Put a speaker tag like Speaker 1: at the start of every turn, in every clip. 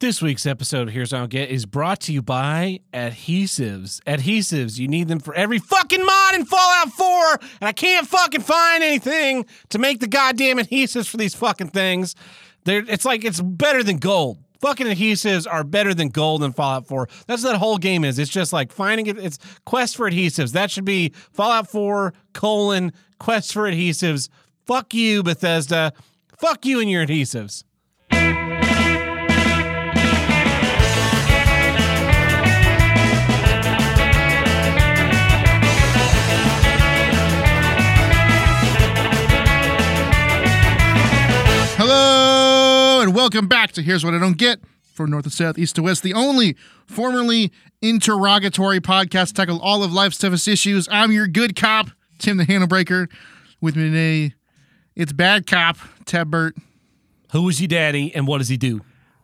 Speaker 1: This week's episode of Here's What I Don't Get is brought to you by adhesives. Adhesives, you need them for every fucking mod in Fallout 4, and I can't fucking find anything to make the goddamn adhesives for these fucking things. They're, it's like it's better than gold. Fucking adhesives are better than gold in Fallout 4. That's what that whole game is. It's just like finding it. It's quest for adhesives. That should be Fallout 4 colon quest for adhesives. Fuck you, Bethesda. Fuck you and your adhesives.
Speaker 2: Hello and welcome back to Here's What I Don't Get from North to South, East to West, the only formerly interrogatory podcast tackle all of life's toughest issues. I'm your good cop, Tim the Handlebreaker. With me today, it's bad cop, Tab Burt.
Speaker 1: Who is your daddy and what does he do?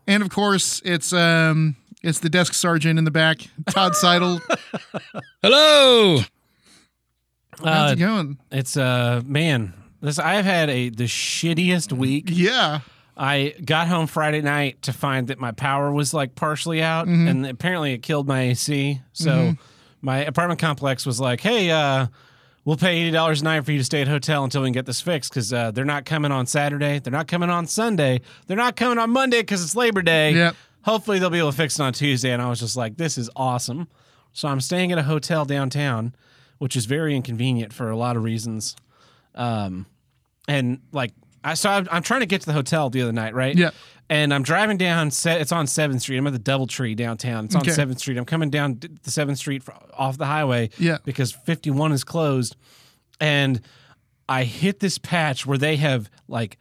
Speaker 2: And of course, it's um it's the desk sergeant in the back, Todd Seidel.
Speaker 3: Hello.
Speaker 2: How's
Speaker 1: Uh,
Speaker 2: it going?
Speaker 1: it's uh man, this I've had a the shittiest week.
Speaker 2: Yeah.
Speaker 1: I got home Friday night to find that my power was like partially out and apparently it killed my AC. So my apartment complex was like, "Hey, uh We'll pay eighty dollars a night for you to stay at a hotel until we can get this fixed because uh, they're not coming on Saturday, they're not coming on Sunday, they're not coming on Monday because it's Labor Day.
Speaker 2: Yep.
Speaker 1: Hopefully they'll be able to fix it on Tuesday. And I was just like, this is awesome. So I'm staying at a hotel downtown, which is very inconvenient for a lot of reasons. Um, and like, I so I'm, I'm trying to get to the hotel the other night, right?
Speaker 2: Yeah.
Speaker 1: And I'm driving down. Se- It's on Seventh Street. I'm at the DoubleTree downtown. It's on
Speaker 2: Okay.
Speaker 1: Seventh Street. I'm coming down d- the Seventh Street fr- off the highway.
Speaker 2: Yeah.
Speaker 1: Because 51 is closed, and I hit this patch where they have like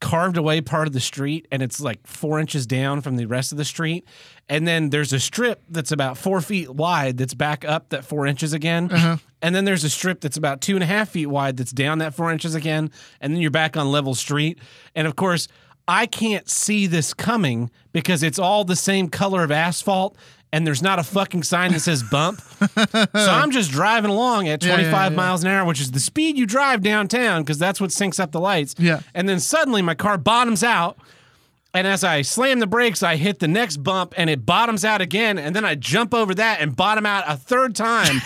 Speaker 1: carved away part of the street and it's like four inches down from the rest of the street. And then there's a strip that's about four feet wide that's back up that four inches again.
Speaker 2: Uh-huh.
Speaker 1: And then there's a strip that's about two and a half feet wide that's down that four inches again. And then you're back on level street. And of course, I can't see this coming because it's all the same color of asphalt and there's not a fucking sign that says bump. so I'm just driving along at
Speaker 2: yeah,
Speaker 1: 25
Speaker 2: yeah.
Speaker 1: miles an hour, which is the speed you drive downtown because that's what syncs up the lights.
Speaker 2: Yeah.
Speaker 1: And then suddenly my car bottoms out. And as I slam the brakes, I hit the next bump and it bottoms out again. And then I jump over that and bottom out a third time.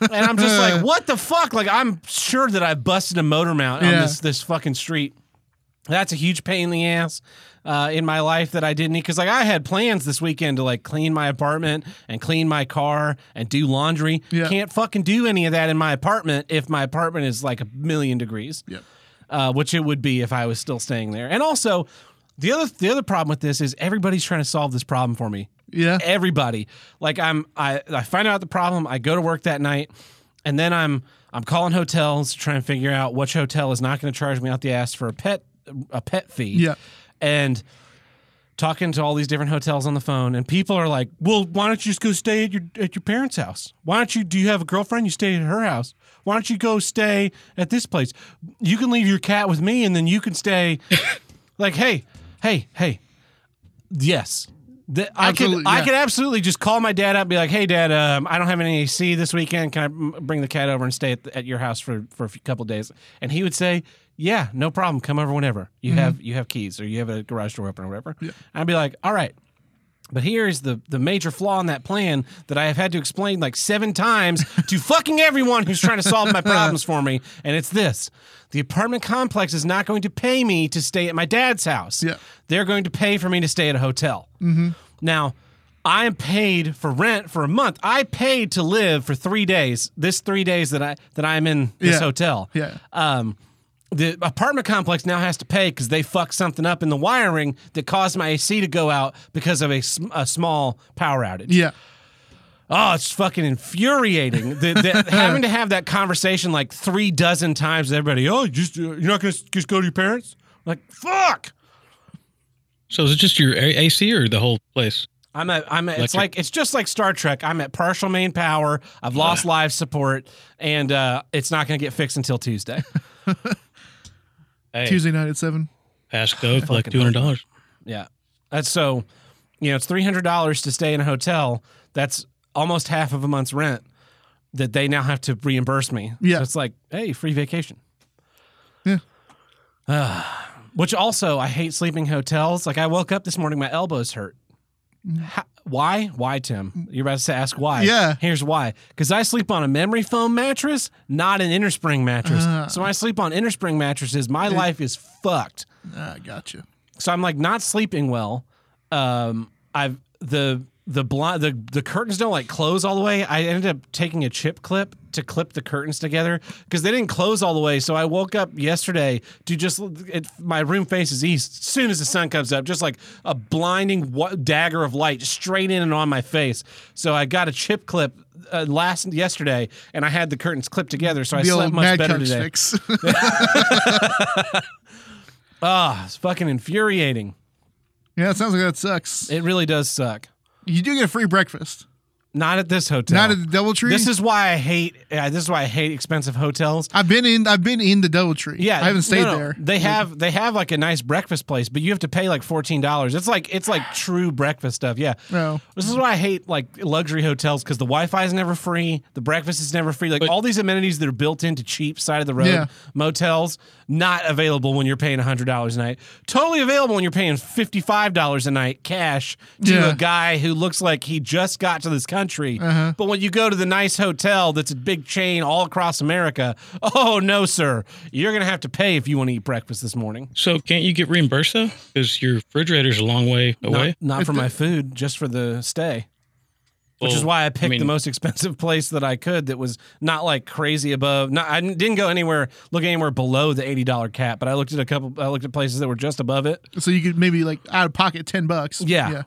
Speaker 1: and I'm just like, what the fuck? Like, I'm sure that I busted a motor mount on
Speaker 2: Yeah.
Speaker 1: this, this fucking street. That's a huge pain in the ass uh, in my life that I didn't need because like I had plans this weekend to like clean my apartment and clean my car and do laundry.
Speaker 2: Yeah.
Speaker 1: Can't fucking do any of that in my apartment if my apartment is like a million degrees
Speaker 2: Yep.
Speaker 1: uh, which it would be if I was still staying there. And also, the other the other problem with this is everybody's trying to solve this problem for me.
Speaker 2: Yeah.
Speaker 1: Everybody, like I'm, I I find out the problem. I go to work that night, and then I'm I'm calling hotels to try and figure out which hotel is not going to charge me out the ass for a pet a pet fee.
Speaker 2: Yeah.
Speaker 1: and talking to all these different hotels on the phone, and people are like, "Well, why don't you just go stay at your at your parents' house? Why don't you? Do you have a girlfriend? You stay at her house. Why don't you go stay at this place? You can leave your cat with me, and then you can stay." like, hey, hey, hey, yes. Th- I could,
Speaker 2: Absolutely,
Speaker 1: I
Speaker 2: yeah.
Speaker 1: could absolutely just call my dad up and be like, hey, dad, um, I don't have any AC this weekend. Can I m- bring the cat over and stay at, the, at your house for, for a few, couple days? And he would say, yeah, no problem. Come over whenever you
Speaker 2: Mm-hmm.
Speaker 1: have you have keys or you have a garage door open or whatever. I'd be like, all right. But here is the the major flaw in that plan that I have had to explain like seven times to fucking everyone who's trying to solve my problems for me, and it's this: the apartment complex is not going to pay me to stay at my dad's house.
Speaker 2: Yeah.
Speaker 1: they're going to pay for me to stay at a hotel. Mm-hmm. Now, I am paid for rent for a month. I paid to live for three days. This three days that I that I am in this
Speaker 2: Yeah.
Speaker 1: hotel
Speaker 2: Yeah.
Speaker 1: um, the apartment complex now has to pay because they fucked something up in the wiring that caused my AC to go out because of a, sm- a small power outage.
Speaker 2: Yeah.
Speaker 1: Oh, it's fucking infuriating. The, the, having to have that conversation like three dozen times with everybody. Oh, you just you're not gonna s- just go to your parents? Like fuck.
Speaker 3: So is it just your A- AC or the whole place?
Speaker 1: I'm at, I'm at, it's
Speaker 3: Electric.
Speaker 1: like it's just like Star Trek. I'm at partial main power. I've lost live support, and uh, it's not going to get fixed until Tuesday.
Speaker 3: Hey,
Speaker 2: Tuesday night at seven.
Speaker 3: pass code, like
Speaker 1: Fucking
Speaker 3: two hundred dollars.
Speaker 1: Yeah. That's so, you know, it's three hundred dollars to stay in a hotel. That's almost half of a month's rent that they now have to reimburse me.
Speaker 2: Yeah.
Speaker 1: So it's like, hey, free vacation.
Speaker 2: Yeah.
Speaker 1: Ah, Which also, I hate sleeping hotels. Like I woke up this morning, my elbows hurt. How, why? Why, Tim? You're about to ask why.
Speaker 2: Mm. Yeah.
Speaker 1: Here's why. Because I sleep on a memory foam mattress, not an innerspring mattress.
Speaker 2: Uh.
Speaker 1: so when I sleep on innerspring mattresses, my life is fucked.
Speaker 2: Ah, gotcha.
Speaker 1: So I'm like not sleeping well. Um, I've the the blind the, the curtains don't like close all the way. I ended up taking a chip clip to clip the curtains together because they didn't close all the way. So I woke up yesterday to just it, my room faces east. As soon as the sun comes up, just like a blinding wa- dagger of light straight in and on my face. So I got a chip clip uh, last yesterday, and I had the curtains clipped together, so I
Speaker 2: The
Speaker 1: slept
Speaker 2: old
Speaker 1: much
Speaker 2: Mad
Speaker 1: better
Speaker 2: Cubs
Speaker 1: today.
Speaker 2: fix.
Speaker 1: Ah, it's fucking infuriating.
Speaker 2: yeah, it sounds like that sucks.
Speaker 1: It really does suck.
Speaker 2: You do get a free breakfast.
Speaker 1: Not at this hotel.
Speaker 2: Not at the DoubleTree.
Speaker 1: This is why I hate. Yeah, this is why I hate expensive hotels.
Speaker 2: I've been in. I've been in the DoubleTree.
Speaker 1: Yeah,
Speaker 2: I haven't stayed
Speaker 1: no, no.
Speaker 2: there.
Speaker 1: They have they have like a nice breakfast place, but you have to pay like fourteen dollars. It's like it's like true breakfast stuff. Yeah.
Speaker 2: No.
Speaker 1: This is why I hate like luxury hotels because the Wi-Fi is never free, the breakfast is never free. Like all these amenities that are built into cheap side of the road
Speaker 2: Yeah.
Speaker 1: motels, not available when you're paying hundred dollars a night. Totally available when you're paying fifty-five dollars a night cash to
Speaker 2: Yeah.
Speaker 1: a guy who looks like he just got to this country. But when you go to the nice hotel that's a big chain all across America, oh no, sir, you're gonna have to pay if you want to eat breakfast this morning.
Speaker 3: So can't you get reimbursed though? Because your refrigerator's a long way away.
Speaker 1: Not, not for my food, just for the stay. Which is
Speaker 3: Well,
Speaker 1: why I picked the
Speaker 3: Oh, mean-
Speaker 1: most expensive place that I could that was not like crazy above. Not, I didn't didn't go anywhere, look anywhere below the $80 cap, but I looked at a couple, I looked at places that were just above it.
Speaker 2: So you could maybe like out of pocket ten bucks.
Speaker 1: Yeah.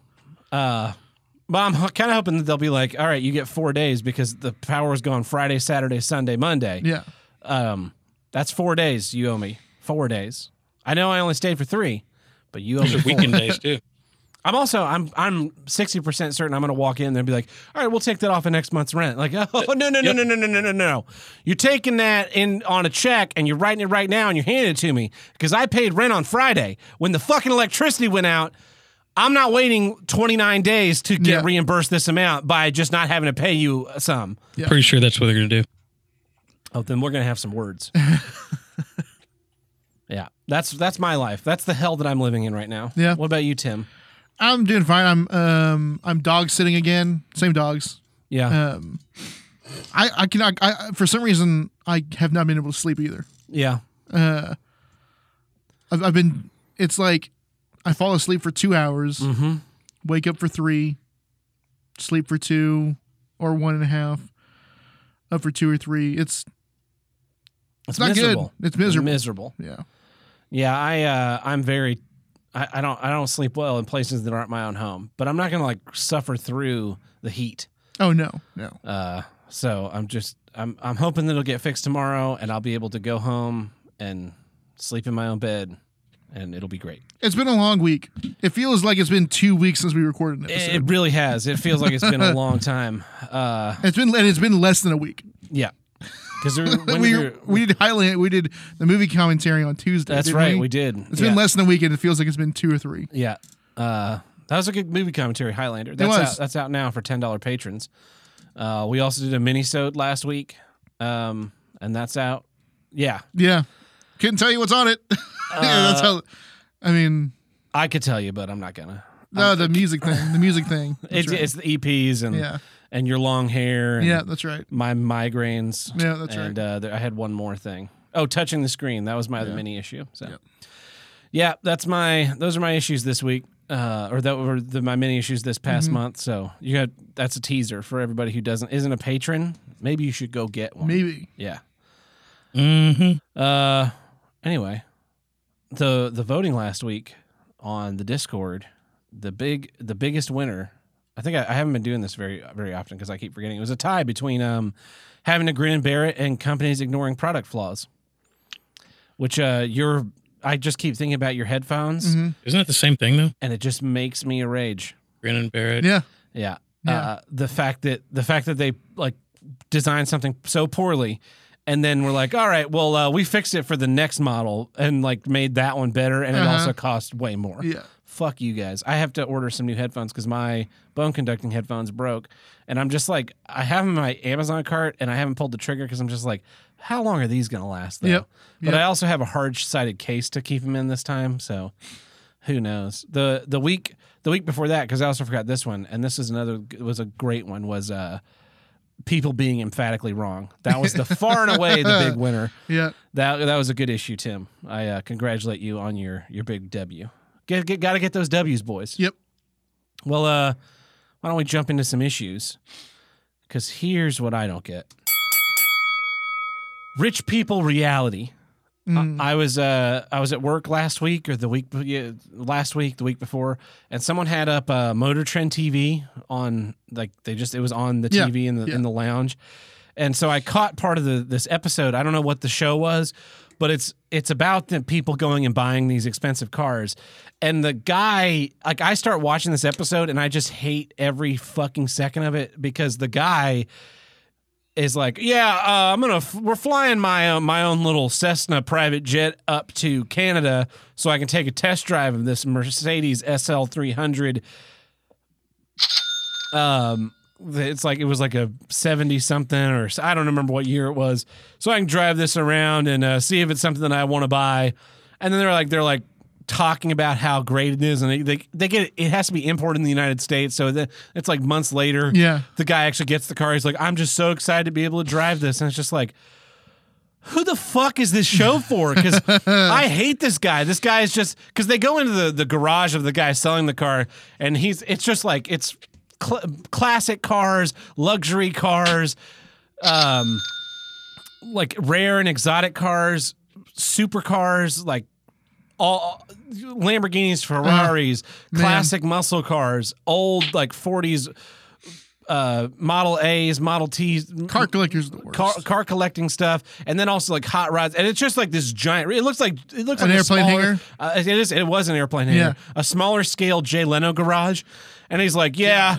Speaker 1: But I'm kind of hoping that they'll be like, all right, you get four days because the power is gone Friday, Saturday, Sunday, Monday.
Speaker 2: Yeah.
Speaker 1: Um, that's four days you owe me. Four days. I know I only stayed for three, but you owe me
Speaker 3: Those are
Speaker 1: four.
Speaker 3: weekend days too.
Speaker 1: I'm also I'm I'm sixty percent certain I'm gonna walk in there and be like, all right, we'll take that off of next month's rent. Like, oh no no no no no no no no no. You're taking that in on a check and you're writing it right now and you're handing it to me because I paid rent on Friday when the fucking electricity went out. I'm not waiting 29 days to get
Speaker 2: Yeah.
Speaker 1: reimbursed this amount by just not having to pay you some.
Speaker 2: Yeah.
Speaker 3: Pretty sure that's what they're gonna do.
Speaker 1: Oh, then we're gonna have some words. yeah, that's that's my life. That's the hell that I'm living in right now.
Speaker 2: Yeah.
Speaker 1: What about you, Tim?
Speaker 2: I'm doing fine. I'm um I'm dog sitting again. Same dogs.
Speaker 1: Yeah.
Speaker 2: Um, I I cannot. I I- for some reason I have not been able to sleep either.
Speaker 1: yeah.
Speaker 2: I've, I've been. It's like I fall asleep for two hours,
Speaker 1: Mm-hmm.
Speaker 2: wake up for three, sleep for two or one and a half, up for two or three. It's
Speaker 1: It's
Speaker 2: not good.
Speaker 1: miserable.
Speaker 2: It's miserable.
Speaker 1: Miserable.
Speaker 2: yeah.
Speaker 1: Yeah, I uh, I'm very I, I don't I don't sleep well in places that aren't my own home. But I'm not gonna like suffer through the heat.
Speaker 2: Oh no, no.
Speaker 1: Uh, so I'm just I'm I'm hoping that it'll get fixed tomorrow and I'll be able to go home and sleep in my own bed and it'll be great.
Speaker 2: It's been a long week. It feels like it's been two weeks since we recorded an
Speaker 1: It,
Speaker 2: episode.
Speaker 1: it really has. It feels like it's been a long time. Uh,
Speaker 2: it's been and it's been less than a week.
Speaker 1: yeah. Because when we
Speaker 2: we
Speaker 1: were,
Speaker 2: we did highlight we did the movie commentary on Tuesday.
Speaker 1: that's
Speaker 2: didn't
Speaker 1: right,
Speaker 2: We?
Speaker 1: we did. It's
Speaker 2: It's been less than a week, and it feels like it's been two or three.
Speaker 1: Yeah. Uh, that was a good movie commentary, Highlander. That's
Speaker 2: was.
Speaker 1: out that's out now for ten dollar patrons. Uh, we also did a mini sode last week. Um, and that's out. Yeah.
Speaker 2: Yeah, couldn't tell you what's on it. yeah, that's how. I mean,
Speaker 1: I could tell you, but I'm not gonna.
Speaker 2: no, the music thing. The music thing. That's
Speaker 1: It's,
Speaker 2: right.
Speaker 1: it's the EPs and
Speaker 2: yeah,
Speaker 1: and your long hair and
Speaker 2: yeah, that's right.
Speaker 1: my migraines.
Speaker 2: Yeah, that's
Speaker 1: and, uh, there, I had one more thing. Oh, touching the screen. That was my other mini issue. So, yeah, that's my. Those are my issues this week, uh, or that were the, my mini issues this past
Speaker 2: Mm-hmm.
Speaker 1: month. So you got that's a teaser for everybody who doesn't isn't a patron. Maybe you should go get one.
Speaker 2: Maybe
Speaker 1: Yeah.
Speaker 3: Mm-hmm.
Speaker 1: Uh. Anyway, the the voting last week on the Discord, the big the biggest winner. I think I, I haven't been doing this very very often because I keep forgetting. It was a tie between um having to grin and bear it and companies ignoring product flaws. Which uh your I just keep thinking about your headphones
Speaker 2: Mhm.
Speaker 3: Isn't that the same thing though?
Speaker 1: and it just makes me a rage.
Speaker 3: Grin and bear it.
Speaker 2: Yeah,
Speaker 1: Yeah.
Speaker 2: Yeah.
Speaker 1: Uh, the fact that the fact that they like designed something so poorly and then we're like, all right, well, uh, we fixed it for the next model and like made that one better and it
Speaker 2: Uh-huh.
Speaker 1: also cost way more.
Speaker 2: yeah.
Speaker 1: fuck you guys. I have to order some new headphones because my bone conducting headphones broke. And I'm just like, I have them in my Amazon cart and I haven't pulled the trigger because I'm just like, how long are these going to last? Though?
Speaker 2: Yep.
Speaker 1: But
Speaker 2: Yep.
Speaker 1: I also have a hard sided case to keep them in this time. So who knows? The the week the week before that, because I also forgot this one, and this is another was a great one, was uh people being emphatically wrong. That was the far and away the big winner.
Speaker 2: Yeah.
Speaker 1: That that was a good issue, Tim. I uh, congratulate you on your your big W. Get, get got to get those W's, boys.
Speaker 2: Yep.
Speaker 1: Well, uh, why don't we jump into some issues? Because here's what I don't get: rich people reality.
Speaker 2: Mm.
Speaker 1: I, I was uh I was at work last week or the week be- yeah, last week the week before, and someone had up a Motor Trend TV on like they just it was on the
Speaker 2: Yeah,
Speaker 1: TV in the
Speaker 2: yeah.
Speaker 1: in the lounge, and so I caught part of the this episode. I don't know what the show was, but it's it's about the people going and buying these expensive cars, and the guy like I start watching this episode and I just hate every fucking second of it because the guy is like, yeah, uh, I'm gonna f- we're flying my uh, my own little Cessna private jet up to Canada so I can take a test drive of this Mercedes SL 300. Um, it's like it was like a 70 something or s- I don't remember what year it was, so I can drive this around and uh, see if it's something that I want to buy. And then they're like they're like talking about how great it is, and they they, they get it, it has to be imported in the United States, so the, it's like months later
Speaker 2: Yeah.
Speaker 1: the guy actually gets the car. He's like, I'm just so excited to be able to drive this. And it's just like, who the fuck is this show for? Because I hate this guy. This guy is just because they go into the, the garage of the guy selling the car, and he's it's just like it's cl- classic cars, luxury cars, um, like rare and exotic cars, supercars, like all Lamborghinis, Ferraris, classic muscle cars, old like 40s uh, Model A's, Model T's,
Speaker 2: Car collectors are the worst.
Speaker 1: car, car collecting stuff, and then also like hot rods, and it's just like this giant. It looks like it looks
Speaker 2: An
Speaker 1: like a
Speaker 2: airplane
Speaker 1: smaller-
Speaker 2: hangar?
Speaker 1: Uh, it is. It was an airplane hangar. A smaller scale Jay Leno garage, and he's like, yeah.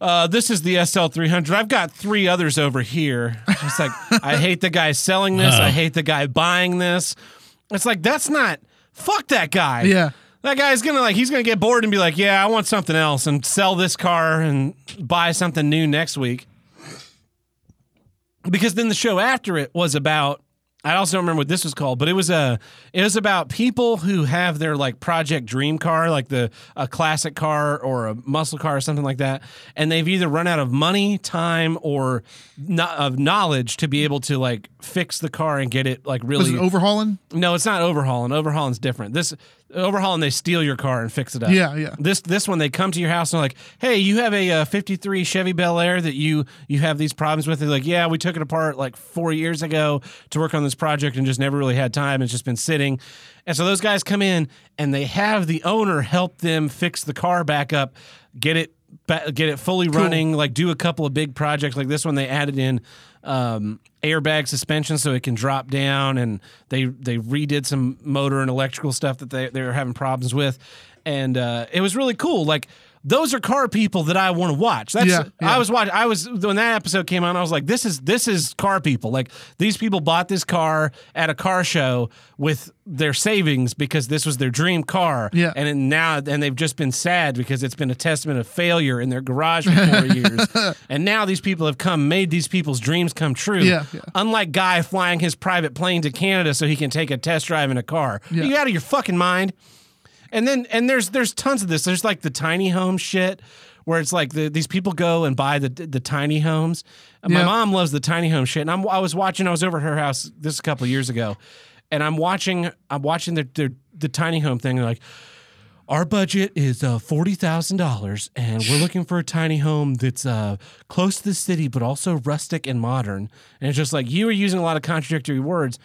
Speaker 1: Uh, this is the SL 300. I've got three others over here. It's like, I hate the guy selling this. I hate the guy buying this. It's like, that's not, fuck that guy.
Speaker 2: Yeah.
Speaker 1: That guy's gonna like he's gonna get bored and be like, yeah, I want something else and sell this car and buy something new next week. Because then the show after it was about I also don't remember what this was called, but it was a it was about people who have their like project dream car, like the a classic car or a muscle car or something like that, and they've either run out of money, time, or no, of knowledge to be able to like fix the car and get it like really
Speaker 2: Was it overhauling?
Speaker 1: no, it's not overhauling. Overhauling's different. This overhauling, they steal your car and fix it up.
Speaker 2: Yeah, yeah.
Speaker 1: This this one, they come to your house and they're like, "Hey, you have a uh, '53 Chevy Bel Air that you you have these problems with." They're like, "Yeah, we took it apart like four years ago to work on this project and just never really had time. It's just been sitting." And so those guys come in and they have the owner help them fix the car back up, get it ba- get it fully running, like do a couple of big projects like this one. They added in um, airbag suspension so it can drop down, and they they redid some motor and electrical stuff that they they were having problems with, and uh, it was really cool. Like those are car people that I want to watch. That's
Speaker 2: Yeah, yeah.
Speaker 1: I was watching. I was when that episode came out. I was like, this is this is car people. Like these people bought this car at a car show with their savings because this was their dream car.
Speaker 2: Yeah.
Speaker 1: and it now and they've just been sad because it's been a testament of failure in their garage for four years. And now these people have come, made these people's dreams come true.
Speaker 2: Yeah, yeah.
Speaker 1: Unlike Guy flying his private plane to Canada so he can take a test drive in a car.
Speaker 2: Yeah.
Speaker 1: Are you out of your fucking mind? And then and there's there's tons of this. There's like the tiny home shit where it's like the, these people go and buy the the tiny homes. And My
Speaker 2: Yeah.
Speaker 1: mom loves the tiny home shit. And I'm, I was watching. I was over at her house this a couple of years ago, and I'm watching. I'm watching the the, the tiny home thing. And like, our budget is uh, forty thousand dollars, and we're looking for a tiny home that's uh, close to the city, but also rustic and modern. And it's just like you are using a lot of contradictory words,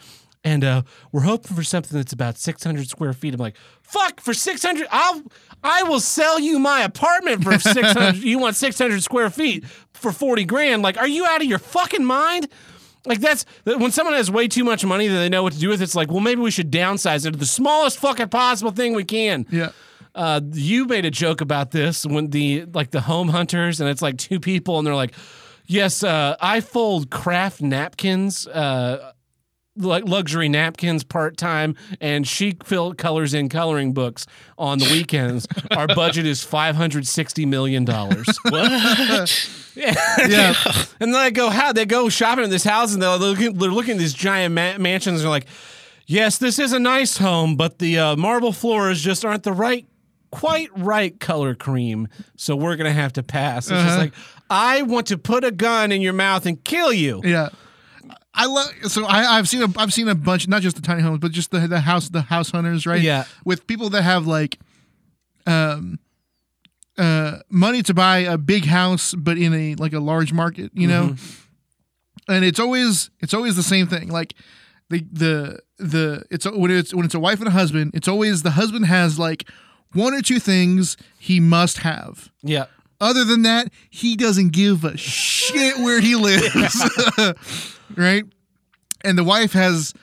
Speaker 1: and uh, we're hoping for something that's about six hundred square feet. I'm like, fuck, for six hundred, I'll I will sell you my apartment for six hundred. you want six hundred square feet for forty grand? Like, are you out of your fucking mind? Like that's that- when someone has way too much money that they know what to do with. It's like, well, maybe we should downsize it to the smallest fucking possible thing we can.
Speaker 2: Yeah.
Speaker 1: Uh, you made a joke about this when the like the home hunters and it's like two people and they're like, "Yes, uh, I fold craft napkins uh, lu- luxury napkins part time, and she fill colors in coloring books on the weekends. Our budget is five hundred sixty million dollars.
Speaker 3: What?
Speaker 2: Yeah.
Speaker 1: And then I go, how they go shopping at this house, and they're looking, they're looking at these giant ma- mansions, and they're like, "Yes, this is a nice home, but the uh, marble floors just aren't the right, quite right color cream, so we're gonna have to pass." It's just like, I want to put a gun in your mouth and kill you.
Speaker 2: Yeah. I love so I, I've seen a I've seen a bunch not just the tiny homes but just the the house the house hunters right
Speaker 1: Yeah.
Speaker 2: with people that have like um uh money to buy a big house but in a like a large market you know and it's always it's always the same thing like the the the it's when it's when it's a wife and a husband it's always the husband has like one or two things he must have
Speaker 1: Yeah,
Speaker 2: other than that, he doesn't give a shit where he lives. right? And the wife has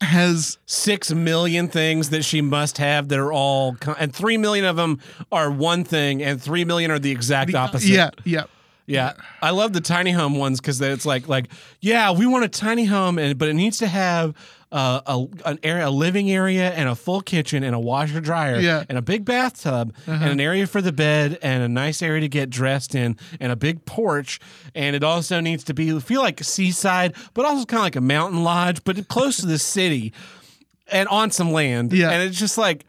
Speaker 2: has
Speaker 1: six million things that she must have that are all, con- and three million of them are one thing, and three million are the exact opposite.
Speaker 2: yeah, yeah.
Speaker 1: Yeah, I love the tiny home ones because it's like like yeah, we want a tiny home, and but it needs to have uh, a an area, a living area, and a full kitchen, and a washer dryer,
Speaker 2: Yeah. Uh-huh.
Speaker 1: and a big bathtub, and an area for the bed, and a nice area to get dressed in, and a big porch, and it also needs to be feel like seaside, but also kind of like a mountain lodge, but close to the city, and on some land,
Speaker 2: Yeah.
Speaker 1: and it's just like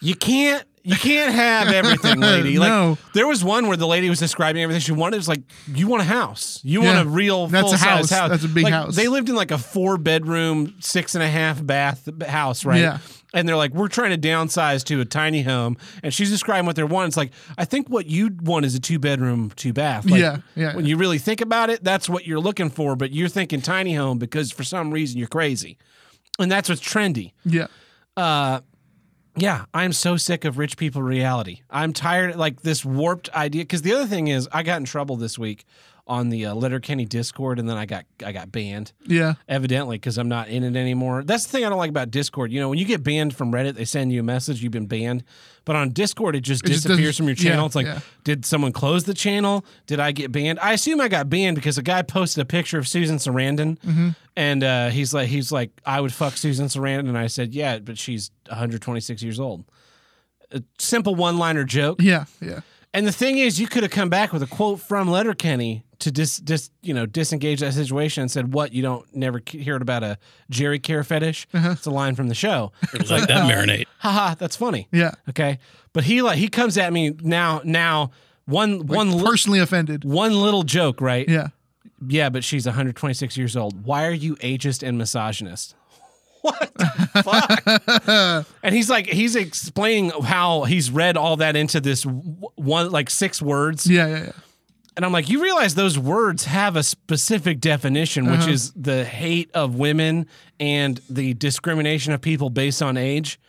Speaker 1: you can't you can't have everything, lady. Like
Speaker 2: No.
Speaker 1: there was one where the lady was describing everything she wanted. It was like, you want a house. You
Speaker 2: Yeah.
Speaker 1: want a real
Speaker 2: That's a
Speaker 1: full size
Speaker 2: house.
Speaker 1: house.
Speaker 2: That's a big
Speaker 1: Like,
Speaker 2: house.
Speaker 1: They lived in like a four bedroom, six and a half bath b- house, right?
Speaker 2: Yeah.
Speaker 1: And they're like, we're trying to downsize to a tiny home. And she's describing what they want. It's like, I think what you want is a two bedroom, two bath. Like,
Speaker 2: Yeah, yeah.
Speaker 1: When you really think about it, that's what you're looking for. But you're thinking tiny home because for some reason you're crazy. And that's what's trendy.
Speaker 2: Yeah.
Speaker 1: Yeah, I'm so sick of rich people reality. I'm tired of, like this warped idea. Because the other thing is, I got in trouble this week on the uh, Letterkenny Discord, and then I got I got banned.
Speaker 2: Yeah.
Speaker 1: Evidently, because I'm not in it anymore. That's the thing I don't like about Discord. You know, when you get banned from Reddit, they send you a message you've been banned. But on Discord, it just
Speaker 2: It just
Speaker 1: disappears
Speaker 2: doesn't-
Speaker 1: from your channel.
Speaker 2: yeah,
Speaker 1: it's like,
Speaker 2: yeah.
Speaker 1: did someone close the channel? Did I get banned? I assume I got banned because a guy posted a picture of Susan Sarandon,
Speaker 2: Mm-hmm.
Speaker 1: and uh, he's like, he's like, I would fuck Susan Sarandon, and I said, yeah, but she's 126 years old. A simple one-liner joke.
Speaker 2: Yeah. Yeah.
Speaker 1: And the thing is, you could have come back with a quote from Letterkenny to dis, dis you know disengage that situation and said, "What you don't never c- heard about a Jerry care fetish?" It's a line from the show.
Speaker 3: Let that marinate.
Speaker 1: Haha, that's funny.
Speaker 2: Yeah.
Speaker 1: Okay, but he like he comes at me now now one one li-
Speaker 2: Personally offended.
Speaker 1: one little joke right
Speaker 2: Yeah.
Speaker 1: yeah but she's 126 years old why are you ageist and misogynist what the fuck and he's like he's explaining how he's read all that into this w- one like six words
Speaker 2: Yeah, yeah, yeah.
Speaker 1: and I'm like, you realize those words have a specific definition, which is the hate of women and the discrimination of people based on age.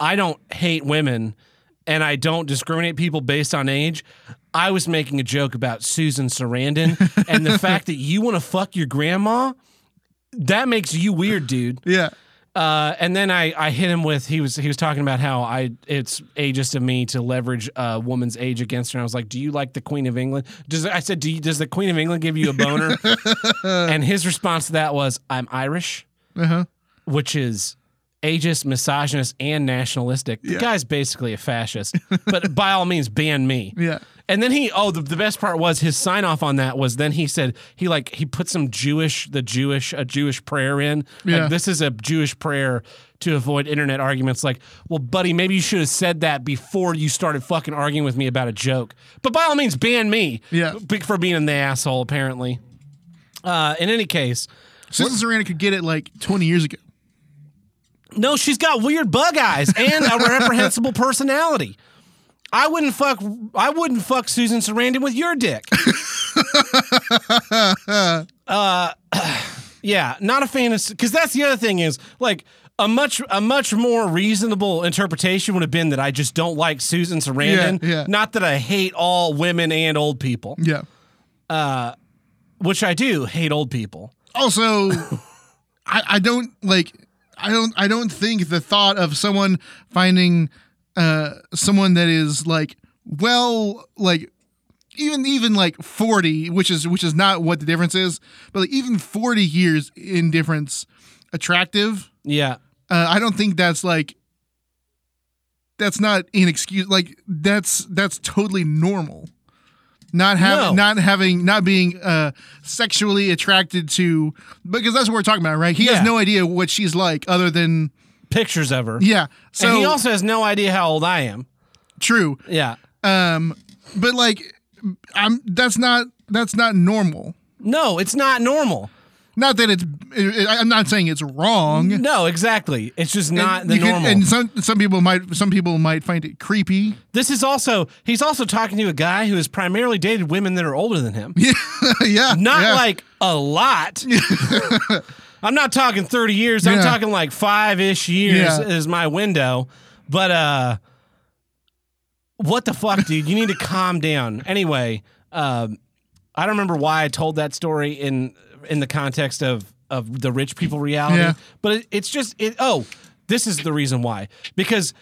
Speaker 1: I don't hate women and I don't discriminate people based on age. I was making a joke about Susan Sarandon and the fact that you want to fuck your grandma. That makes you weird, dude.
Speaker 2: Yeah.
Speaker 1: Uh, and then I, I hit him with he was he was talking about how I it's ageist of me to leverage a woman's age against her. And I was like, do you like the Queen of England? Does I said, do you, does the Queen of England give you a boner? and his response to that was, I'm Irish,
Speaker 2: Uh-huh.
Speaker 1: which is ageist, misogynist, and nationalistic. The guy's basically a fascist, but by all means, ban me.
Speaker 2: Yeah.
Speaker 1: And then he, oh, the, the best part was his sign off on that was then he said he like he put some Jewish, the Jewish, a Jewish prayer in.
Speaker 2: Yeah.
Speaker 1: Like this is a Jewish prayer to avoid internet arguments. Like, well, buddy, maybe you should have said that before you started fucking arguing with me about a joke. But by all means, ban me.
Speaker 2: Yeah.
Speaker 1: b- For being the asshole, apparently. Uh, in any case,
Speaker 2: Susan Sarandon could get it like 20 years ago.
Speaker 1: no, she's got weird bug eyes and a reprehensible personality. I wouldn't fuck. I wouldn't fuck Susan Sarandon with your dick. uh, yeah, not a fan of. Because that's the other thing is like a much a much more reasonable interpretation would have been that I just don't like Susan Sarandon.
Speaker 2: Yeah, yeah.
Speaker 1: Not that I hate all women and old people,
Speaker 2: Yeah.
Speaker 1: which I do hate old people.
Speaker 2: also I, I don't like I don't I don't think the thought of someone finding uh someone that is like well like even even like 40 which is which is not what the difference is but like even 40 years in difference attractive
Speaker 1: Yeah.
Speaker 2: uh, i don't think that's like that's not inexcusable like that's that's totally normal not having
Speaker 1: No.
Speaker 2: not having not being uh sexually attracted to because that's what we're talking about right he
Speaker 1: Yeah.
Speaker 2: has no idea what she's like other than
Speaker 1: Pictures of her.
Speaker 2: yeah so
Speaker 1: and he also has no idea how old I am.
Speaker 2: true
Speaker 1: Yeah.
Speaker 2: um but like i'm that's not that's not normal
Speaker 1: No, it's not normal.
Speaker 2: not that it's I- i'm not saying it's wrong
Speaker 1: No, exactly. It's just not the
Speaker 2: You could-
Speaker 1: normal.
Speaker 2: and some some people might some people might find it creepy
Speaker 1: this is also he's also talking to a guy who has primarily dated women that are older than him.
Speaker 2: yeah yeah
Speaker 1: Not
Speaker 2: yeah.
Speaker 1: like a lot. I'm not talking 30 years. I'm
Speaker 2: Yeah.
Speaker 1: talking like five ish years
Speaker 2: Yeah.
Speaker 1: is my window. But uh, what the fuck, dude? You need to calm down. Anyway, um, I don't remember why I told that story in in the context of of the rich people reality.
Speaker 2: Yeah.
Speaker 1: But it, it's just it. Oh, this is the reason why because.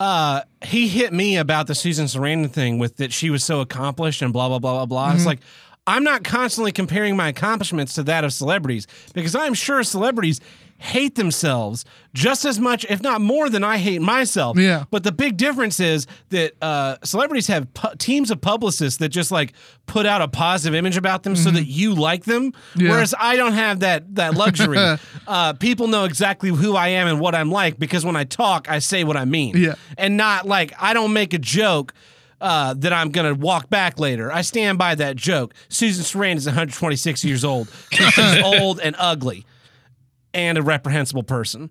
Speaker 1: Uh, he hit me about the Susan Sarandon thing with that she was so accomplished and blah blah blah blah blah.
Speaker 2: Mm-hmm.
Speaker 1: It's like I'm not constantly comparing my accomplishments to that of celebrities because I'm sure celebrities hate themselves just as much, if not more, than I hate myself.
Speaker 2: Yeah.
Speaker 1: But the big difference is that uh, celebrities have pu- teams of publicists that just like put out a positive image about them so that you like them.
Speaker 2: Mm-hmm. Yeah.
Speaker 1: Whereas I don't have that that luxury. uh, people know exactly who I am and what I'm like because when I talk, I say what I mean.
Speaker 2: Yeah.
Speaker 1: And not like I don't make a joke. Uh, that I'm gonna walk back later. I stand by that joke. Susan Sarandon is 126 years old. She's old and ugly, and a reprehensible person.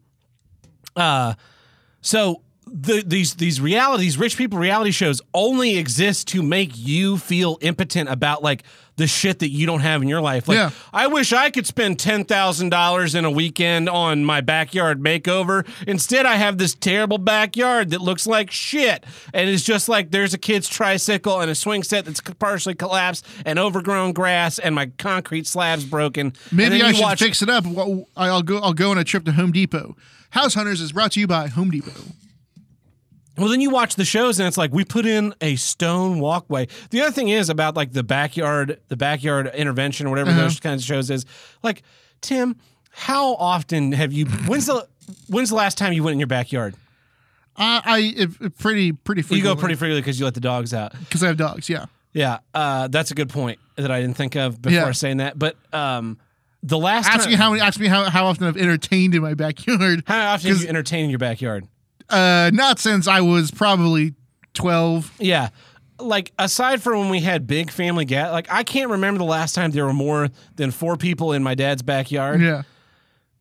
Speaker 1: So the, these these realities, rich people reality shows, only exist to make you feel impotent about like the shit that you don't have in your life. Like,
Speaker 2: Yeah.
Speaker 1: I wish I could spend ten thousand dollars in a weekend on my backyard makeover. Instead, I have this terrible backyard that looks like shit, and it's just like there's a kid's tricycle and a swing set that's partially collapsed, and overgrown grass, and my concrete slabs broken. and
Speaker 2: Maybe
Speaker 1: then
Speaker 2: I
Speaker 1: you
Speaker 2: should
Speaker 1: watch-
Speaker 2: fix it up. Well, I'll go. I'll go on a trip to Home Depot. House Hunters is brought to you by Home Depot.
Speaker 1: Well, then you watch the shows and it's like we put in a stone walkway. The other thing is about like the backyard, the backyard intervention or whatever
Speaker 2: Mm-hmm.
Speaker 1: those kinds of shows is. Like Tim, how often have you? When's the when's the last time you went in your backyard?
Speaker 2: I, I if- if pretty pretty
Speaker 1: You
Speaker 2: frequently.
Speaker 1: go pretty frequently because you let the dogs out.
Speaker 2: because I have dogs. Yeah,
Speaker 1: Yeah, uh, that's a good point that I didn't think of before
Speaker 2: Yeah.
Speaker 1: saying that. But um, the last
Speaker 2: ask
Speaker 1: time,
Speaker 2: me how many. Ask me how, how often I've entertained in my backyard.
Speaker 1: how often do you entertain in your backyard?
Speaker 2: Uh, not since I was probably twelve.
Speaker 1: Yeah. Like aside from when we had big family get like I can't remember the last time there were more than four people in my dad's backyard.
Speaker 2: Yeah,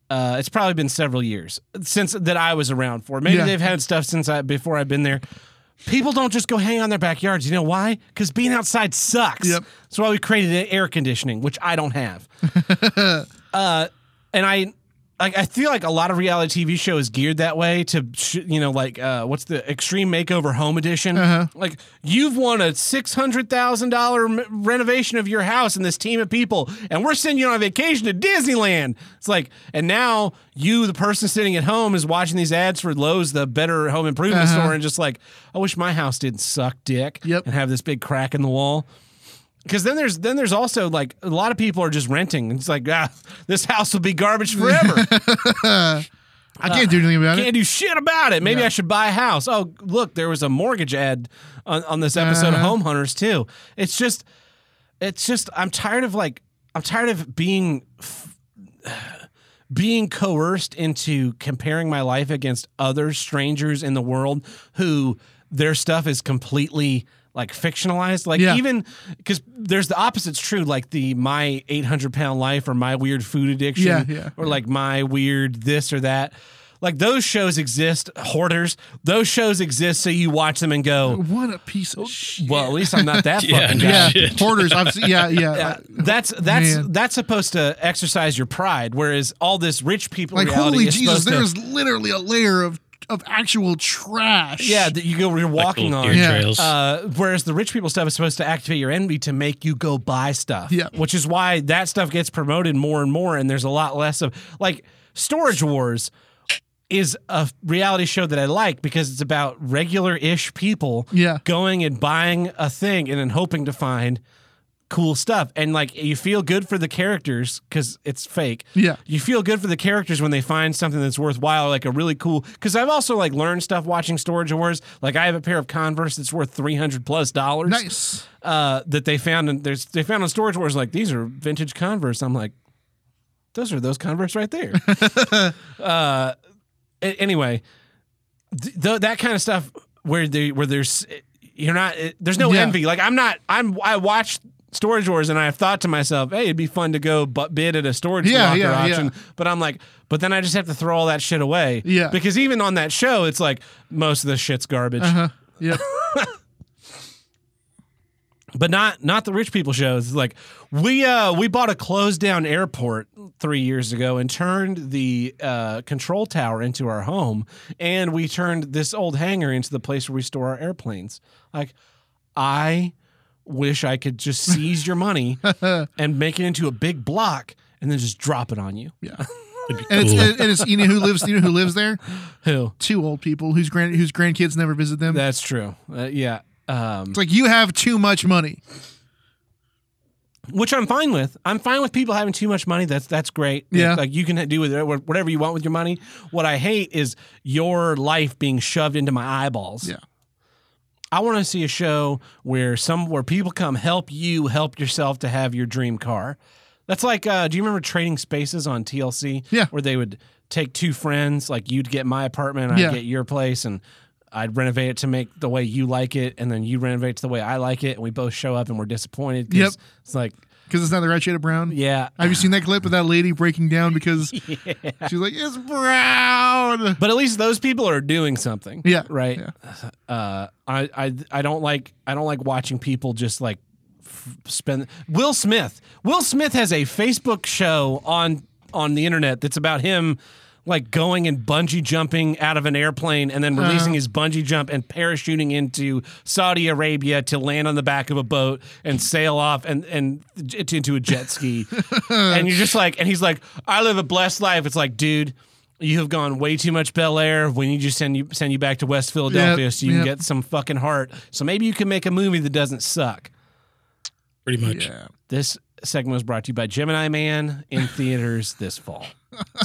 Speaker 1: Uh, it's probably been several years since that I was around for. Maybe
Speaker 2: Yeah.
Speaker 1: they've had stuff since I before I've been there. People don't just go hang on their backyards. You know why? Because being outside sucks.
Speaker 2: Yep.
Speaker 1: That's why we created air conditioning, which I don't have. uh, and I, like, I feel like a lot of reality TV show is geared that way to, sh- you know, like uh, what's the Extreme Makeover Home Edition?
Speaker 2: Uh-huh.
Speaker 1: Like you've won a six hundred thousand dollar renovation of your house and this team of people, and we're sending you on a vacation to Disneyland. It's like, and now you, the person sitting at home, is watching these ads for Lowe's, the better home improvement
Speaker 2: Uh-huh.
Speaker 1: store, and just like, I wish my house didn't suck dick
Speaker 2: Yep.
Speaker 1: and have this big crack in the wall because then there's then there's also like a lot of people are just renting. It's like ah, this house will be garbage forever.
Speaker 2: I can't do anything about it.
Speaker 1: uh, Can't do shit about it. Maybe I should buy a house. Oh, look, there was a mortgage ad on, on this episode
Speaker 2: Uh-huh.
Speaker 1: of Homehunters too. It's just, it's just. I'm tired of like I'm tired of being f- being coerced into comparing my life against other strangers in the world who their stuff is completely like fictionalized like
Speaker 2: Yeah.
Speaker 1: even because there's the opposites true like the my 800 pound life or my weird food addiction
Speaker 2: Yeah,
Speaker 1: addiction
Speaker 2: yeah.
Speaker 1: or like my weird this or that. Like those shows exist, hoarders. Those shows exist so you watch them and go,
Speaker 2: What a piece of shit.
Speaker 1: well, at least I'm not that
Speaker 3: Yeah,
Speaker 1: fucking guy.
Speaker 2: Yeah,
Speaker 3: Shit.
Speaker 2: hoarders. I've seen, yeah, yeah,
Speaker 1: Yeah, that's that's
Speaker 2: Man.
Speaker 1: that's supposed to exercise your pride, whereas all this rich people
Speaker 2: Like
Speaker 1: reality
Speaker 2: holy
Speaker 1: is
Speaker 2: Jesus,
Speaker 1: supposed to-
Speaker 2: there's literally a layer of of actual trash.
Speaker 1: yeah that you go you're walking
Speaker 3: Little
Speaker 1: on.
Speaker 3: deer
Speaker 2: Yeah.
Speaker 3: trails.
Speaker 1: Uh, whereas the rich people stuff is supposed to activate your envy to make you go buy stuff.
Speaker 2: Yeah.
Speaker 1: Which is why that stuff gets promoted more and more, and there's a lot less of like Storage Wars is a reality show that I like because it's about regular ish people
Speaker 2: Yeah.
Speaker 1: going and buying a thing and then hoping to find cool stuff. And like you feel good for the characters because it's fake.
Speaker 2: Yeah.
Speaker 1: You feel good for the characters when they find something that's worthwhile, like a really cool. Because I've also like learned stuff watching Storage Wars. Like I have a pair of Converse that's worth three hundred plus dollars.
Speaker 2: Nice.
Speaker 1: Uh, that they found and there's they found on Storage Wars. Like these are vintage Converse. I'm like, those are those Converse right there. uh, a- anyway, th- th- that kind of stuff where they where there's you're not it- there's no
Speaker 2: Yeah.
Speaker 1: envy. Like I'm not I'm I watched Storage Wars and I thought to myself, hey, it'd be fun to go but bid at a storage
Speaker 2: Yeah,
Speaker 1: locker
Speaker 2: yeah,
Speaker 1: auction.
Speaker 2: yeah.
Speaker 1: But I'm like, but then I just have to throw all that shit away.
Speaker 2: Yeah.
Speaker 1: Because even on that show, it's like most of the shit's garbage.
Speaker 2: Uh-huh. Yep.
Speaker 1: But not not the rich people shows. It's like we uh we bought a closed down airport three years ago and turned the uh, control tower into our home, and we turned this old hangar into the place where we store our airplanes. Like, I wish I could just seize your money and make it into a big block and then just drop it on you.
Speaker 2: And it's, and it's you know who lives you know who lives there?
Speaker 1: Who?
Speaker 2: Two old people whose grand whose grandkids never visit them.
Speaker 1: That's true. Uh, yeah. Um,
Speaker 2: it's like you have too much money.
Speaker 1: which I'm fine with. I'm fine with people having too much money. That's that's great.
Speaker 2: Yeah.
Speaker 1: like you can do with it wha- whatever you want with your money. What I hate is your life being shoved into my eyeballs.
Speaker 2: Yeah.
Speaker 1: I want to see a show where some where people come help you help yourself to have your dream car. That's like, uh, do you remember Trading Spaces on TLC?
Speaker 2: Yeah.
Speaker 1: where they would take two friends, like you'd get my apartment, I'd
Speaker 2: Yeah.
Speaker 1: get your place, and I'd renovate it to make the way you like it, and then you renovate it to the way I like it, and we both show up and we're disappointed. 'cause
Speaker 2: Yep.
Speaker 1: it's like
Speaker 2: Because it's not the right shade of brown.
Speaker 1: yeah.
Speaker 2: Have you seen that clip of that lady breaking down because she's like, It's brown.
Speaker 1: But at least those people are doing something.
Speaker 2: Yeah.
Speaker 1: Right.
Speaker 2: Yeah.
Speaker 1: Uh, I, I I don't like I don't like watching people just like f- spend. Will Smith. Will Smith has a Facebook show on on the internet that's about him like going and bungee jumping out of an airplane and then releasing his bungee jump and parachuting into Saudi Arabia to land on the back of a boat and sail off and and j- into a jet ski. and you're just like, and he's like, I live a blessed life. It's like, dude, you have gone way too much Bel Air. We need you to send you send you back to West Philadelphia so you can
Speaker 2: yep.
Speaker 1: get some fucking heart. So maybe you can make a movie that doesn't suck.
Speaker 3: pretty much.
Speaker 2: Yeah.
Speaker 1: This segment was brought to you by Gemini Man in theaters this fall.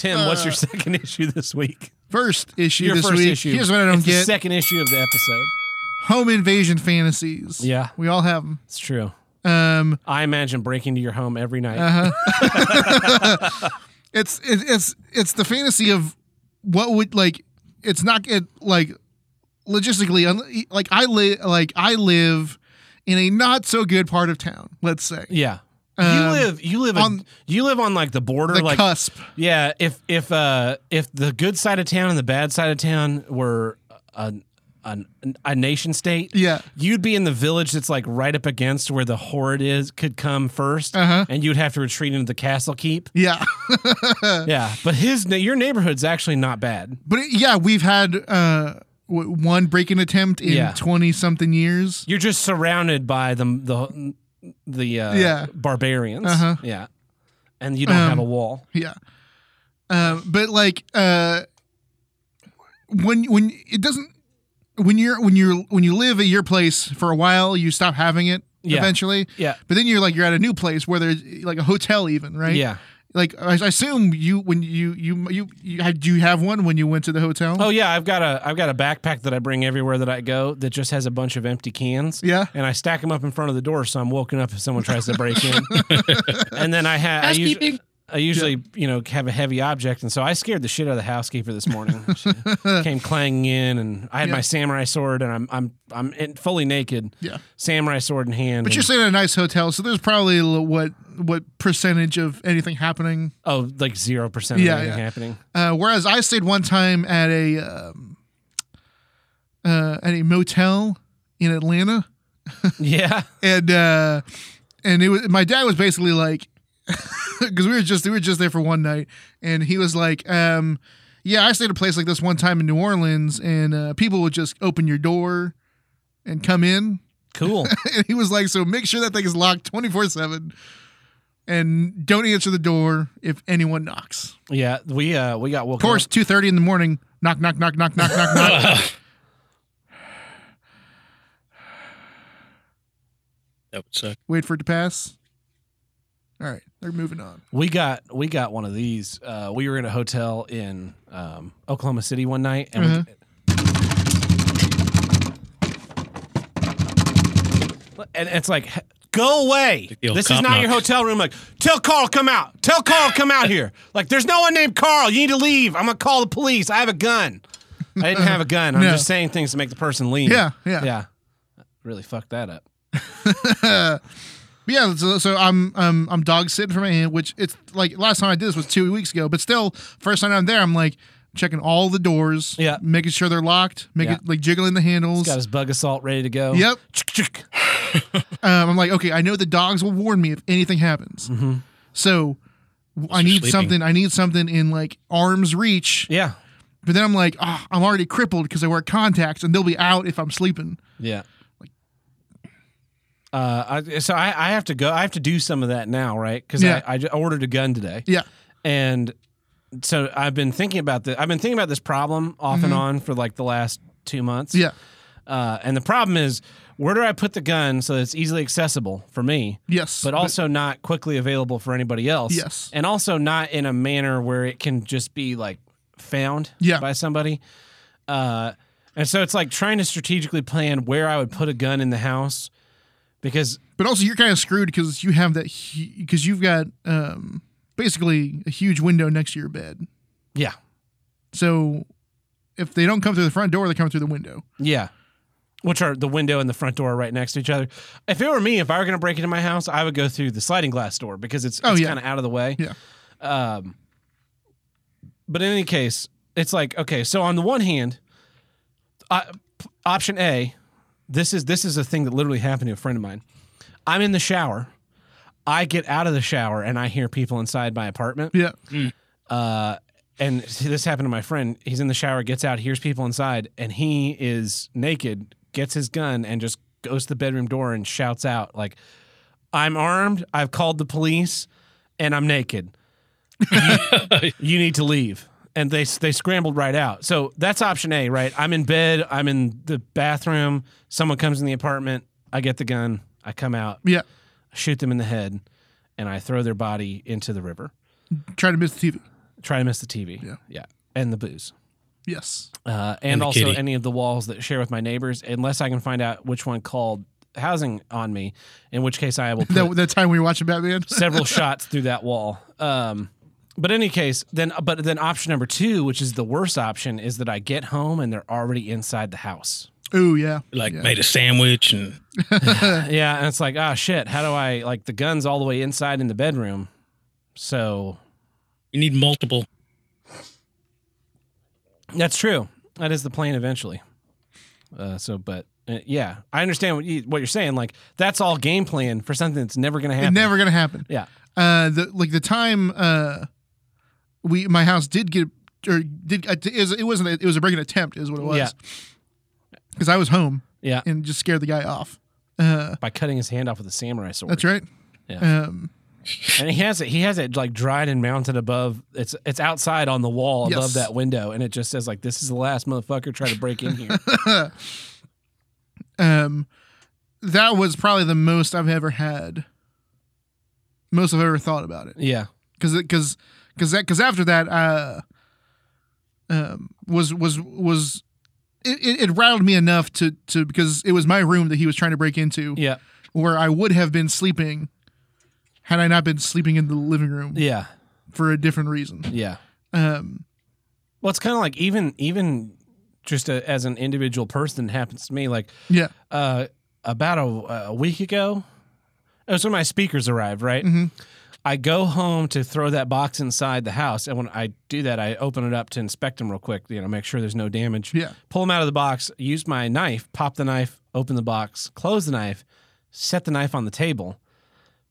Speaker 1: Tim, what's your second issue this week?
Speaker 2: First Uh. issue
Speaker 1: Your
Speaker 2: this
Speaker 1: first
Speaker 2: week.
Speaker 1: issue.
Speaker 2: Here's what I don't
Speaker 1: It's the
Speaker 2: get:
Speaker 1: second issue of the episode.
Speaker 2: home invasion fantasies.
Speaker 1: Yeah.
Speaker 2: we all have them.
Speaker 1: It's true.
Speaker 2: Um,
Speaker 1: I imagine breaking to your home every night.
Speaker 2: Uh-huh. it's it, it's it's the fantasy of what would like it's not it like logistically un- like I live like I live in a not so good part of town. Let's say
Speaker 1: yeah. you
Speaker 2: Um,
Speaker 1: live you live on,
Speaker 2: on-
Speaker 1: you live on like the border
Speaker 2: the
Speaker 1: like
Speaker 2: cusp.
Speaker 1: Yeah, if if uh if the good side of town and the bad side of town were a a, a nation state,
Speaker 2: Yeah.
Speaker 1: you'd be in the village that's like right up against where the horde is could come 1st
Speaker 2: Uh-huh.
Speaker 1: and you'd have to retreat into the castle keep.
Speaker 2: Yeah,
Speaker 1: yeah, but his your neighborhood's actually not bad.
Speaker 2: but it- yeah, we've had uh w- one breaking attempt
Speaker 1: Yeah.
Speaker 2: in twenty something years.
Speaker 1: You're just surrounded by the the the uh,
Speaker 2: Yeah.
Speaker 1: barbarians.
Speaker 2: Uh-huh.
Speaker 1: Yeah, and you don't have a wall.
Speaker 2: Yeah. Um, but like uh when when it doesn't when you're when you're when you live at your place for a while, you stop having it
Speaker 1: Yeah.
Speaker 2: eventually.
Speaker 1: Yeah.
Speaker 2: But then you're like you're at a new place where there's like a hotel even, right?
Speaker 1: Yeah.
Speaker 2: Like I I assume you when you you you, you had do you have one when you went to the hotel?
Speaker 1: Oh yeah, I've got a I've got a backpack that I bring everywhere that I go that just has a bunch of empty cans.
Speaker 2: Yeah.
Speaker 1: and I stack them up in front of the door, so I'm woken up if someone tries to break in. and then I have I, usu- I usually you know have a heavy object, and so I scared the shit out of the housekeeper this morning. She came clanging in, and I had
Speaker 2: Yeah.
Speaker 1: my samurai sword, and I'm I'm I'm in, fully naked.
Speaker 2: Yeah.
Speaker 1: samurai sword in hand.
Speaker 2: But
Speaker 1: and-
Speaker 2: you're staying at a nice hotel, so there's probably a little- what what percentage of anything happening
Speaker 1: oh like zero percent of
Speaker 2: Yeah,
Speaker 1: anything
Speaker 2: yeah.
Speaker 1: happening.
Speaker 2: Uh, whereas I stayed one time at a um, uh, at a motel in Atlanta,
Speaker 1: Yeah,
Speaker 2: and uh, and it was my dad was basically like, because we were just we were just there for one night, and he was like, um, yeah, I stayed at a place like this one time in New Orleans, and uh, people would just open your door and come in,
Speaker 1: cool.
Speaker 2: and he was like, so make sure that thing is locked twenty four seven, and don't answer the door if anyone knocks.
Speaker 1: yeah, we uh we got woken
Speaker 2: Of course, two thirty in the morning, Knock, knock, knock, knock, knock, knock, knock.
Speaker 3: that would suck.
Speaker 2: Wait for it to pass. All right, they're moving on.
Speaker 1: We got we got one of these. Uh, we were in a hotel in um, Oklahoma City one night, and we, and it's like, go away.
Speaker 3: the old
Speaker 1: This is
Speaker 3: cop
Speaker 1: not your
Speaker 3: knocks.
Speaker 1: hotel room. Like, tell Carl come out. Tell Carl come out here. Like, there's no one named Carl. You need to leave. I'm gonna call the police. I have a gun. I didn't have a gun. I'm
Speaker 2: No.
Speaker 1: just saying things to make the person leave.
Speaker 2: Yeah, yeah.
Speaker 1: yeah. Really fucked that up.
Speaker 2: But yeah, so, so I'm um, I'm dog sitting for my aunt, which it's like last time I did this was two weeks ago, but still, first time I'm there, I'm like checking all the doors,
Speaker 1: Yeah.
Speaker 2: making sure they're locked, making
Speaker 1: Yeah.
Speaker 2: like jiggling the handles.
Speaker 1: Got his bug assault ready to go.
Speaker 2: Yep.
Speaker 1: Chick-chick.
Speaker 2: Um, I'm like, okay, I know the dogs will warn me if anything happens,
Speaker 1: Mm-hmm.
Speaker 2: so w- I
Speaker 3: are
Speaker 2: need
Speaker 3: sleeping.
Speaker 2: something. I need something in like arm's reach.
Speaker 1: Yeah.
Speaker 2: But then I'm like, ah, I'm already crippled because I wear contacts, and they'll be out if I'm sleeping.
Speaker 1: Yeah. Uh, I, so I, I have to go. I have to do some of that now, right? Because
Speaker 2: Yeah.
Speaker 1: I, I ju- ordered a gun today,
Speaker 2: Yeah,
Speaker 1: and so I've been thinking about this. I've been thinking about this problem off and on for like the last two months.
Speaker 2: Mm-hmm. yeah,
Speaker 1: Uh, and the problem is, where do I put the gun so that it's easily accessible for me,
Speaker 2: yes.
Speaker 1: but also not quickly available for anybody else?
Speaker 2: Yes.
Speaker 1: And also not in a manner where it can just be like found
Speaker 2: Yeah.
Speaker 1: by somebody. Uh, and so it's like trying to strategically plan where I would put a gun in the house because
Speaker 2: But also, you're kind of screwed because you have that because you've got um, basically a huge window next to your bed.
Speaker 1: yeah,
Speaker 2: So if they don't come through the front door, they come through the window.
Speaker 1: yeah. Which are the window and the front door are right next to each other. If it were me, if I were going to break into my house, I would go through the sliding glass door because it's,
Speaker 2: Oh,
Speaker 1: it's
Speaker 2: yeah.
Speaker 1: kind of out of the way.
Speaker 2: Yeah.
Speaker 1: Um, but in any case, it's like okay. So on the one hand, I, p- option A, this is this is a thing that literally happened to a friend of mine. I'm in the shower. I get out of the shower and I hear people inside my apartment.
Speaker 2: Yeah,
Speaker 1: Uh, and this happened to my friend. He's in the shower, gets out, hears people inside, and he is naked, gets his gun, and just goes to the bedroom door and shouts out, like, I'm armed, I've called the police, and I'm naked. You, you need to leave. And they they scrambled right out. So that's option A, right? I'm in bed, I'm in the bathroom, someone comes in the apartment, I get the gun, I come out,
Speaker 2: yeah.
Speaker 1: shoot them in the head, and I throw their body into the river
Speaker 2: Try to miss the TV.
Speaker 1: try to miss the TV.
Speaker 2: Yeah.
Speaker 1: Yeah. And the booze.
Speaker 2: Yes.
Speaker 1: Uh, and,
Speaker 3: And the
Speaker 1: also
Speaker 3: kitty.
Speaker 1: any of the walls that share with my neighbors, unless I can find out which one called housing on me, in which case I will put
Speaker 2: That, that time we were watching Batman.
Speaker 1: several shots through that wall. Um, but any case, then but then option number two, which is the worst option, is that I get home and they're already inside the house.
Speaker 2: Ooh, yeah.
Speaker 3: Like
Speaker 2: yeah.
Speaker 3: made a sandwich and
Speaker 1: yeah, and it's like, ah, shit. How do I like the guns all the way inside in the bedroom? So
Speaker 3: you need multiple.
Speaker 1: That's true. That is the plan eventually. Uh, so, but uh, yeah, I understand what, you, what you're saying. Like that's all game plan for something that's never going to happen.
Speaker 2: never gonna happen.
Speaker 1: Yeah.
Speaker 2: Uh, the like the time uh, we my house did get or did uh, it was- it wasn't it was a breaking attempt is what it was.
Speaker 1: Yeah.
Speaker 2: Because I was home
Speaker 1: Yeah.
Speaker 2: and just scared the guy off. Uh,
Speaker 1: By cutting his hand off with a samurai sword,
Speaker 2: that's right.
Speaker 1: Yeah.
Speaker 2: Um,
Speaker 1: and he has it. He has it like dried and mounted above. It's it's outside on the wall
Speaker 2: Yes.
Speaker 1: above that window, and it just says like, "This is the last motherfucker trying to break in here."
Speaker 2: um that was probably the most i've ever had most i've ever thought about it
Speaker 1: yeah,
Speaker 2: because because because that because after that uh um was was was it, it, it rattled me enough to to because it was my room that he was trying to break into
Speaker 1: yeah,
Speaker 2: where i would have been sleeping had i not been sleeping in the living room
Speaker 1: yeah,
Speaker 2: for a different reason
Speaker 1: yeah.
Speaker 2: um
Speaker 1: Well, it's kind of like even even just a, as an individual person it happens to me. Like
Speaker 2: yeah
Speaker 1: uh, about a, a week ago. It was when my speakers arrived, right?
Speaker 2: Mhm.
Speaker 1: I go home to throw that box inside the house, and when I do that, I open it up to inspect them real quick, you know, make sure there's no damage.
Speaker 2: Yeah.
Speaker 1: Pull them out of the box, use my knife, pop the knife, open the box, close the knife, set the knife on the table,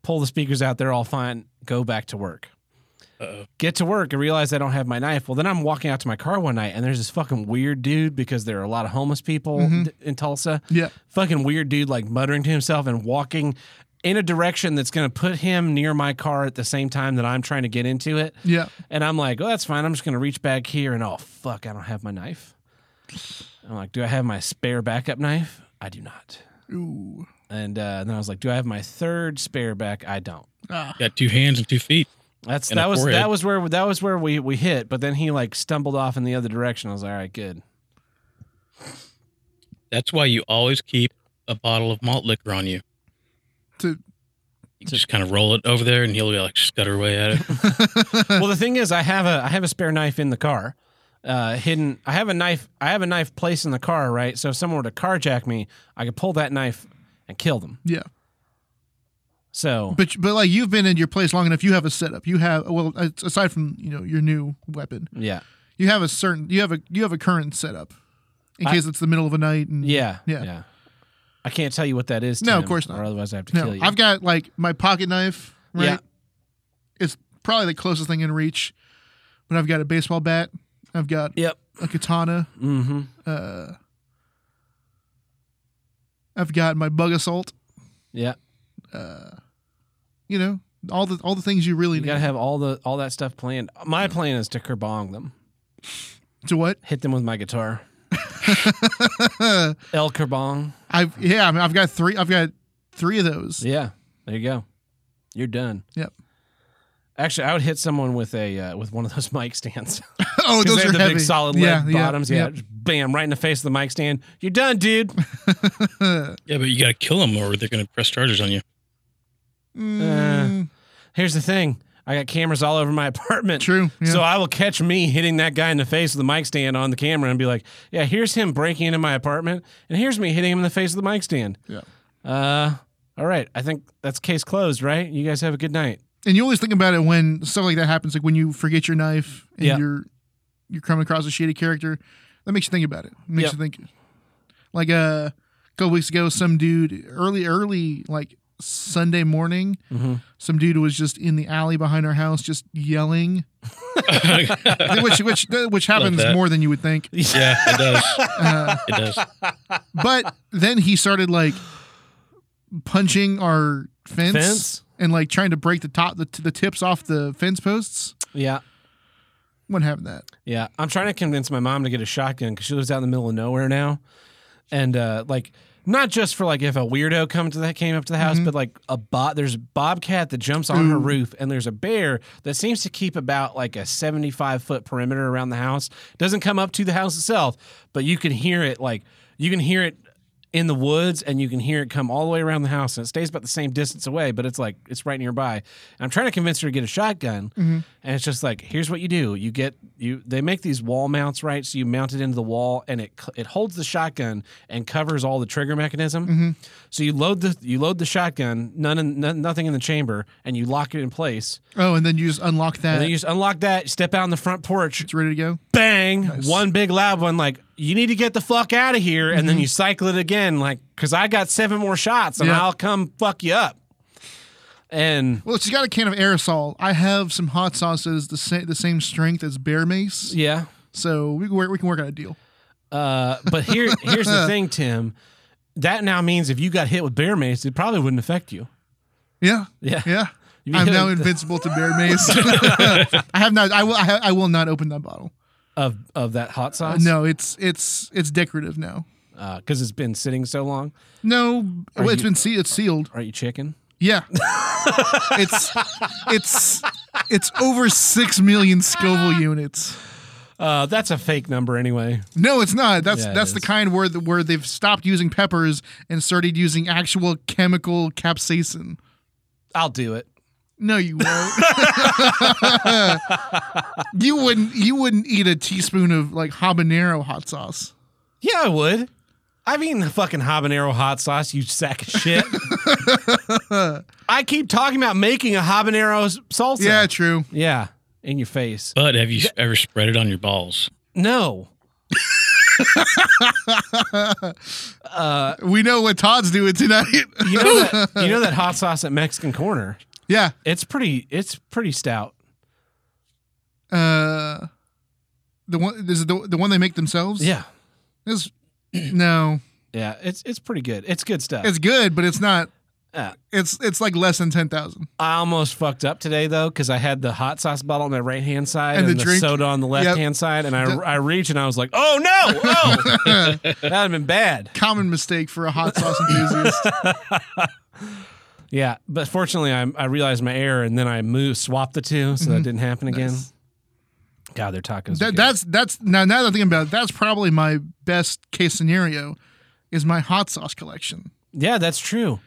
Speaker 1: pull the speakers out, they're all fine, go back to work.
Speaker 3: Uh-oh.
Speaker 1: Get to work and realize I don't have my knife. Well, then I'm walking out to my car one night, and there's this fucking weird dude because there are a lot of homeless people d- in Tulsa
Speaker 2: yeah
Speaker 1: fucking weird dude like muttering to himself and walking in a direction that's going to put him near my car at the same time that I'm trying to get into it.
Speaker 2: Yeah.
Speaker 1: And I'm like, oh, that's fine. I'm just going to reach back here and oh, fuck, I don't have my knife. I'm like, do I have my spare backup knife? I do not.
Speaker 2: Ooh.
Speaker 1: And, uh, then I was like, do I have my third spare back? I don't.
Speaker 2: Ah.
Speaker 3: Got two hands and two feet.
Speaker 1: That's
Speaker 3: And
Speaker 1: that
Speaker 3: a
Speaker 1: was
Speaker 3: forehead.
Speaker 1: that was where that was where we we hit. But then he like stumbled off in the other direction. I was like, all right, good.
Speaker 3: That's why you always keep a bottle of malt liquor on you.
Speaker 2: To-
Speaker 3: you just kind of roll it over there, and he'll be like scutter away at it.
Speaker 1: well, the thing is, I have a I have a spare knife in the car, uh, hidden. I have a knife. I have a knife placed in the car, right? So if someone were to carjack me, I could pull that knife and kill them.
Speaker 2: Yeah.
Speaker 1: So
Speaker 2: But but like you've been in your place long enough, you have a setup. You have well, as- aside from you know your new weapon,
Speaker 1: yeah,
Speaker 2: you have a certain you have a you have a current setup in
Speaker 1: I-
Speaker 2: case it's the middle of the night. And,
Speaker 1: yeah,
Speaker 2: Yeah.
Speaker 1: yeah, I can't tell you what that is.
Speaker 2: No, of
Speaker 1: Tim,
Speaker 2: course not.
Speaker 1: Or otherwise, I have to
Speaker 2: No,
Speaker 1: kill you.
Speaker 2: I've got like my pocket knife. Right.
Speaker 1: Yeah.
Speaker 2: It's probably the closest thing in reach, but I've got a baseball bat. I've got
Speaker 1: yep.
Speaker 2: a katana.
Speaker 1: Mm-hmm.
Speaker 2: Uh, I've got my bug assault.
Speaker 1: Yeah.
Speaker 2: Uh, you know all the all the things you really
Speaker 1: You
Speaker 2: need
Speaker 1: gotta have all the all that stuff planned. My plan is to kerbong them.
Speaker 2: to what?
Speaker 1: Hit them with my guitar. El kerbong.
Speaker 2: I've yeah, I mean, I've got three. I've got three of those.
Speaker 1: Yeah, there you go. You're done.
Speaker 2: Yep.
Speaker 1: Actually, I would hit someone with a uh, with one of those mic stands.
Speaker 2: oh,
Speaker 1: 'Cause
Speaker 2: those
Speaker 1: they
Speaker 2: are
Speaker 1: have the
Speaker 2: heavy.
Speaker 1: big solid lead
Speaker 2: yeah,
Speaker 1: bottoms. Yeah,
Speaker 2: Yeah.
Speaker 1: just bam, right in the face of the mic stand. You're done, dude.
Speaker 2: Uh,
Speaker 3: yeah, but you got to kill them, or they're going to press charges on you.
Speaker 1: Uh.
Speaker 2: Mm,
Speaker 1: Here's the thing. I got cameras all over my apartment.
Speaker 2: true. Yeah.
Speaker 1: So I will catch me hitting that guy in the face with the mic stand on the camera and be like, "Yeah, here's him breaking into my apartment, and here's me hitting him in the face with the mic stand."
Speaker 2: Yeah.
Speaker 1: Uh, all right. I think that's case closed, right? You guys have a good night.
Speaker 2: and you always think about it when stuff like that happens, like when you forget your knife and
Speaker 1: Yeah.
Speaker 2: you're you're coming across a shitty character. That makes you think about it. it makes
Speaker 1: Yeah.
Speaker 2: you think. Like uh, a couple weeks ago, some dude early early like Sunday morning,
Speaker 1: Mm-hmm.
Speaker 2: some dude was just in the alley behind our house, just yelling, which which which happens
Speaker 3: that.
Speaker 2: more than you would think.
Speaker 3: yeah, it does.
Speaker 2: Uh,
Speaker 3: It does.
Speaker 2: but then he started like punching our fence,
Speaker 1: Fence?
Speaker 2: and like trying to break the top the, the tips off the fence posts.
Speaker 1: Yeah.
Speaker 2: What happened to that?
Speaker 1: Yeah, I'm trying to convince my mom to get a shotgun because she lives out in the middle of nowhere now, and uh, like not just for like if a weirdo come to that came up to the house, but like a bot. There's a bobcat that jumps on her roof, and there's a bear that seems to keep about like a 75 foot perimeter around the house. Doesn't come up to the house itself, but you can hear it like you can hear it in the woods and you can hear it come all the way around the house and it stays about the same distance away but it's like it's right nearby and i'm trying to convince her to get a shotgun and it's just like here's what you do you get you they make these wall mounts right so you mount it into the wall and it cl- it holds the shotgun and covers all the trigger mechanism so you load the you load the shotgun none, in, none nothing in the chamber and you lock it in place
Speaker 2: Oh, and then you just unlock
Speaker 1: and
Speaker 2: that.
Speaker 1: then you just unlock that step out on the front porch
Speaker 2: it's ready to go.
Speaker 1: bang, one big loud one, like, you need to get the fuck out of here. And then you cycle it again, like, because I got seven more shots and
Speaker 2: Mm-hmm. Yeah.
Speaker 1: I'll come fuck you up. And
Speaker 2: Well, she's got a can of aerosol. I have some hot sauce that is the same the same strength as bear mace,
Speaker 1: yeah.
Speaker 2: so we can work, we can work on a deal.
Speaker 1: Uh, but here, here's the thing, Tim. That now means if you got hit with bear mace, it probably wouldn't affect you.
Speaker 2: Yeah,
Speaker 1: Yeah.
Speaker 2: yeah.
Speaker 1: You
Speaker 2: I'm
Speaker 1: hit
Speaker 2: now
Speaker 1: it-
Speaker 2: invincible to bear mace. I have not. I will. I, ha- I will not open that bottle.
Speaker 1: Of, of that hot sauce?
Speaker 2: Uh, No, it's it's it's decorative now.
Speaker 1: Because it's been sitting so long.
Speaker 2: No, well, it's
Speaker 1: you-
Speaker 2: been se- it's sealed.
Speaker 1: Are you chicken?
Speaker 2: Yeah. it's it's it's over six million Scoville units.
Speaker 1: Uh, that's a fake number anyway.
Speaker 2: No, it's not. That's
Speaker 1: Yeah, it
Speaker 2: that's the
Speaker 1: is.
Speaker 2: kind where the, where they've stopped using peppers and started using actual chemical capsaicin.
Speaker 1: I'll do it.
Speaker 2: No, you won't. you wouldn't. You wouldn't eat a teaspoon of like habanero hot sauce.
Speaker 1: Yeah, I would. I've eaten the fucking habanero hot sauce, you sack of shit. I keep talking about making a habanero s- salsa.
Speaker 2: Yeah, true.
Speaker 1: Yeah, in your face.
Speaker 3: But have you ever spread it on your balls?
Speaker 1: No.
Speaker 2: We know what Todd's doing tonight.
Speaker 1: You know that, you know that hot sauce at Mexican Corner?
Speaker 2: yeah.
Speaker 1: It's pretty it's pretty stout.
Speaker 2: Uh, the one. This is the the one they make themselves.
Speaker 1: Yeah.
Speaker 2: This. No.
Speaker 1: Yeah, it's it's pretty good. It's good stuff.
Speaker 2: It's good, but it's not
Speaker 1: Yeah.
Speaker 2: It's it's like less than ten thousand.
Speaker 1: I almost fucked up today though because I had the hot sauce bottle on my right hand side
Speaker 2: And
Speaker 1: and,
Speaker 2: the
Speaker 1: the,
Speaker 2: drink.
Speaker 1: soda on the left hand side, and I I reach and I was like, oh no, oh, that'd have been bad.
Speaker 2: Common mistake for a hot sauce enthusiast.
Speaker 1: Yeah, but fortunately, I I realized my error and then I moved swapped the two so that didn't happen again. God, their tacos. are
Speaker 2: Mm-hmm. That,
Speaker 1: good.
Speaker 2: that's that's now now that I'm thinking about it, that's probably my best case scenario is my hot sauce collection.
Speaker 1: yeah, that's true.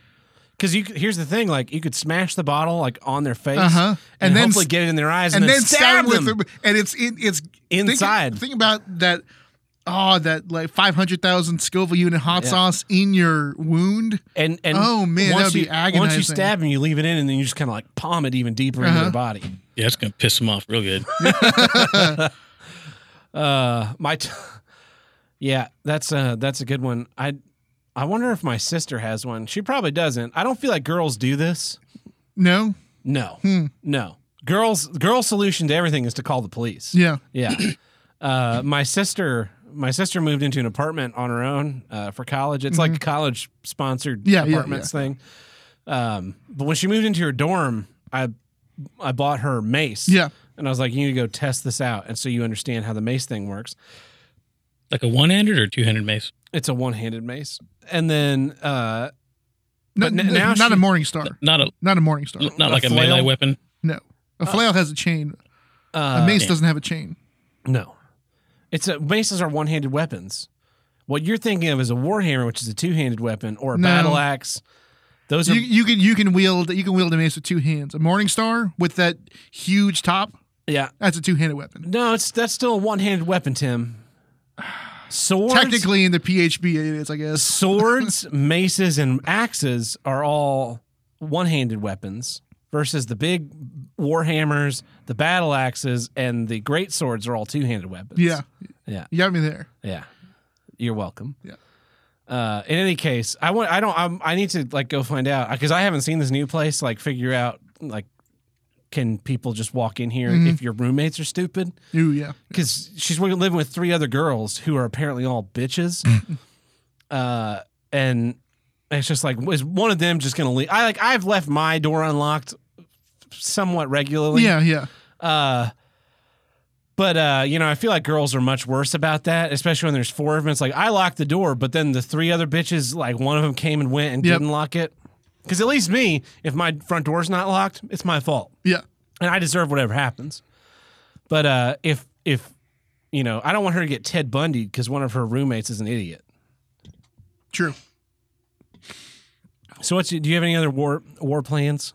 Speaker 1: Because you c- here's the thing, like you could smash the bottle like on their face,
Speaker 2: Uh-huh.
Speaker 1: and,
Speaker 2: And then
Speaker 1: hopefully
Speaker 2: s-
Speaker 1: get it in their eyes,
Speaker 2: And, then
Speaker 1: stab
Speaker 2: stab
Speaker 1: them.
Speaker 2: with it and it's it, it's think-
Speaker 1: Inside.
Speaker 2: Think, about that oh that like five hundred thousand Scoville unit hot
Speaker 1: Yeah.
Speaker 2: sauce in your wound.
Speaker 1: And and
Speaker 2: Oh, man,
Speaker 1: once
Speaker 2: that'd be
Speaker 1: you, Once you
Speaker 2: agonizing.
Speaker 1: stab them, you leave it in, and then you just kind of like palm it even deeper into
Speaker 2: Uh-huh.
Speaker 1: their body.
Speaker 3: Yeah, it's gonna piss them off real good.
Speaker 1: Uh, my, t- yeah, that's a that's a good one. I I wonder if my sister has one. She probably doesn't. I don't feel like girls do this.
Speaker 2: No?
Speaker 1: No,
Speaker 2: Hmm.
Speaker 1: no. Girls, girls' solution to everything is to call the police.
Speaker 2: Yeah.
Speaker 1: Yeah. Uh, my sister, my sister moved into an apartment on her own uh, for college. It's like a college sponsored
Speaker 2: Mm-hmm. Yeah, yeah,
Speaker 1: apartments thing. Um, but when she moved into her dorm, I I bought her mace.
Speaker 2: Yeah.
Speaker 1: And I was like, you need to go test this out, and so you understand how the mace thing works.
Speaker 3: Like a one-handed or two-handed mace.
Speaker 1: It's a one-handed mace. And then uh,
Speaker 2: No,
Speaker 1: But n- now
Speaker 2: not a
Speaker 1: she-
Speaker 2: morning star.
Speaker 3: Not a
Speaker 2: Not a morning star.
Speaker 3: not like a,
Speaker 1: flail?
Speaker 3: melee weapon.
Speaker 2: No. A flail has a chain.
Speaker 1: uh,
Speaker 2: A mace
Speaker 3: yeah.
Speaker 2: doesn't have a chain.
Speaker 1: No. It's a maces are one handed weapons. What you're thinking of is a warhammer, which is a two handed weapon, or a
Speaker 2: No.
Speaker 1: battle axe. Those are
Speaker 2: You, you can you can wield you can wield a mace with two hands. A morning star with that huge top,
Speaker 1: yeah.
Speaker 2: that's a two handed weapon.
Speaker 1: No, it's that's still a one handed weapon, Tim. Swords
Speaker 2: Technically in the PHB it is, I guess.
Speaker 1: swords, maces, and axes are all one handed weapons versus the big warhammers, the battle axes, and the great swords are all two handed weapons.
Speaker 2: Yeah.
Speaker 1: Yeah.
Speaker 2: You got me there.
Speaker 1: Yeah. You're welcome.
Speaker 2: Yeah.
Speaker 1: Uh, in any case, I want I don't I'm, I need to like go find out because I haven't seen this new place. Like figure out like can people just walk in here if your roommates are stupid?
Speaker 2: Ooh, yeah.
Speaker 1: Because she's wi- living with three other girls who are apparently all bitches. uh, and it's just like is one of them just gonna leave? I like I've left my door unlocked somewhat regularly.
Speaker 2: Yeah, yeah.
Speaker 1: Uh, but uh, you know, I feel like girls are much worse about that, especially when there's four of them. It's like I locked the door, but then the three other bitches, like one of them came and went and
Speaker 2: Yep.
Speaker 1: didn't lock it. Because at least me, if my front door's not locked, it's my fault,
Speaker 2: Yeah.
Speaker 1: and I deserve whatever happens. But uh, if if you know, I don't want her to get Ted Bundy because one of her roommates is an idiot.
Speaker 2: True.
Speaker 1: So what's do you have any other war war plans?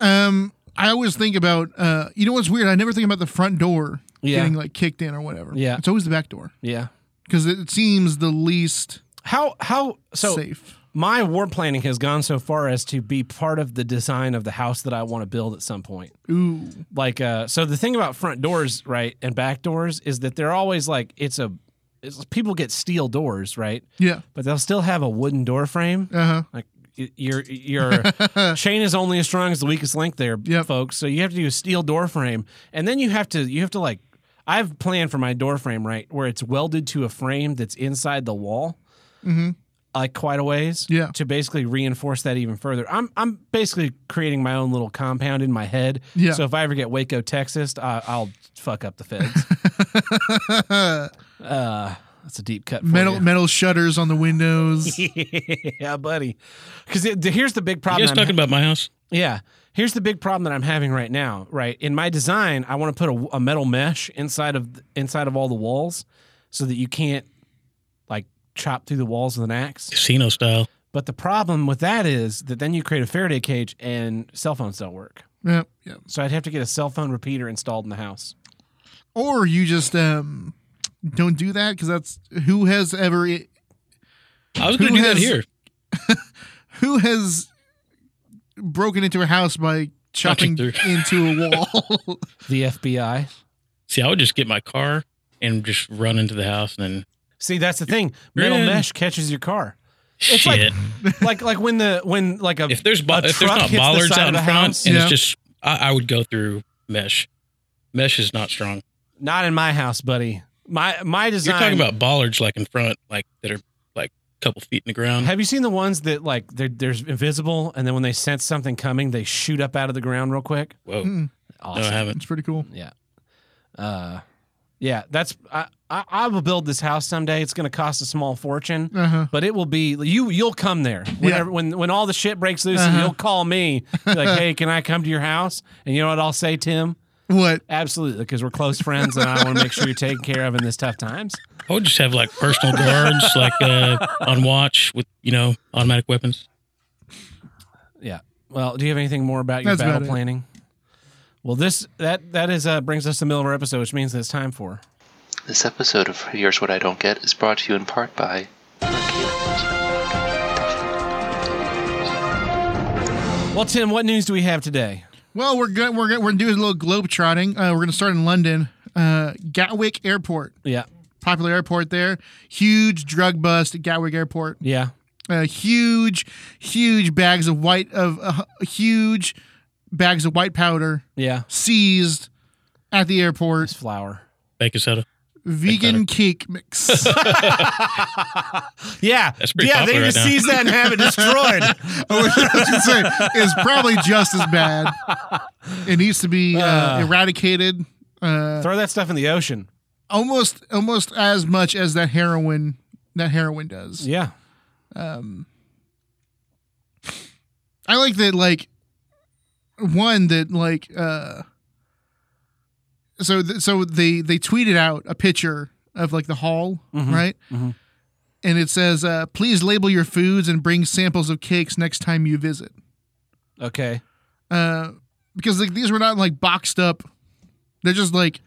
Speaker 2: Um I always think about uh you know what's weird? I never think about the front door
Speaker 1: Yeah.
Speaker 2: getting like kicked in or whatever.
Speaker 1: Yeah.
Speaker 2: It's always the back door.
Speaker 1: Yeah.
Speaker 2: Because it seems the least
Speaker 1: How how so?
Speaker 2: safe.
Speaker 1: my war planning has gone so far as to be part of the design of the house that I want to build at some point.
Speaker 2: Ooh.
Speaker 1: Like, uh, so the thing about front doors, right, and back doors is that they're always like it's a it's, people get steel doors, right,
Speaker 2: Yeah.
Speaker 1: but they'll still have a wooden door frame.
Speaker 2: Uh-huh.
Speaker 1: Like y- your your chain is only as strong as the weakest link, there,
Speaker 2: Yep.
Speaker 1: folks. So you have to do a steel door frame, and then you have to you have to like I've planned for my door frame right where it's welded to a frame that's inside the wall
Speaker 2: Mm-hmm.
Speaker 1: like quite a ways.
Speaker 2: Yeah.
Speaker 1: To basically reinforce that even further. I'm I'm basically creating my own little compound in my head.
Speaker 2: Yeah.
Speaker 1: So if I ever get Waco, Texas, I, I'll fuck up the feds. uh, that's a deep cut. For
Speaker 2: metal
Speaker 1: you.
Speaker 2: metal shutters on the windows.
Speaker 1: yeah, buddy. Because here's the big
Speaker 3: You
Speaker 1: problem.
Speaker 3: guys
Speaker 1: I'm
Speaker 3: talking about my house?
Speaker 1: yeah. Here's the big problem that I'm having right now, right? In my design, I want to put a, a metal mesh inside of inside of all the walls so that you can't like chop through the walls with an axe.
Speaker 3: Casino style.
Speaker 1: But the problem with that is that then you create a Faraday cage and cell phones don't work.
Speaker 2: yeah. Yeah.
Speaker 1: So I'd have to get a cell phone repeater installed in the house.
Speaker 2: Or you just um don't do that because that's who has ever
Speaker 3: I was gonna
Speaker 2: Who
Speaker 3: do
Speaker 2: has-
Speaker 3: that here.
Speaker 2: who has broken into a house by chopping
Speaker 3: Fucking
Speaker 2: into a wall.
Speaker 1: The FBI.
Speaker 3: See, I would just get my car and just run into the house and then
Speaker 1: See, that's the thing. Metal
Speaker 3: Yeah.
Speaker 1: mesh catches your car. It's like-
Speaker 3: shit.
Speaker 1: Like like when the when like a
Speaker 3: if there's bo-
Speaker 1: a
Speaker 3: if there's
Speaker 1: truck
Speaker 3: not
Speaker 1: hits the
Speaker 3: bollards
Speaker 1: side
Speaker 3: out
Speaker 1: of
Speaker 3: in
Speaker 1: the
Speaker 3: front
Speaker 1: house.
Speaker 3: and
Speaker 2: Yeah.
Speaker 3: it's just I, I would go through mesh. Mesh is not strong.
Speaker 1: not in my house, buddy. My my
Speaker 3: You're
Speaker 1: design
Speaker 3: talking about bollards like in front, like that are like couple feet in the ground.
Speaker 1: Have you seen the ones that like they're, they're invisible and then when they sense something coming, they shoot up out of the ground real quick?
Speaker 3: Whoa,
Speaker 2: Hmm,
Speaker 3: no, I
Speaker 1: mm, Awesome.
Speaker 3: haven't.
Speaker 2: it's pretty cool.
Speaker 1: Uh, yeah, that's I, I I will build this house someday. It's going to cost a small fortune,
Speaker 2: Uh huh.
Speaker 1: but it will be you. You'll come there whenever when when all the shit breaks loose. and
Speaker 2: Uh-huh.
Speaker 1: You'll call me be like, hey, can I come to your house? And you know what I'll say, Tim?
Speaker 2: What?
Speaker 1: Absolutely, because we're close friends, and I want to make sure you're taken care of in this tough times.
Speaker 3: I would just have like personal guards, like uh, on watch with you know automatic weapons.
Speaker 1: Well, do you have anything more about your
Speaker 2: That's
Speaker 1: battle
Speaker 2: about it.
Speaker 1: planning? Well, this that that is uh, brings us to the middle of our episode, which means that it's time for
Speaker 4: This episode of Here's What I Don't Get is brought to you in part by.
Speaker 1: Well, Tim, what news do we have today?
Speaker 2: Well, we're good. We're good. We're doing a little globe trotting. Uh, we're gonna start in London, uh, Gatwick Airport,
Speaker 1: Yeah,
Speaker 2: popular airport there. Huge drug bust at Gatwick Airport.
Speaker 1: yeah,
Speaker 2: Uh, huge, huge bags of white of uh, huge bags of white powder
Speaker 1: yeah.
Speaker 2: seized at the
Speaker 1: It's
Speaker 2: airport.
Speaker 1: flour.
Speaker 3: Baking soda.
Speaker 2: Vegan cake mix.
Speaker 1: Yeah,
Speaker 3: That's pretty
Speaker 1: yeah. They
Speaker 3: popular
Speaker 1: just
Speaker 3: right now.
Speaker 1: seize that and have it destroyed.
Speaker 2: I was gonna say, is probably just as bad. It needs to be uh,
Speaker 1: Uh.
Speaker 2: eradicated. Uh,
Speaker 1: Throw that stuff in the ocean.
Speaker 2: almost, almost as much as that heroin, that heroin does.
Speaker 1: Yeah,
Speaker 2: Um, I like that. Like one that like uh, so th- so they they tweeted out a picture of like the hall,
Speaker 1: Mhm.
Speaker 2: right?
Speaker 1: Mhm.
Speaker 2: And it says, uh, "Please label your foods and bring samples of cakes next time you visit."
Speaker 1: okay.
Speaker 2: Uh, because like these were not like boxed up. They're just like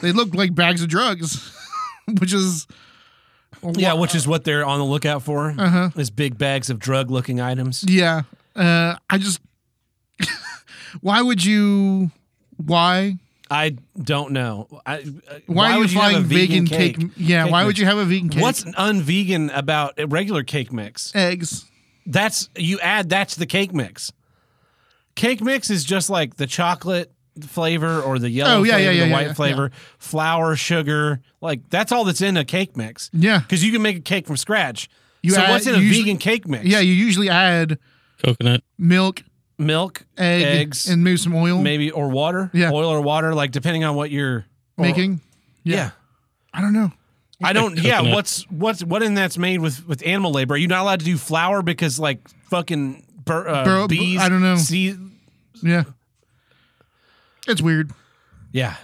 Speaker 2: they look like bags of drugs, which is
Speaker 1: Yeah, which is what they're on the lookout for
Speaker 2: uh huh
Speaker 1: is big bags of drug-looking items.
Speaker 2: yeah. Uh, I just why would you why
Speaker 1: I don't know. I, uh,
Speaker 2: why, are you flying vegan, cake? Yeah,
Speaker 1: cake
Speaker 2: why would
Speaker 1: mix?
Speaker 2: you have a vegan cake?
Speaker 1: What's unvegan about a regular cake mix?
Speaker 2: eggs?
Speaker 1: That's you add that's the cake mix. Cake mix is just like the chocolate flavor or the yellow
Speaker 2: Oh, yeah,
Speaker 1: flavor,
Speaker 2: yeah, yeah,
Speaker 1: the
Speaker 2: yeah,
Speaker 1: white
Speaker 2: yeah.
Speaker 1: flavor, flour, sugar, like that's all that's in a cake mix.
Speaker 2: Yeah,
Speaker 1: Because you can make a cake from scratch.
Speaker 2: You
Speaker 1: so
Speaker 2: add-
Speaker 1: what's in a
Speaker 2: you usually-
Speaker 1: vegan cake mix?
Speaker 2: yeah. You usually add
Speaker 3: Coconut.
Speaker 2: milk,
Speaker 1: milk,
Speaker 2: egg,
Speaker 1: Eggs.
Speaker 2: and maybe some oil
Speaker 1: maybe or water.
Speaker 2: Yeah.
Speaker 1: oil or water, like depending on what you're or-
Speaker 2: making.
Speaker 1: Yeah,
Speaker 2: I don't know.
Speaker 1: I don't.
Speaker 3: Coconut.
Speaker 1: Yeah, what's what's what in that's made with with animal labor? Are you not allowed to do flour because like fucking bur- uh,
Speaker 2: Bur-
Speaker 1: bees?
Speaker 2: I don't know.
Speaker 1: See,
Speaker 2: Yeah, it's weird.
Speaker 1: yeah,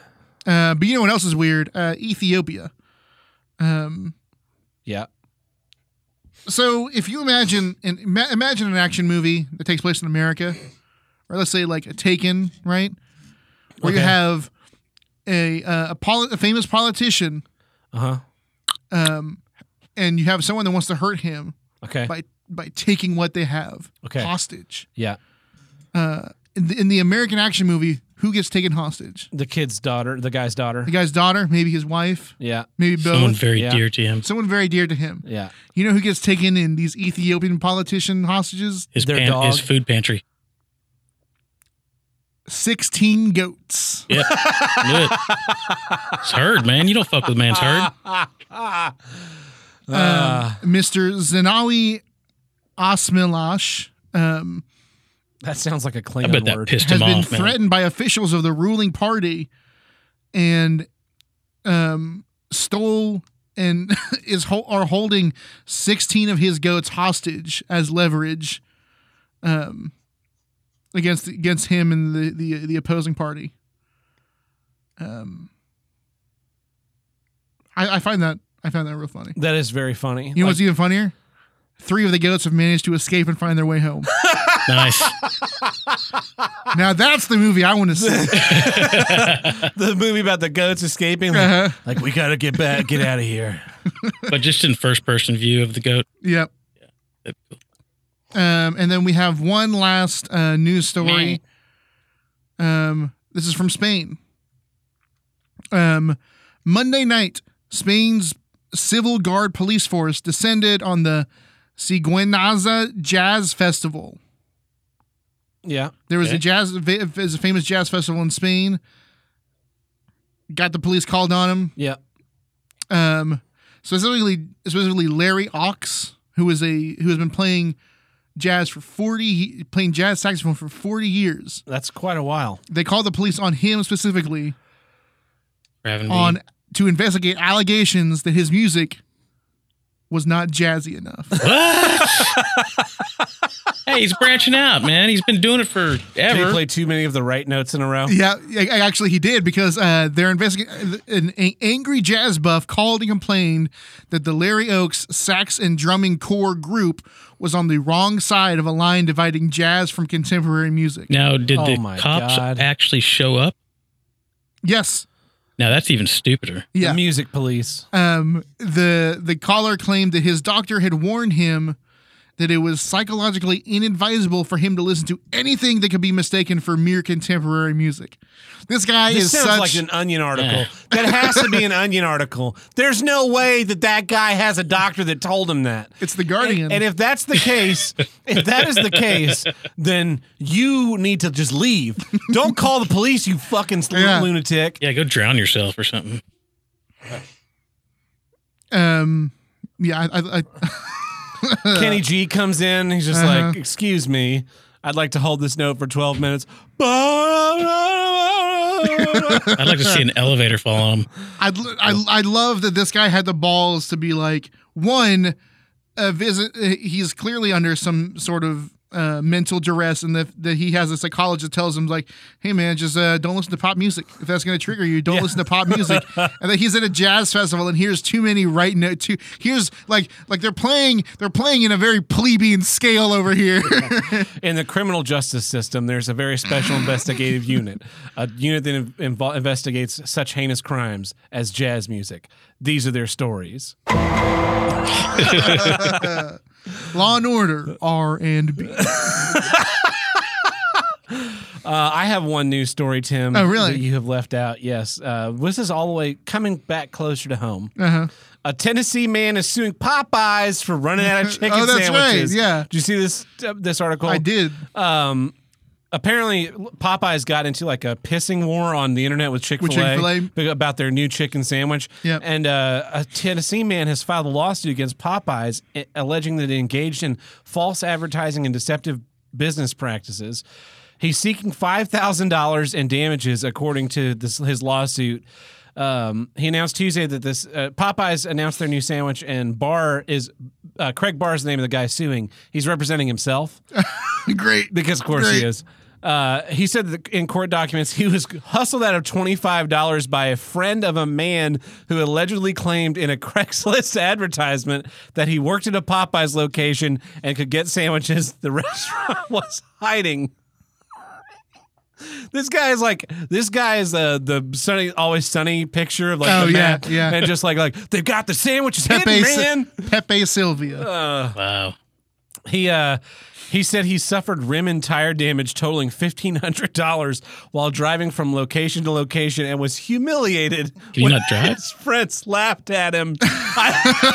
Speaker 2: Uh, but you know what else is weird? Uh, Ethiopia. Um,
Speaker 1: yeah.
Speaker 2: so if you imagine an ima- imagine an action movie that takes place in America, or let's say like a Taken, right, where you
Speaker 1: Okay.
Speaker 2: have a uh, a, poli- a famous politician,
Speaker 1: Uh huh.
Speaker 2: um, and you have someone that wants to hurt him
Speaker 1: Okay.
Speaker 2: by by taking what they have
Speaker 1: Okay.
Speaker 2: hostage.
Speaker 1: Yeah.
Speaker 2: Uh, in, the, in the American action movie, who gets taken hostage?
Speaker 1: The kid's daughter, the guy's daughter.
Speaker 2: The guy's daughter, maybe his wife,
Speaker 1: Yeah.
Speaker 2: maybe both.
Speaker 3: Someone very
Speaker 1: yeah.
Speaker 3: dear to him.
Speaker 2: someone very dear to him.
Speaker 1: Yeah.
Speaker 2: You know who gets taken in these Ethiopian politician hostages?
Speaker 3: His
Speaker 1: Their
Speaker 3: pan- his
Speaker 1: dog.
Speaker 3: food pantry.
Speaker 2: 16 goats.
Speaker 3: Yeah, Knew it. it's herd, man. You don't fuck with man's herd.
Speaker 1: Ah. Uh,
Speaker 2: Um, Mr. Zenawi Asmilash um,
Speaker 1: that sounds like a
Speaker 3: I
Speaker 1: Klingon
Speaker 3: bet that
Speaker 1: word.
Speaker 3: pissed
Speaker 2: has
Speaker 3: him
Speaker 2: been
Speaker 3: off, man.
Speaker 2: threatened by officials of the ruling party and um, stole and is ho- are holding 16 of his goats hostage as leverage um, against against him and the, the, the opposing party. Um, I, I find that I find that real funny.
Speaker 1: That is very funny.
Speaker 2: You know
Speaker 1: Like,
Speaker 2: what's even funnier? Three of the goats have managed to escape and find their way home.
Speaker 3: Nice.
Speaker 2: now that's the movie I want to see.
Speaker 1: the movie about the goats escaping. Like,
Speaker 2: Uh-huh.
Speaker 1: like, we gotta get back, get out of here.
Speaker 3: but just in first person view of the goat.
Speaker 2: Yep.
Speaker 3: That'd be cool.
Speaker 2: Um, and then we have one last uh, news story. Um, this is from Spain. Um, Monday night, Spain's civil guard police force descended on the Siguenaza Jazz Festival.
Speaker 1: Yeah.
Speaker 2: There was a
Speaker 3: Okay.
Speaker 2: jazz, va- there's a famous jazz festival in Spain. Got the police called on him.
Speaker 1: Yeah.
Speaker 2: Um, specifically, specifically Larry Ox, who is a who has been playing jazz for 40 playing jazz saxophone for 40 years.
Speaker 1: That's quite a while.
Speaker 2: They called the police on him specifically
Speaker 3: for having me.
Speaker 2: on to investigate allegations that his music was not jazzy enough.
Speaker 3: hey, he's branching out, man. He's been doing it forever.
Speaker 1: Did he play too many of the right notes in a row?
Speaker 2: Yeah, a- a- actually, he did because uh, they're investigating. An a- angry jazz buff called and complained that the Larry Oaks sax and drumming core group was on the wrong side of a line dividing jazz from contemporary music.
Speaker 3: Now, did
Speaker 1: Oh my
Speaker 3: the cops
Speaker 1: God.
Speaker 3: actually show up?
Speaker 2: Yes,
Speaker 3: Now that's even stupider.
Speaker 2: yeah.
Speaker 1: The music police.
Speaker 2: Um, the the caller claimed that his doctor had warned him that it was psychologically inadvisable for him to listen to anything that could be mistaken for mere contemporary music. This guy
Speaker 1: This
Speaker 2: is
Speaker 1: sounds
Speaker 2: such
Speaker 1: like an Onion article.
Speaker 3: Yeah.
Speaker 1: That has to be an Onion article. There's no way that that guy has a doctor that told him that.
Speaker 2: it's the Guardian.
Speaker 1: And, and if that's the case, if that is the case, then you need to just leave. Don't call the police, you fucking sl-
Speaker 2: Yeah.
Speaker 1: lunatic.
Speaker 3: Yeah, go drown yourself or something.
Speaker 2: um, yeah, I, I, I,
Speaker 1: Kenny G comes in. He's just
Speaker 2: Uh-huh.
Speaker 1: like, "Excuse me, I'd like to hold this note for 12 minutes." That's
Speaker 3: I'd like to see an elevator fall on him.
Speaker 2: I, I, I love that this guy had the balls to be like one a visit eh, he's clearly under some sort of uh, mental duress and that, that he has a psychologist that tells him like hey man just uh, don't listen to pop music if that's going to trigger you don't listen to pop music and that he's at a jazz festival and here's too many right note too here's like like they're playing they're playing in a very plebeian scale over here
Speaker 1: In the criminal justice system, there's a very special investigative unit, a unit that invo- investigates such heinous crimes as jazz music. These are their stories.
Speaker 2: law and order r and b
Speaker 1: Uh, I have one news story, Tim.
Speaker 2: Oh, really?
Speaker 1: That you have left out. Yes. Uh, this is all the way coming back closer to home.
Speaker 2: uh-huh.
Speaker 1: A Tennessee man is suing Popeyes for running out of chicken
Speaker 2: Oh, that's right,
Speaker 1: sandwiches.
Speaker 2: yeah.
Speaker 1: Did you see this uh, this article?
Speaker 2: i did
Speaker 1: Um, apparently, Popeyes got into like a pissing war on the internet with Chick Fil
Speaker 2: Chick-fil-A.
Speaker 1: A about their new chicken sandwich.
Speaker 2: Yep.
Speaker 1: And uh, a Tennessee man has filed a lawsuit against Popeyes, a- alleging that it engaged in false advertising and deceptive business practices. He's seeking five thousand dollars in damages, according to this, his lawsuit. Um, he announced Tuesday that this uh, Popeyes announced their new sandwich, and Barr is uh, Craig Barr is the name of the guy suing. He's representing himself
Speaker 2: great
Speaker 1: because of course he
Speaker 2: Great.
Speaker 1: is. Uh, he said that in court documents he was hustled out of twenty five dollars by a friend of a man who allegedly claimed in a Craigslist advertisement that he worked at a Popeyes location and could get sandwiches. The restaurant was hiding. This guy is like this guy is uh, the sunny always sunny picture of like
Speaker 2: Oh,
Speaker 1: the
Speaker 2: yeah,
Speaker 1: map
Speaker 2: yeah.
Speaker 1: and just like like they've got the sandwiches
Speaker 2: pepe,
Speaker 1: hidden,
Speaker 2: Si-
Speaker 1: man.
Speaker 2: pepe sylvia
Speaker 3: Wow.
Speaker 1: He uh he said he suffered rim and tire damage totaling fifteen hundred dollars while driving from location to location and was humiliated
Speaker 3: Can you
Speaker 1: when
Speaker 3: not drive?
Speaker 1: his friends laughed at him.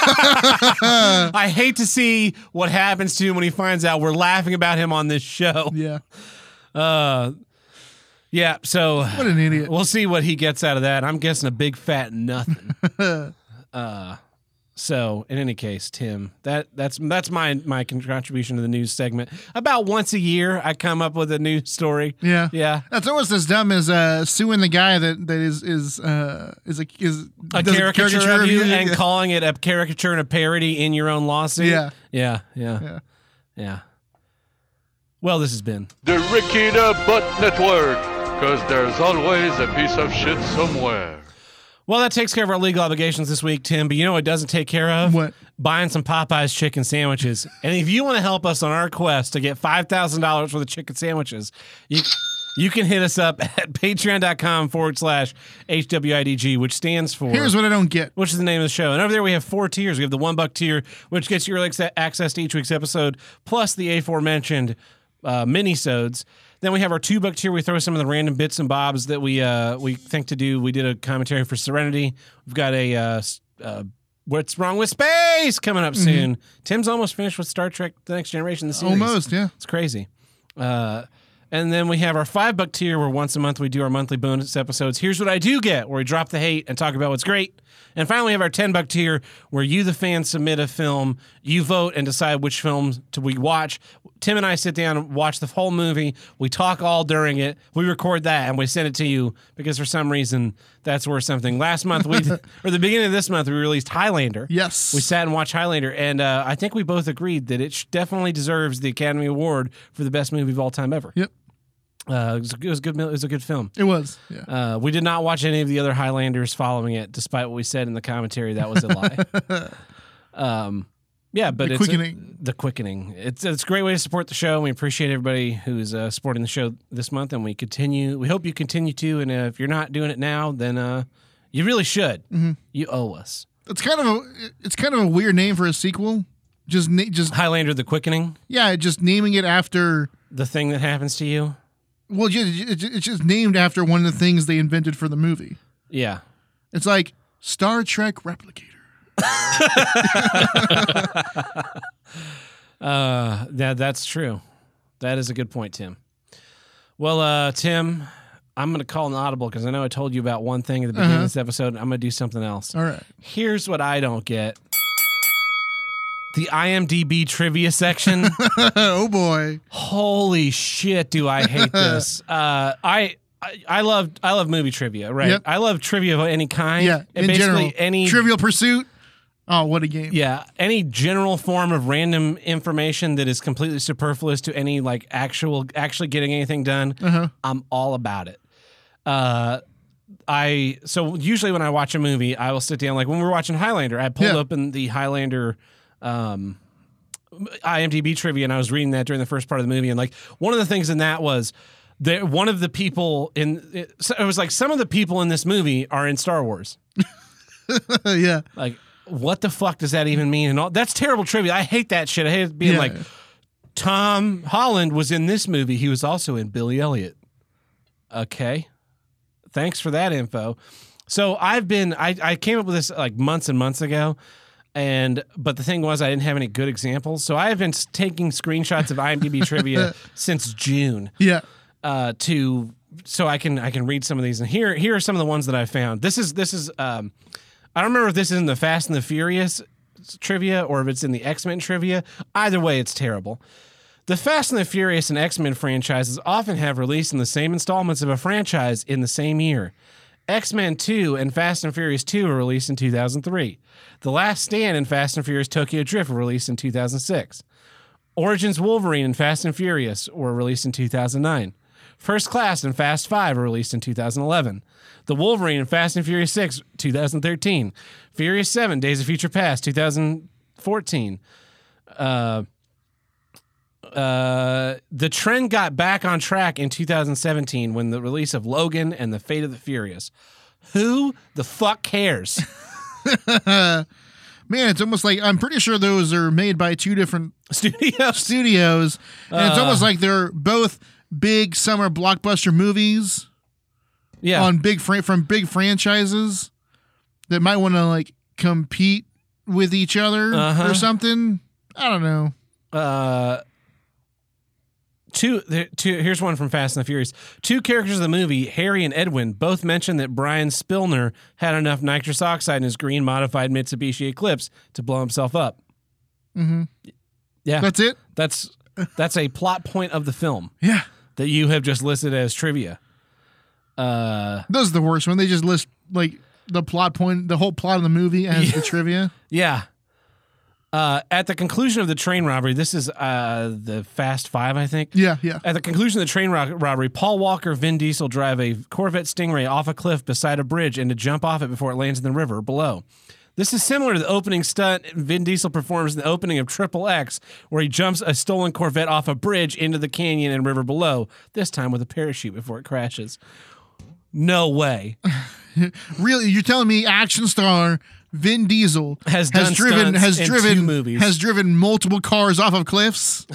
Speaker 1: I, I hate to see what happens to him when he finds out we're laughing about him on this show.
Speaker 2: yeah
Speaker 1: Uh yeah, so
Speaker 2: what an idiot
Speaker 1: we'll see what he gets out of that. I'm guessing a big fat nothing. uh, so in any case, Tim, that that's that's my my con- contribution to the news segment. About once a year, I come up with a news story.
Speaker 2: Yeah.
Speaker 1: Yeah.
Speaker 2: That's almost as dumb as uh, suing the guy that, that is is uh, is a is
Speaker 1: A
Speaker 2: does
Speaker 1: caricature, of you and
Speaker 2: Yeah.
Speaker 1: calling it a caricature and a parody in your own lawsuit.
Speaker 2: Yeah.
Speaker 1: Yeah. Yeah.
Speaker 2: Yeah.
Speaker 1: Yeah. Well, this has been.
Speaker 5: The Ricky the Butt Network, because there's always a piece of shit somewhere.
Speaker 1: Well, that takes care of our legal obligations this week, Tim. But you know what it doesn't take care of?
Speaker 2: What?
Speaker 1: Buying some Popeyes chicken sandwiches. and if you want to help us on our quest to get $5,000 worth of chicken sandwiches, you, you can hit us up at patreon.com forward slash HWIDG, which stands for
Speaker 2: Here's what I don't get.
Speaker 1: which is the name of the show. And over there, we have four tiers. We have the one buck tier, which gets you early acce- access to each week's episode, plus the aforementioned uh, minisodes. Then we have our two buck tier. We throw some of the random bits and bobs that we uh, we think to do. We did a commentary for Serenity. We've got a uh, s- uh, what's wrong with space coming up soon. Tim's almost finished with Star Trek: The Next Generation. The series.
Speaker 2: Almost, yeah.
Speaker 1: It's crazy. Uh, And then we have our five buck tier where once a month we do our monthly bonus episodes. Here's what I do get, where we drop the hate and talk about what's great. And finally, we have our ten buck tier where you, the fan, submit a film, you vote and decide which films to we watch. Tim and I sit down and watch the whole movie. We talk all during it. We record that and we send it to you because for some reason that's worth something. Last month we, or the beginning of this month, we released Highlander.
Speaker 2: Yes.
Speaker 1: We sat and watched Highlander, and uh, I think we both agreed that it sh- definitely deserves the Academy Award for the best movie of all time ever.
Speaker 2: Yep.
Speaker 1: Uh, it, was, it was good. It was a good film.
Speaker 2: It was. Yeah.
Speaker 1: Uh, we did not watch any of the other Highlanders following it, despite what we said in the commentary. That was a lie. um, yeah, but
Speaker 2: The
Speaker 1: it's
Speaker 2: Quickening.
Speaker 1: the quickening. It's it's a great way to support the show. We appreciate everybody who's uh, supporting the show this month, and we continue. We hope you continue to. And uh, if you're not doing it now, then uh, you really should.
Speaker 2: Mm-hmm.
Speaker 1: You owe us.
Speaker 2: It's kind of a it's kind of a weird name for a sequel. Just na- just
Speaker 1: Highlander: The Quickening.
Speaker 2: yeah, just naming it after
Speaker 1: the thing that happens to you.
Speaker 2: well, ju- ju- it's it's just named after one of the things they invented for the movie.
Speaker 1: Yeah.
Speaker 2: It's like Star Trek Replicator.
Speaker 1: Uh, that that's true. That is a good point, Tim. Well, uh, Tim, I'm going to call an audible because I know I told you about one thing at the beginning of this episode. And I'm going to do something else.
Speaker 2: Uh-huh. All right.
Speaker 1: Here's what I don't get: the IMDb trivia section.
Speaker 2: oh boy.
Speaker 1: Holy shit, do I hate this? uh, I. I- I love I love movie trivia, right?
Speaker 2: Yep.
Speaker 1: I love trivia of any kind.
Speaker 2: Yeah.
Speaker 1: and
Speaker 2: in
Speaker 1: basically
Speaker 2: general,
Speaker 1: any
Speaker 2: Trivial Pursuit. Oh, what a game.
Speaker 1: Yeah, any general form of random information that is completely superfluous to any like actual actually getting anything done,
Speaker 2: Uh-huh.
Speaker 1: I'm all about it. Uh, I so usually when I watch a movie, I will sit down. Like when we were watching Highlander, I pulled
Speaker 2: Yeah.
Speaker 1: up in the Highlander. Um, IMDb trivia, and I was reading that during the first part of the movie, and like one of the things in that was that one of the people in it, so it was like some of the people in this movie are in Star Wars.
Speaker 2: yeah.
Speaker 1: Like, what the fuck does that even mean? And all that's terrible trivia. I hate that shit. I hate it being
Speaker 2: Yeah.
Speaker 1: like, Tom Holland was in this movie. He was also in Billy Elliot. Okay, thanks for that info. So I've been I, I came up with this like months and months ago, and but the thing was I didn't have any good examples. So I have been s- taking screenshots of IMDb trivia since June
Speaker 2: Yeah.
Speaker 1: uh, to so I can I can read some of these and here here are some of the ones that I found. This is this is um, I don't remember if this is in the Fast and the Furious trivia or if it's in the X Men trivia. Either way, it's terrible. The Fast and the Furious and X Men franchises often have released in the same installments of a franchise in the same year. X Men 2 and Fast and Furious 2 were released in 2003. The Last Stand and Fast and Furious Tokyo Drift were released in 2006. Origins Wolverine and Fast and Furious were released in 2009. First Class and Fast 5 were released in 2011. The Wolverine and Fast and Furious 6, 2013. Furious 7, Days of Future Past, 2014. Uh, uh, the trend got back on track in 2017 when the release of Logan and The Fate of the Furious. Who the fuck cares?
Speaker 2: Man, it's almost like I'm pretty sure those are made by two different
Speaker 1: Studios.
Speaker 2: studios, and
Speaker 1: Uh.
Speaker 2: it's almost like they're both big summer blockbuster movies
Speaker 1: Yeah.
Speaker 2: on big fran from big franchises that might want to like compete with each other
Speaker 1: Uh-huh.
Speaker 2: or something. I don't know.
Speaker 1: uh two there, two here's one from Fast and the Furious. Two characters of the movie, Harry and Edwin, both mentioned that Brian Spillner had enough nitrous oxide in his green modified Mitsubishi Eclipse to blow himself up.
Speaker 2: Mhm.
Speaker 1: Yeah.
Speaker 2: That's it.
Speaker 1: That's that's a plot point of the film
Speaker 2: Yeah,
Speaker 1: that you have just listed as trivia. Uh
Speaker 2: those are the worst one. They just list like the plot point, the whole plot of the movie as the trivia.
Speaker 1: Yeah. Uh, at the conclusion of the train robbery, this is uh, the Fast Five, I think.
Speaker 2: Yeah, yeah.
Speaker 1: At the conclusion of the train ro- robbery, Paul Walker, Vin Diesel drive a Corvette Stingray off a cliff beside a bridge and to jump off it before it lands in the river below. This is similar to the opening stunt Vin Diesel performs in the opening of Triple X, where he jumps a stolen Corvette off a bridge into the canyon and river below, this time with a parachute before it crashes. No way.
Speaker 2: Really, you're telling me action star Vin Diesel
Speaker 1: Has done
Speaker 2: driven
Speaker 1: stunts
Speaker 2: has
Speaker 1: in
Speaker 2: driven
Speaker 1: two movies.
Speaker 2: has driven multiple cars off of cliffs.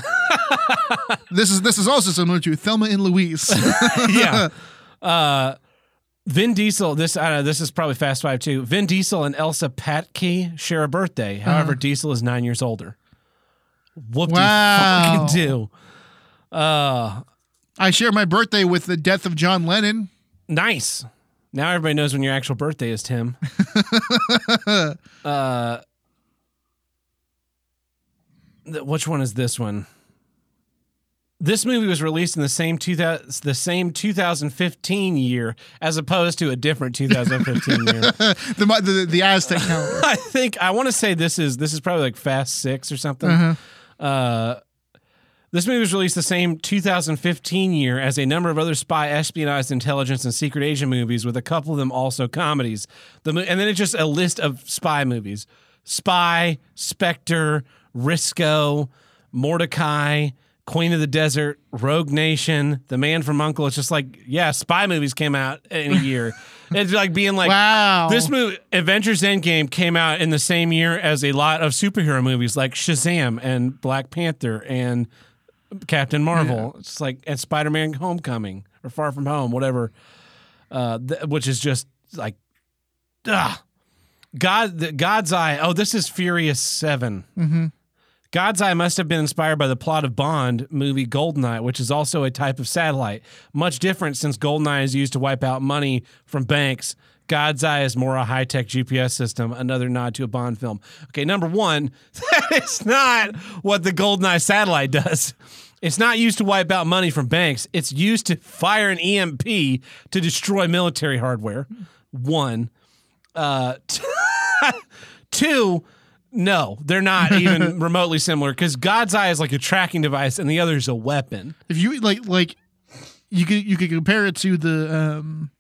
Speaker 2: this is this is also similar to Thelma and Louise.
Speaker 1: yeah. Uh, Vin Diesel. This I know. This is probably Fast Five too. Vin Diesel and Elsa Patke share a birthday. However, Diesel is nine years older. Whoop
Speaker 2: Wow.
Speaker 1: do fucking do. Uh,
Speaker 2: I share my birthday with the death of John Lennon.
Speaker 1: Nice. Now everybody knows when your actual birthday is, Tim. uh, th- which one is this one? This movie was released in the same 2000, the same 2015 year, as opposed to a different 2015 year.
Speaker 2: the, mo- the the Aztec calendar.
Speaker 1: I think I want to say this is this is probably like Fast Six or something.
Speaker 2: Uh-huh.
Speaker 1: Uh, this movie was released the same 2015 year as a number of other spy, espionage, intelligence, and secret agent movies, with a couple of them also comedies. The mo- and then it's just a list of spy movies: Spy, Spectre, Risco, Mordecai, Queen of the Desert, Rogue Nation, The Man from Uncle. It's just like yeah, spy movies came out in a year. it's like being like
Speaker 2: Wow.
Speaker 1: this movie, Avengers Endgame, came out in the same year as a lot of superhero movies like Shazam and Black Panther and Captain Marvel. It's like and Spider Man Homecoming or Far From Home, whatever. Uh, th- which is just like, ah, God, the, God's Eye. Oh, this is Furious 7 God's Eye must have been inspired by the plot of Bond movie Goldeneye, which is also a type of satellite. Much different since Goldeneye is used to wipe out money from banks. God's Eye is more a high tech GPS system, another nod to a Bond film. Okay, number one, that is not what the Goldeneye satellite does. It's not used to wipe out money from banks, it's used to fire an EMP to destroy military hardware. One. Uh, two, no, they're not even remotely similar because God's eye is like a tracking device and the other is a weapon.
Speaker 2: if you like like you could you could compare it to the um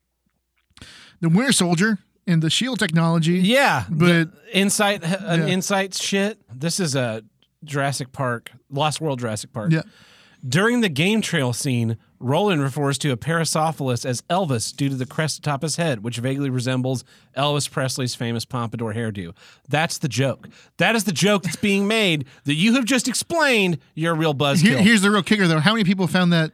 Speaker 2: the Winter Soldier and the Shield E technology.
Speaker 1: Yeah,
Speaker 2: But
Speaker 1: insight, an
Speaker 2: Yeah.
Speaker 1: insights shit. This is a Jurassic Park, Lost World Jurassic Park.
Speaker 2: yeah.
Speaker 1: During the game trail scene, Roland refers to a parasophilus as Elvis due to the crest atop his head, which vaguely resembles Elvis Presley's famous pompadour hairdo. That's the joke. That is the joke that's being made that you have just explained. You're a real
Speaker 2: Here,
Speaker 1: buzzkill.
Speaker 2: here's the real kicker though. How many people found that?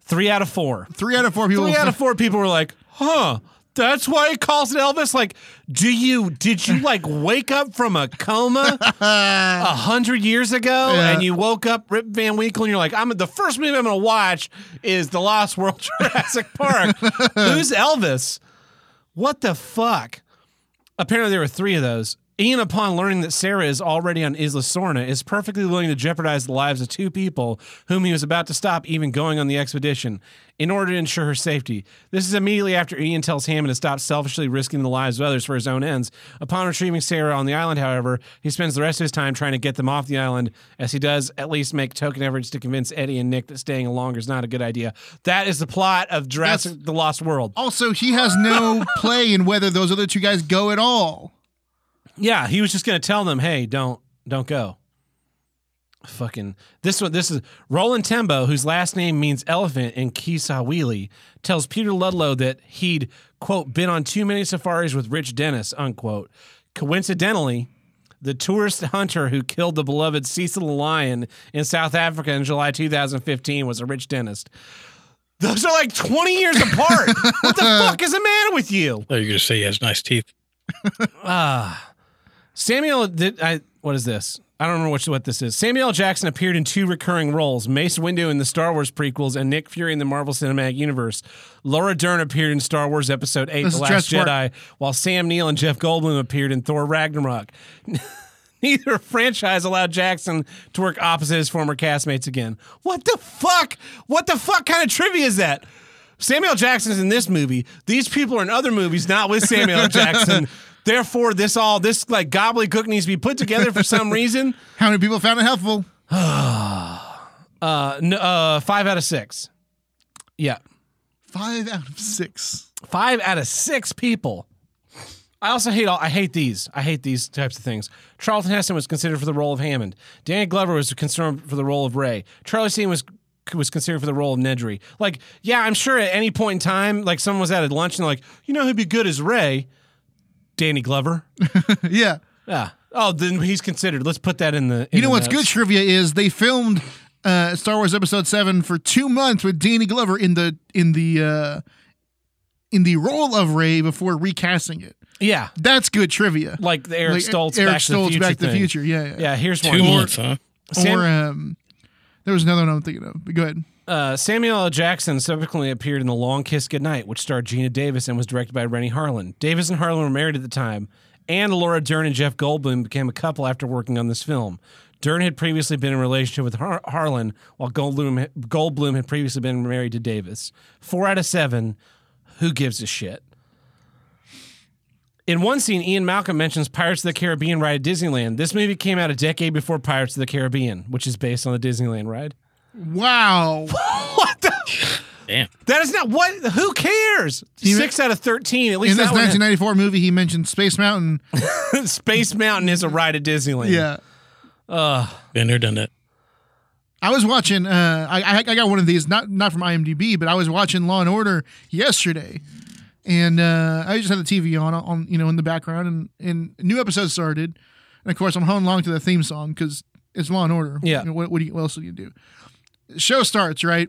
Speaker 1: Three out of four.
Speaker 2: Three out of four people.
Speaker 1: three out of four people were like, huh. That's why he calls it Elvis. Like, do you did you like wake up from a coma a hundred years ago
Speaker 2: Yeah.
Speaker 1: and you woke up Rip Van Winkle and you're like, I'm the first movie I'm gonna watch is The Lost World Jurassic Park. Who's Elvis? What the fuck? Apparently, there were three of those. Ian, upon learning that Sarah is already on Isla Sorna, is perfectly willing to jeopardize the lives of two people whom he was about to stop even going on the expedition in order to ensure her safety. This is immediately after Ian tells Hammond to stop selfishly risking the lives of others for his own ends. Upon retrieving Sarah on the island, however, he spends the rest of his time trying to get them off the island, as he does at least make token efforts to convince Eddie and Nick that staying longer is not a good idea. That is the plot of Jurassic The Lost World.
Speaker 2: Also, he has no play in whether those other two guys go at all.
Speaker 1: Yeah, he was just gonna tell them, "Hey, don't don't go." Fucking this one. This is Roland Tembo, whose last name means elephant in Kisawili, tells Peter Ludlow that he'd quote been on too many safaris with Rich Dennis unquote. Coincidentally, the tourist hunter who killed the beloved Cecil the lion in South Africa in July 2015 was a rich dentist. Those are like 20 years apart. what the fuck is the matter with you?
Speaker 3: Oh, you're gonna say he has nice teeth.
Speaker 1: Ah, Samuel. Did, I, what is this? I don't remember which, what this is. Samuel L. Jackson appeared in two recurring roles: Mace Windu in the Star Wars prequels and Nick Fury in the Marvel Cinematic Universe. Laura Dern appeared in Star Wars Episode Eight:
Speaker 2: This
Speaker 1: The
Speaker 2: is
Speaker 1: Last
Speaker 2: Jurassic
Speaker 1: Jedi, while Sam Neill and Jeff Goldblum appeared in Thor: Ragnarok. Neither franchise allowed Jackson to work opposite his former castmates again. What the fuck? What the fuck kind of trivia is that? Samuel Jackson's in this movie. These people are in other movies, not with Samuel L. Jackson. Therefore, this all this like gobbledygook needs to be put together for some reason.
Speaker 2: How many people found it helpful?
Speaker 1: Uh, n- uh, five out of six. Yeah,
Speaker 2: Five out of six.
Speaker 1: five out of six people. I also hate all. I hate these. I hate these types of things. Charlton Heston was considered for the role of Hammond. Danny Glover was concerned for the role of Ray. Charlie Sheen was was considered for the role of Nedry. Like, yeah, I'm sure at any point in time, like someone was at a lunch and like, you know, who'd be good as Ray? Danny Glover.
Speaker 2: Yeah.
Speaker 1: Yeah. Oh, then he's considered. Let's put that in the. in
Speaker 2: You know
Speaker 1: the
Speaker 2: what's good
Speaker 1: notes.
Speaker 2: trivia is they filmed uh, Star Wars Episode Seven for two months with Danny Glover in the in the uh, in the role of Ray before recasting it.
Speaker 1: Yeah,
Speaker 2: That's good trivia.
Speaker 1: like the Eric
Speaker 2: Like,
Speaker 1: Stoltz,
Speaker 2: Eric
Speaker 1: Back, to the
Speaker 2: Stoltz
Speaker 1: Future
Speaker 2: Back to the
Speaker 1: thing.
Speaker 2: Future. Yeah, yeah.
Speaker 1: Yeah, here's
Speaker 3: Two
Speaker 1: one.
Speaker 3: months, huh?
Speaker 1: Sam-
Speaker 2: or um, there was another one I'm thinking of. But go ahead.
Speaker 1: Uh, Samuel L. Jackson subsequently appeared in The Long Kiss Goodnight, which starred Gina Davis and was directed by Rennie Harlan. Davis and Harlan were married at the time, and Laura Dern and Jeff Goldblum became a couple after working on this film. Dern had previously been in a relationship with Har- Harlan, while Goldblum, Goldblum had previously been married to Davis. Four out of seven. Who gives a shit? In one scene, Ian Malcolm mentions Pirates of the Caribbean ride at Disneyland. This movie came out a decade before Pirates of the Caribbean, which is based on the Disneyland ride.
Speaker 2: Wow.
Speaker 1: What the?
Speaker 3: Damn.
Speaker 1: That is not what. Who cares? Six out of thirteen. At least
Speaker 2: In this
Speaker 1: that one.
Speaker 2: 1994 movie, he mentioned Space Mountain.
Speaker 1: Space Mountain is a ride at Disneyland.
Speaker 2: Yeah.
Speaker 3: Been there, done that.
Speaker 2: I was watching. Uh, I, I I got one of these, not not from IMDb, but I was watching Law and Order yesterday, and uh, I just had the TV on on you know in the background, and and new episodes started, and of course I'm holding along to the theme song because it's Law and Order.
Speaker 1: Yeah.
Speaker 2: You know, what, what, do you, what else do you do? Show starts right.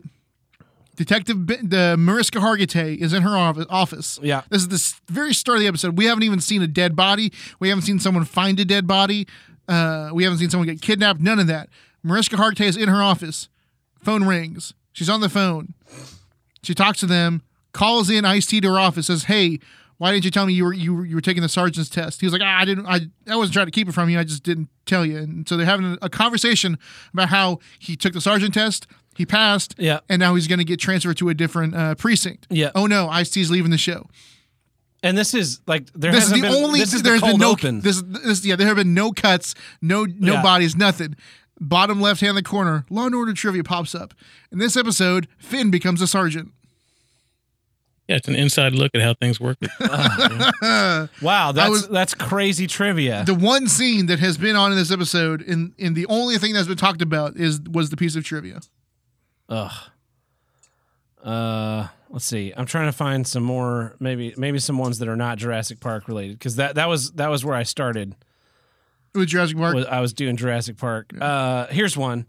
Speaker 2: Detective B- the Mariska Hargitay is in her office. office.
Speaker 1: Yeah.
Speaker 2: This is the s- very start of the episode. We haven't even seen a dead body. We haven't seen someone find a dead body. Uh, we haven't seen someone get kidnapped. None of that. Mariska Hargitay is in her office. Phone rings. She's on the phone. She talks to them. Calls in Ice T to her office. Says, "Hey, why didn't you tell me you were you were, you were taking the sergeant's test?" He was like, "Ah, "I didn't. I I wasn't trying to keep it from you. I just didn't tell you." And so they're having a conversation about how he took the sergeant test. He passed.
Speaker 1: Yeah.
Speaker 2: And now he's going to get transferred to a different uh, precinct.
Speaker 1: Yeah.
Speaker 2: Oh no, Ice T's leaving the show.
Speaker 1: And this is like there
Speaker 2: This is the
Speaker 1: hasn't been,
Speaker 2: only.
Speaker 1: This is
Speaker 2: there's
Speaker 1: the
Speaker 2: been
Speaker 1: cold
Speaker 2: no.
Speaker 1: open.
Speaker 2: This is this. Yeah. There have been no cuts. No. No
Speaker 1: Yeah.
Speaker 2: bodies. Nothing. Bottom left hand the corner. Law and Order trivia pops up. In this episode, Finn becomes a sergeant.
Speaker 3: Yeah, it's an inside look at how things work.
Speaker 1: wow, that's
Speaker 2: was-
Speaker 1: that's crazy trivia.
Speaker 2: the one scene that has been on in this episode and and the only thing that's been talked about is was the piece of trivia
Speaker 1: Ugh. Uh, let's see. I'm trying to find some more. Maybe maybe some ones that are not Jurassic Park related because that that was that was where I started.
Speaker 2: with Jurassic Park.
Speaker 1: was- I was doing Jurassic Park. Uh, here's one.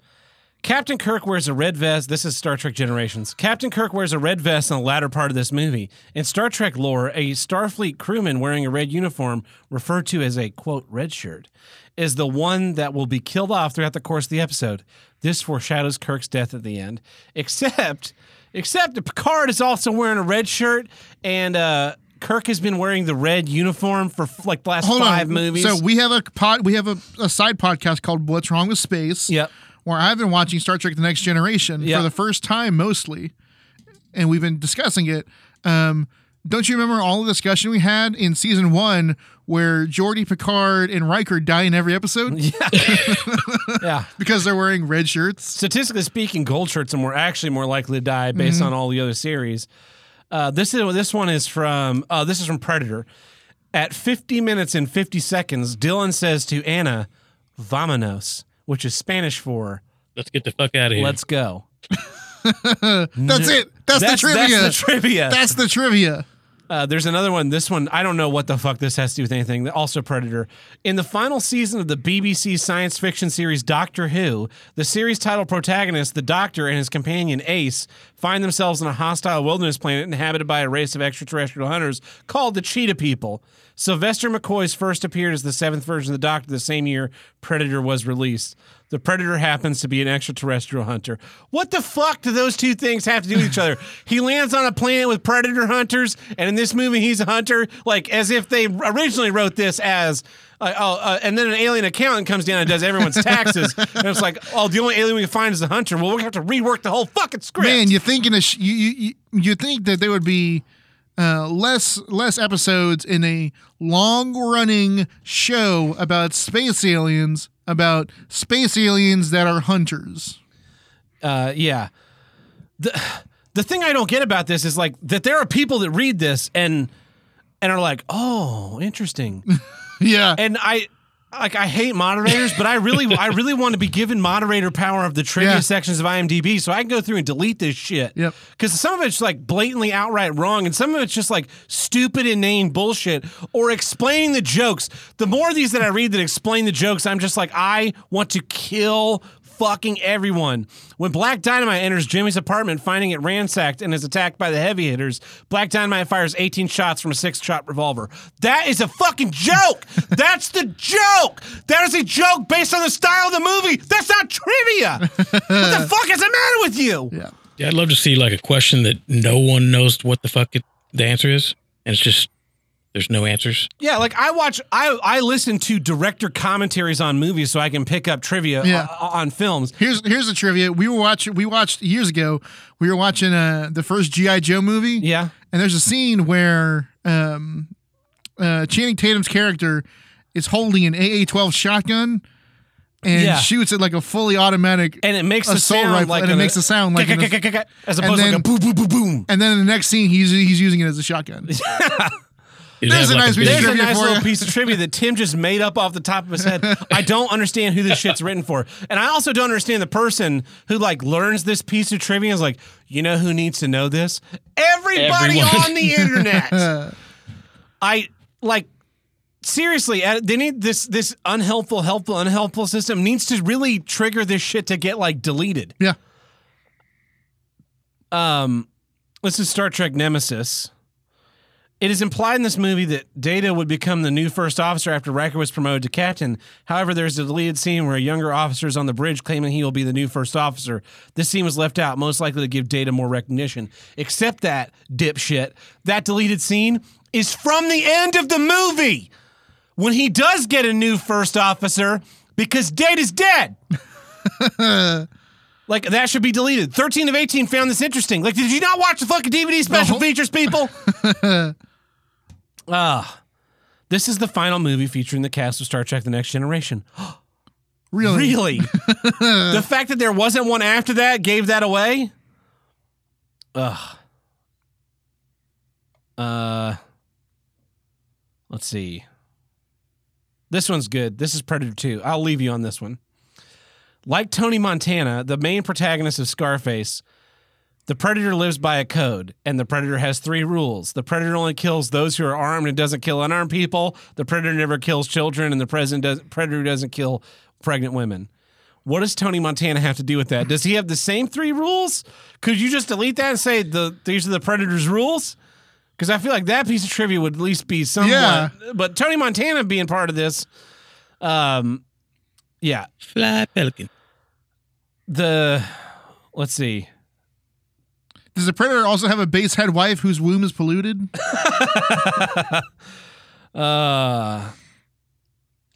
Speaker 1: Captain Kirk wears a red vest. This is Star Trek Generations. Captain Kirk wears a red vest in the latter part of this movie. In Star Trek lore, a Starfleet crewman wearing a red uniform, referred to as a quote red shirt, is the one that will be killed off throughout the course of the episode. This foreshadows Kirk's death at the end. Except, except Picard is also wearing a red shirt, and uh, Kirk has been wearing the red uniform for f- like the last
Speaker 2: Hold
Speaker 1: five
Speaker 2: on.
Speaker 1: movies.
Speaker 2: So we have a pod. We have a, a side podcast called "What's Wrong with Space."
Speaker 1: Yep.
Speaker 2: Where I've been watching Star Trek: The Next Generation
Speaker 1: Yep.
Speaker 2: for the first time, mostly, and we've been discussing it. Um, don't you remember all the discussion we had in season one where Geordie Picard and Riker die in every episode
Speaker 1: yeah.
Speaker 2: because they're wearing red shirts?
Speaker 1: statistically speaking, gold shirts are more actually more likely to die based on all the other series. Uh, this is this one is from uh, this is from Predator. At 50 minutes and 50 seconds, Dylan says to Anna, "Vamanos," which is Spanish for
Speaker 3: Let's get the fuck out of here.
Speaker 1: "Let's go."
Speaker 2: That's it. That's,
Speaker 1: That's
Speaker 2: the trivia.
Speaker 1: That's the trivia.
Speaker 2: That's the trivia.
Speaker 1: Uh, there's another one. This one, I don't know what the fuck this has to do with anything. Also, Predator. In the final season of the BBC science fiction series Doctor Who, the series title protagonist, the Doctor, and his companion Ace find themselves in a hostile wilderness planet inhabited by a race of extraterrestrial hunters called the Cheetah People. Sylvester McCoy's first appeared as the seventh version of the Doctor the same year Predator was released. The Predator happens to be an extraterrestrial hunter. What the fuck do those two things have to do with each other? He lands on a planet with predator hunters, and in this movie, he's a hunter. Like as if they originally wrote this as. Uh, oh, uh, and then an alien accountant comes down and does everyone's taxes, and it's like, oh, the only alien we can find is the hunter. Well, we're gonna have to rework the whole fucking script.
Speaker 2: Man, you think in a sh- you, you you you think that there would be uh, less less episodes in a long running show about space aliens about space aliens that are hunters.
Speaker 1: uh, yeah. The the thing I don't get about this is like that there are people that read this and and are like, oh, interesting.
Speaker 2: Yeah,
Speaker 1: and I like I hate moderators, but I really I really want to be given moderator power of the trivia
Speaker 2: Yeah.
Speaker 1: sections of IMDb so I can go through and delete this shit.
Speaker 2: Yep.
Speaker 1: Because some of it's like blatantly outright wrong, and some of it's just like stupid inane bullshit or explaining the jokes. The more of these that I read that explain the jokes, I'm just like I want to kill. Fucking everyone. When Black Dynamite enters Jimmy's apartment, finding it ransacked and is attacked by the heavy hitters, Black Dynamite fires 18 shots from a six shot revolver. That is a fucking joke. That's the joke. That is a joke based on the style of the movie. That's not trivia. what the fuck is the matter with you?
Speaker 2: yeah.
Speaker 3: Yeah, I'd love to see like a question that no one knows what the fuck it, the answer is, and it's just there's no answers.
Speaker 1: Yeah, like I watch, I I listen to director commentaries on movies so I can pick up trivia
Speaker 2: Yeah.
Speaker 1: o- on films.
Speaker 2: Here's here's the trivia. We were watching. We watched years ago. We were watching uh, the first GI Joe movie.
Speaker 1: Yeah,
Speaker 2: And there's a scene where um, uh, Channing Tatum's character is holding an AA-12 shotgun and
Speaker 1: Yeah.
Speaker 2: shoots it like a fully automatic.
Speaker 1: and it makes
Speaker 2: A
Speaker 1: the
Speaker 2: soul
Speaker 1: sound
Speaker 2: rifle,
Speaker 1: like
Speaker 2: and it
Speaker 1: an-
Speaker 2: makes the sound like an-
Speaker 1: as opposed to like a
Speaker 2: then-
Speaker 1: boom boom boom boom.
Speaker 2: and then in the next scene, he's he's using it as a shotgun.
Speaker 3: It'd
Speaker 2: There's
Speaker 3: have,
Speaker 2: a nice
Speaker 3: big-
Speaker 1: There's a
Speaker 2: Trivia
Speaker 1: nice
Speaker 2: for
Speaker 1: little
Speaker 2: ya.
Speaker 1: piece of trivia that Tim just made up off the top of his head. I don't understand who this shit's written for. And I also don't understand the person who like learns this piece of trivia and is like, you know who needs to know this? Everybody
Speaker 3: Everyone.
Speaker 1: on the internet. I like seriously, uh, they need this this unhelpful, helpful, unhelpful system needs to really trigger this shit to get like deleted.
Speaker 2: Yeah.
Speaker 1: Um, this is Star Trek Nemesis. It is implied in this movie that Data would become the new first officer after Riker was promoted to captain. However, there's a deleted scene where a younger officer is on the bridge claiming he will be the new first officer. This scene was left out, most likely to give Data more recognition. Except that, dipshit, that deleted scene is from the end of the movie when he does get a new first officer because Data's dead. Like that should be deleted. Thirteen of eighteen found this interesting. Like, did you not watch the fucking DVD special features, people? Ah, this is the final movie featuring the cast of Star Trek: The Next Generation.
Speaker 2: Really?
Speaker 1: Really, the fact that there wasn't one after that gave that away. Ugh. Uh, let's see. This one's good. This is Predator 2. I'll leave you on this one. Like Tony Montana, the main protagonist of Scarface, the Predator lives by a code, and the Predator has three rules. The Predator only kills those who are armed and doesn't kill unarmed people. The Predator never kills children, and the president does, Predator doesn't kill pregnant women. What does Tony Montana have to do with that? Does he have the same three rules? Could you just delete that and say the these are the Predator's rules? Because I feel like that piece of trivia would at least be somewhat.
Speaker 2: Yeah.
Speaker 1: But Tony Montana being part of this, um, yeah,
Speaker 3: fly pelican.
Speaker 1: the let's see.
Speaker 2: Does the predator also have a base head wife whose womb is polluted?
Speaker 1: Uh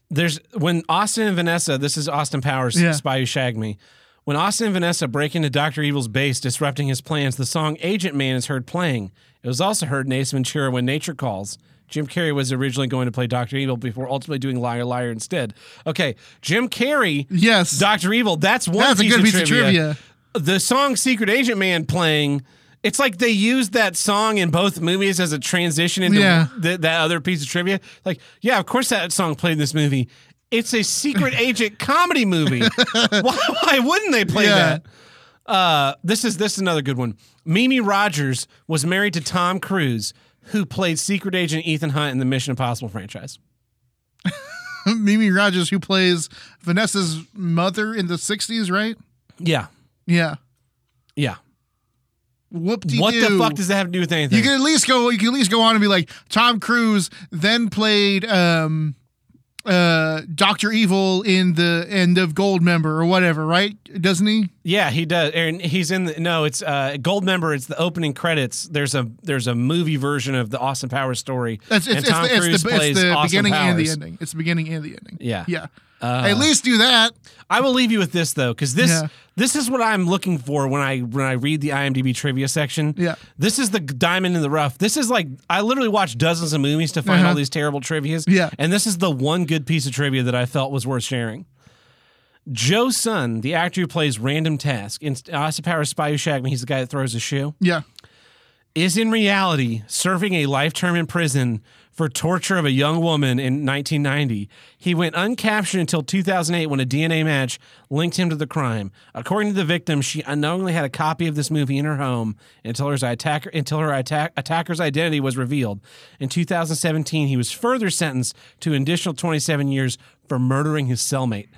Speaker 1: there's when Austin and Vanessa, this is Austin Powers,
Speaker 2: Yeah.
Speaker 1: Spy Who Shagged Me. When Austin and Vanessa break into Dr. Evil's base, disrupting his plans, the song Agent Man is heard playing. It was also heard in Ace Ventura when Nature Calls. Jim Carrey was originally going to play Dr. Evil before ultimately doing Liar Liar instead. Okay, Jim Carrey,
Speaker 2: Yes.
Speaker 1: Dr. Evil, that's one
Speaker 2: That's a
Speaker 1: piece
Speaker 2: good
Speaker 1: of
Speaker 2: piece of trivia.
Speaker 1: the song Secret Agent Man playing, it's like they used that song in both movies as a transition into
Speaker 2: Yeah.
Speaker 1: th- that other piece of trivia. Like, yeah, of course that song played in this movie. It's a secret agent comedy movie. Why, why wouldn't they play
Speaker 2: Yeah.
Speaker 1: that? Uh, this is this is another good one. Mimi Rogers was married to Tom Cruise, who played Secret Agent Ethan Hunt in the Mission Impossible franchise.
Speaker 2: Mimi Rogers, who plays Vanessa's mother in the '60s, right?
Speaker 1: Yeah,
Speaker 2: Yeah.
Speaker 1: yeah.
Speaker 2: Whoop de
Speaker 1: What the fuck does that have to do with anything?
Speaker 2: You can at least go. You can at least go on and be like Tom Cruise. Then played um, uh, Doctor Evil in the end of Gold Member or whatever, right? Doesn't he?
Speaker 1: Yeah, he does. And he's in the no, it's uh gold member, it's the opening credits. There's a there's a movie version of the Austin Powers story.
Speaker 2: That's it's,
Speaker 1: and
Speaker 2: it's,
Speaker 1: Tom
Speaker 2: the, it's,
Speaker 1: Cruise
Speaker 2: the, it's
Speaker 1: plays
Speaker 2: the
Speaker 1: Austin
Speaker 2: beginning and the
Speaker 1: Powers.
Speaker 2: ending. It's the beginning and the ending.
Speaker 1: Yeah. Uh,
Speaker 2: Yeah. at least do that.
Speaker 1: I will leave you with this though, because this
Speaker 2: Yeah.
Speaker 1: this is what I'm looking for when I when I read the IMDb trivia section.
Speaker 2: Yeah.
Speaker 1: this is the diamond in the rough. This is like I literally watched dozens of movies to find
Speaker 2: Uh-huh.
Speaker 1: all these terrible trivia's.
Speaker 2: Yeah.
Speaker 1: and this is the one good piece of trivia that I felt was worth sharing. Joe Sun, the actor who plays Random Task in Austin Powers Spy Who Shagged Me, he's the guy that throws a shoe.
Speaker 2: Yeah.
Speaker 1: is in reality serving a life term in prison for torture of a young woman in 1990. He went uncaptured until 2008 when a DNA match linked him to the crime. According to the victim, she unknowingly had a copy of this movie in her home until her, attacker, until her attack, attacker's identity was revealed. In 2017, he was further sentenced to an additional 27 years for murdering his cellmate.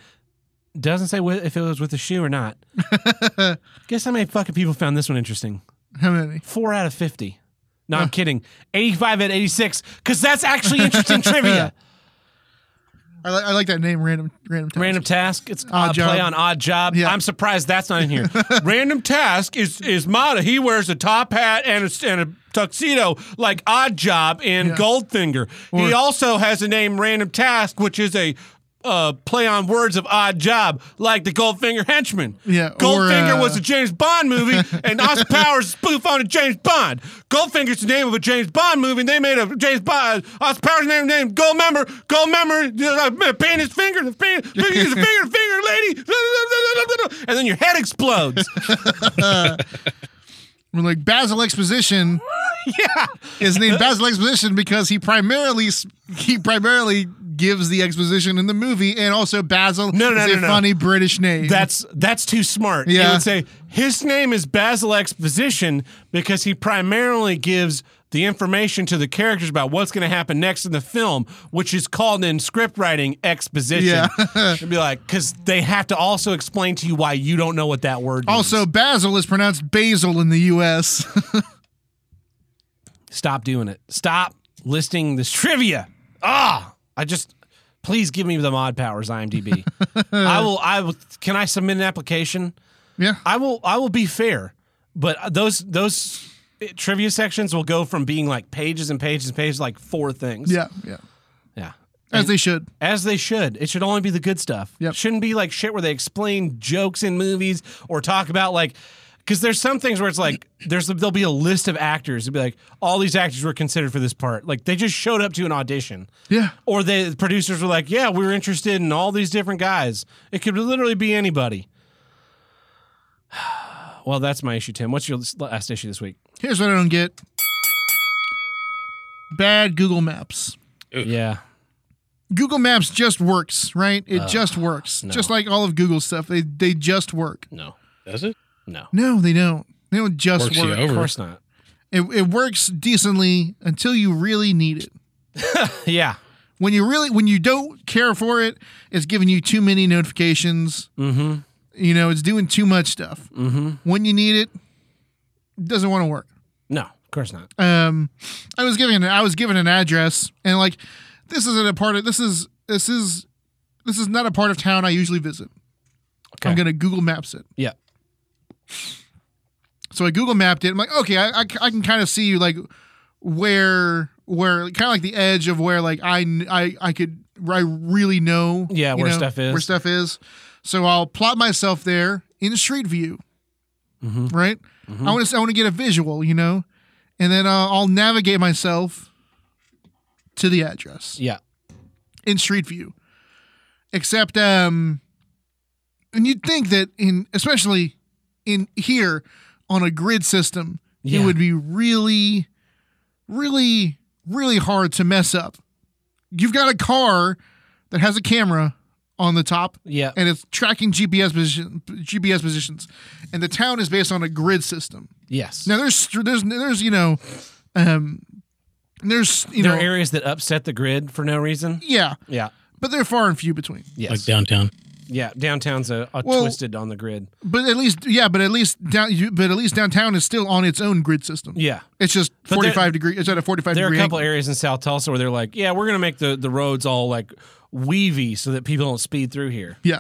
Speaker 1: Doesn't say wh- if it was with a shoe or not. Guess how many fucking people found this one interesting?
Speaker 2: How many?
Speaker 1: four out of 50. No, I'm kidding. 85 out of 86, because that's actually interesting trivia.
Speaker 2: I, li- I like that name, random, random, task.
Speaker 1: Random task. It's
Speaker 2: Odd
Speaker 1: odd play
Speaker 2: job.
Speaker 1: on odd job.
Speaker 2: Yeah.
Speaker 1: I'm surprised that's not in here. Random task is is Mata. He wears a top hat and a, and a tuxedo like odd job in
Speaker 2: Yeah.
Speaker 1: Goldfinger. he
Speaker 2: Or-
Speaker 1: also has a name random task, which is a uh, play on words of odd job, like the Goldfinger henchman.
Speaker 2: Yeah, or,
Speaker 1: Goldfinger was
Speaker 2: uh,
Speaker 1: a James Bond movie, and Austin Powers is spoof on a James Bond. Goldfinger's the name of a James Bond movie, and they made a James Bond. Uh, Austin Powers' name, name Gold Member, Gold Member, uh, pin his finger, the pin, finger, the finger, the finger, lady, and then your head explodes.
Speaker 2: We're like Basil Exposition. yeah, is named Basil Exposition because he primarily s- he primarily gives the exposition in the movie, and also Basil
Speaker 1: No, no,
Speaker 2: is
Speaker 1: no,
Speaker 2: a
Speaker 1: no, no.
Speaker 2: funny British name.
Speaker 1: That's that's too smart. It
Speaker 2: Yeah.
Speaker 1: would say his name is Basil Exposition because he primarily gives the information to the characters about what's going to happen next in the film, which is called in script writing exposition.
Speaker 2: Yeah.
Speaker 1: It'd be like because they have to also explain to you why you don't know what that word. means.
Speaker 2: also Basil is pronounced Basil in the U.S.
Speaker 1: stop doing it. Stop listing this trivia. Ah, I just please give me the mod powers, IMDb. I will. I will. Can I submit an application?
Speaker 2: yeah,
Speaker 1: I will I will be fair, but those those trivia sections will go from being like pages and pages and pages, like four things.
Speaker 2: yeah, yeah.
Speaker 1: yeah.
Speaker 2: As they should.
Speaker 1: As they should. It should only be the good stuff.
Speaker 2: Yep.
Speaker 1: It shouldn't be like shit where they explain jokes in movies or talk about like because there's some things where it's like there's there'll be a list of actors and be like all these actors were considered for this part like they just showed up to an audition
Speaker 2: Yeah.
Speaker 1: or the producers were like yeah we were interested in all these different guys it could literally be anybody well that's my issue tim what's your last issue this week
Speaker 2: Here's what I don't get. Bad Google Maps.
Speaker 1: yeah
Speaker 2: Google Maps just works, right?
Speaker 1: Uh,
Speaker 2: It just works. Just like all of Google stuff. They they just work.
Speaker 1: no
Speaker 3: Does it?
Speaker 1: no
Speaker 2: No, they don't. They don't just
Speaker 3: Works you
Speaker 2: work.
Speaker 1: of
Speaker 3: over.
Speaker 1: course not
Speaker 2: It, it works decently until you really need it.
Speaker 1: yeah
Speaker 2: When you really when you don't care for it, it's giving you too many notifications.
Speaker 1: mm-hmm
Speaker 2: You know, it's doing too much stuff.
Speaker 1: mm-hmm
Speaker 2: When you need it, it doesn't want to work.
Speaker 1: no of course not
Speaker 2: um i was given i was given an address and like this isn't a part of this is this is this is not a part of town i usually visit i'm
Speaker 1: Okay.
Speaker 2: gonna google maps it
Speaker 1: yeah
Speaker 2: so i google mapped it i'm like okay i, I, I can kind of see like where where kind of like the edge of where like i kn- i, I could where i really know
Speaker 1: Yeah,
Speaker 2: you
Speaker 1: where
Speaker 2: know,
Speaker 1: stuff is.
Speaker 2: where stuff is so i'll plot myself there in street view
Speaker 1: Mhm.
Speaker 2: right i want to i want to get a visual you know and then uh, i'll navigate myself to the address
Speaker 1: yeah
Speaker 2: in Street View. Except, um, and you'd think that in, especially in here on a grid system,
Speaker 1: Yeah.
Speaker 2: it would be really, really, really hard to mess up. You've got a car that has a camera on the top
Speaker 1: Yeah.
Speaker 2: and it's tracking GPS position, GPS positions, and the town is based on a grid system.
Speaker 1: yes.
Speaker 2: Now there's there's there's you know, um, there's you
Speaker 1: there
Speaker 2: know
Speaker 1: are areas that upset the grid for no reason.
Speaker 2: yeah,
Speaker 1: Yeah.
Speaker 2: but they're far and few between.
Speaker 1: Yes.
Speaker 3: Like downtown.
Speaker 1: yeah. Downtown's a, a
Speaker 2: Well-
Speaker 1: twisted on the grid.
Speaker 2: But at least, yeah, but at least down, you- but at least downtown is still on its own grid system.
Speaker 1: Yeah.
Speaker 2: it's just
Speaker 1: there-
Speaker 2: forty five degree. It's at a forty five
Speaker 1: There are a
Speaker 2: degree.
Speaker 1: couple
Speaker 2: angle.
Speaker 1: areas in South Tulsa where they're like, yeah, we're going to make the, the roads all like weavy so that people don't speed through here.
Speaker 2: yeah.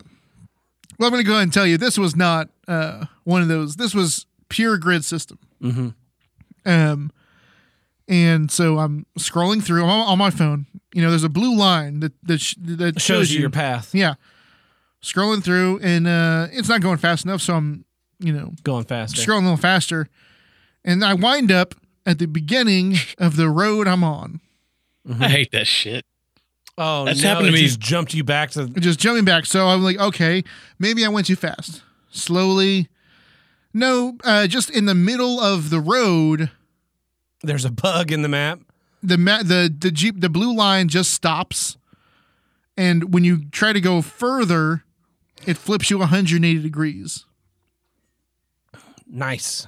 Speaker 2: Well, I'm going to go ahead and tell you this was not uh, one of those. This was pure grid system. Mm-hmm. Um, and so I'm scrolling through on, on my phone. You know, there's a blue line that that, sh- that
Speaker 1: Shows, you your path
Speaker 2: Yeah, scrolling through, and uh, it's not going fast enough. So I'm, you know,
Speaker 1: going faster.
Speaker 2: scrolling a little faster, and I wind up at the beginning of the road I'm on.
Speaker 1: Mm-hmm.
Speaker 3: I hate that shit.
Speaker 1: Oh,
Speaker 3: That's
Speaker 1: no,
Speaker 3: happened to
Speaker 1: it
Speaker 3: me.
Speaker 1: just jumped you back to.
Speaker 2: Just jumping back. So I'm like, okay, maybe I went too fast. Slowly. No, uh, just in the middle of the road,
Speaker 1: There's a bug in the map.
Speaker 2: the ma- the the jeep, the blue line just stops, and when you try to go further, it flips you 180 degrees
Speaker 1: Nice.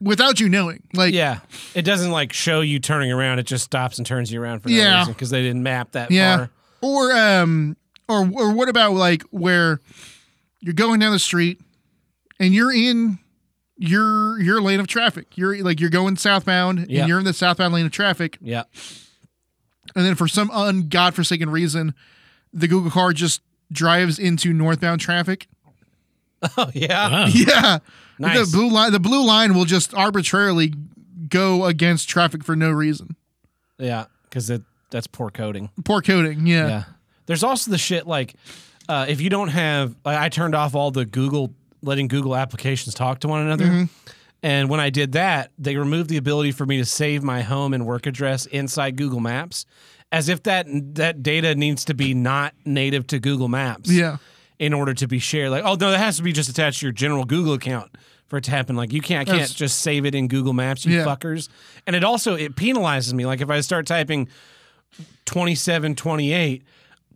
Speaker 2: without you knowing. Like,
Speaker 1: Yeah. It doesn't like show you turning around. It just stops and turns you around for no
Speaker 2: Yeah.
Speaker 1: because they didn't map that
Speaker 2: Yeah.
Speaker 1: far.
Speaker 2: Or um or or what about like where you're going down the street and you're in your your lane of traffic. You're like you're going southbound
Speaker 1: Yeah.
Speaker 2: and you're in the southbound lane of traffic
Speaker 1: Yeah.
Speaker 2: And then for some ungodforsaken reason, the Google car just drives into northbound traffic.
Speaker 1: Oh yeah.
Speaker 3: Wow.
Speaker 2: Yeah.
Speaker 1: Nice.
Speaker 2: The blue line the blue line will just arbitrarily go against traffic for no reason.
Speaker 1: Yeah, because that's poor coding.
Speaker 2: Poor coding, yeah.
Speaker 1: Yeah. There's also the shit like uh, if you don't have, like, I turned off all the Google, letting Google applications talk to one another. And when I did that, they removed the ability for me to save my home and work address inside Google Maps, as if that that data needs to be not native to Google Maps.
Speaker 2: Yeah.
Speaker 1: In order to be shared, like oh no, that has to be just attached to your general Google account for it to happen. Like you can't, I can't
Speaker 2: That's-
Speaker 1: just save it in Google Maps, you
Speaker 2: Yeah.
Speaker 1: fuckers. And it also it penalizes me. Like if I start typing 27, 28,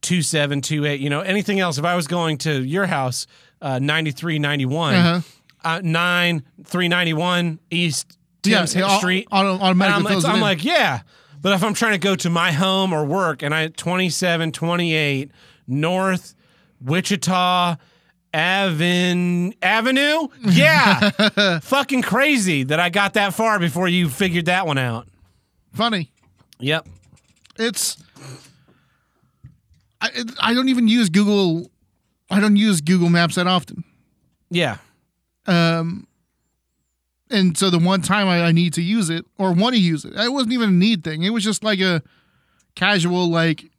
Speaker 1: 27, 28, you know, anything else, if I was going to your house, uh, 93, 91,
Speaker 2: Uh-huh.
Speaker 1: uh, 9, 391 East
Speaker 2: Yeah,
Speaker 1: Tim's
Speaker 2: it au-
Speaker 1: Street.
Speaker 2: auto-
Speaker 1: And
Speaker 2: automatically
Speaker 1: I'm, it's-
Speaker 2: fills it
Speaker 1: I'm
Speaker 2: in.
Speaker 1: like, yeah. But if I'm trying to go to my home or work and I 27, 28 North Wichita Aven- Avenue, yeah. Fucking crazy that I got that far before you figured that one out.
Speaker 2: funny.
Speaker 1: Yep.
Speaker 2: it's I, it- I don't even use Google I don't use Google Maps that often.
Speaker 1: Yeah.
Speaker 2: And so the one time I, I need to use it or want to use it, it wasn't even a need thing. It was just like a casual like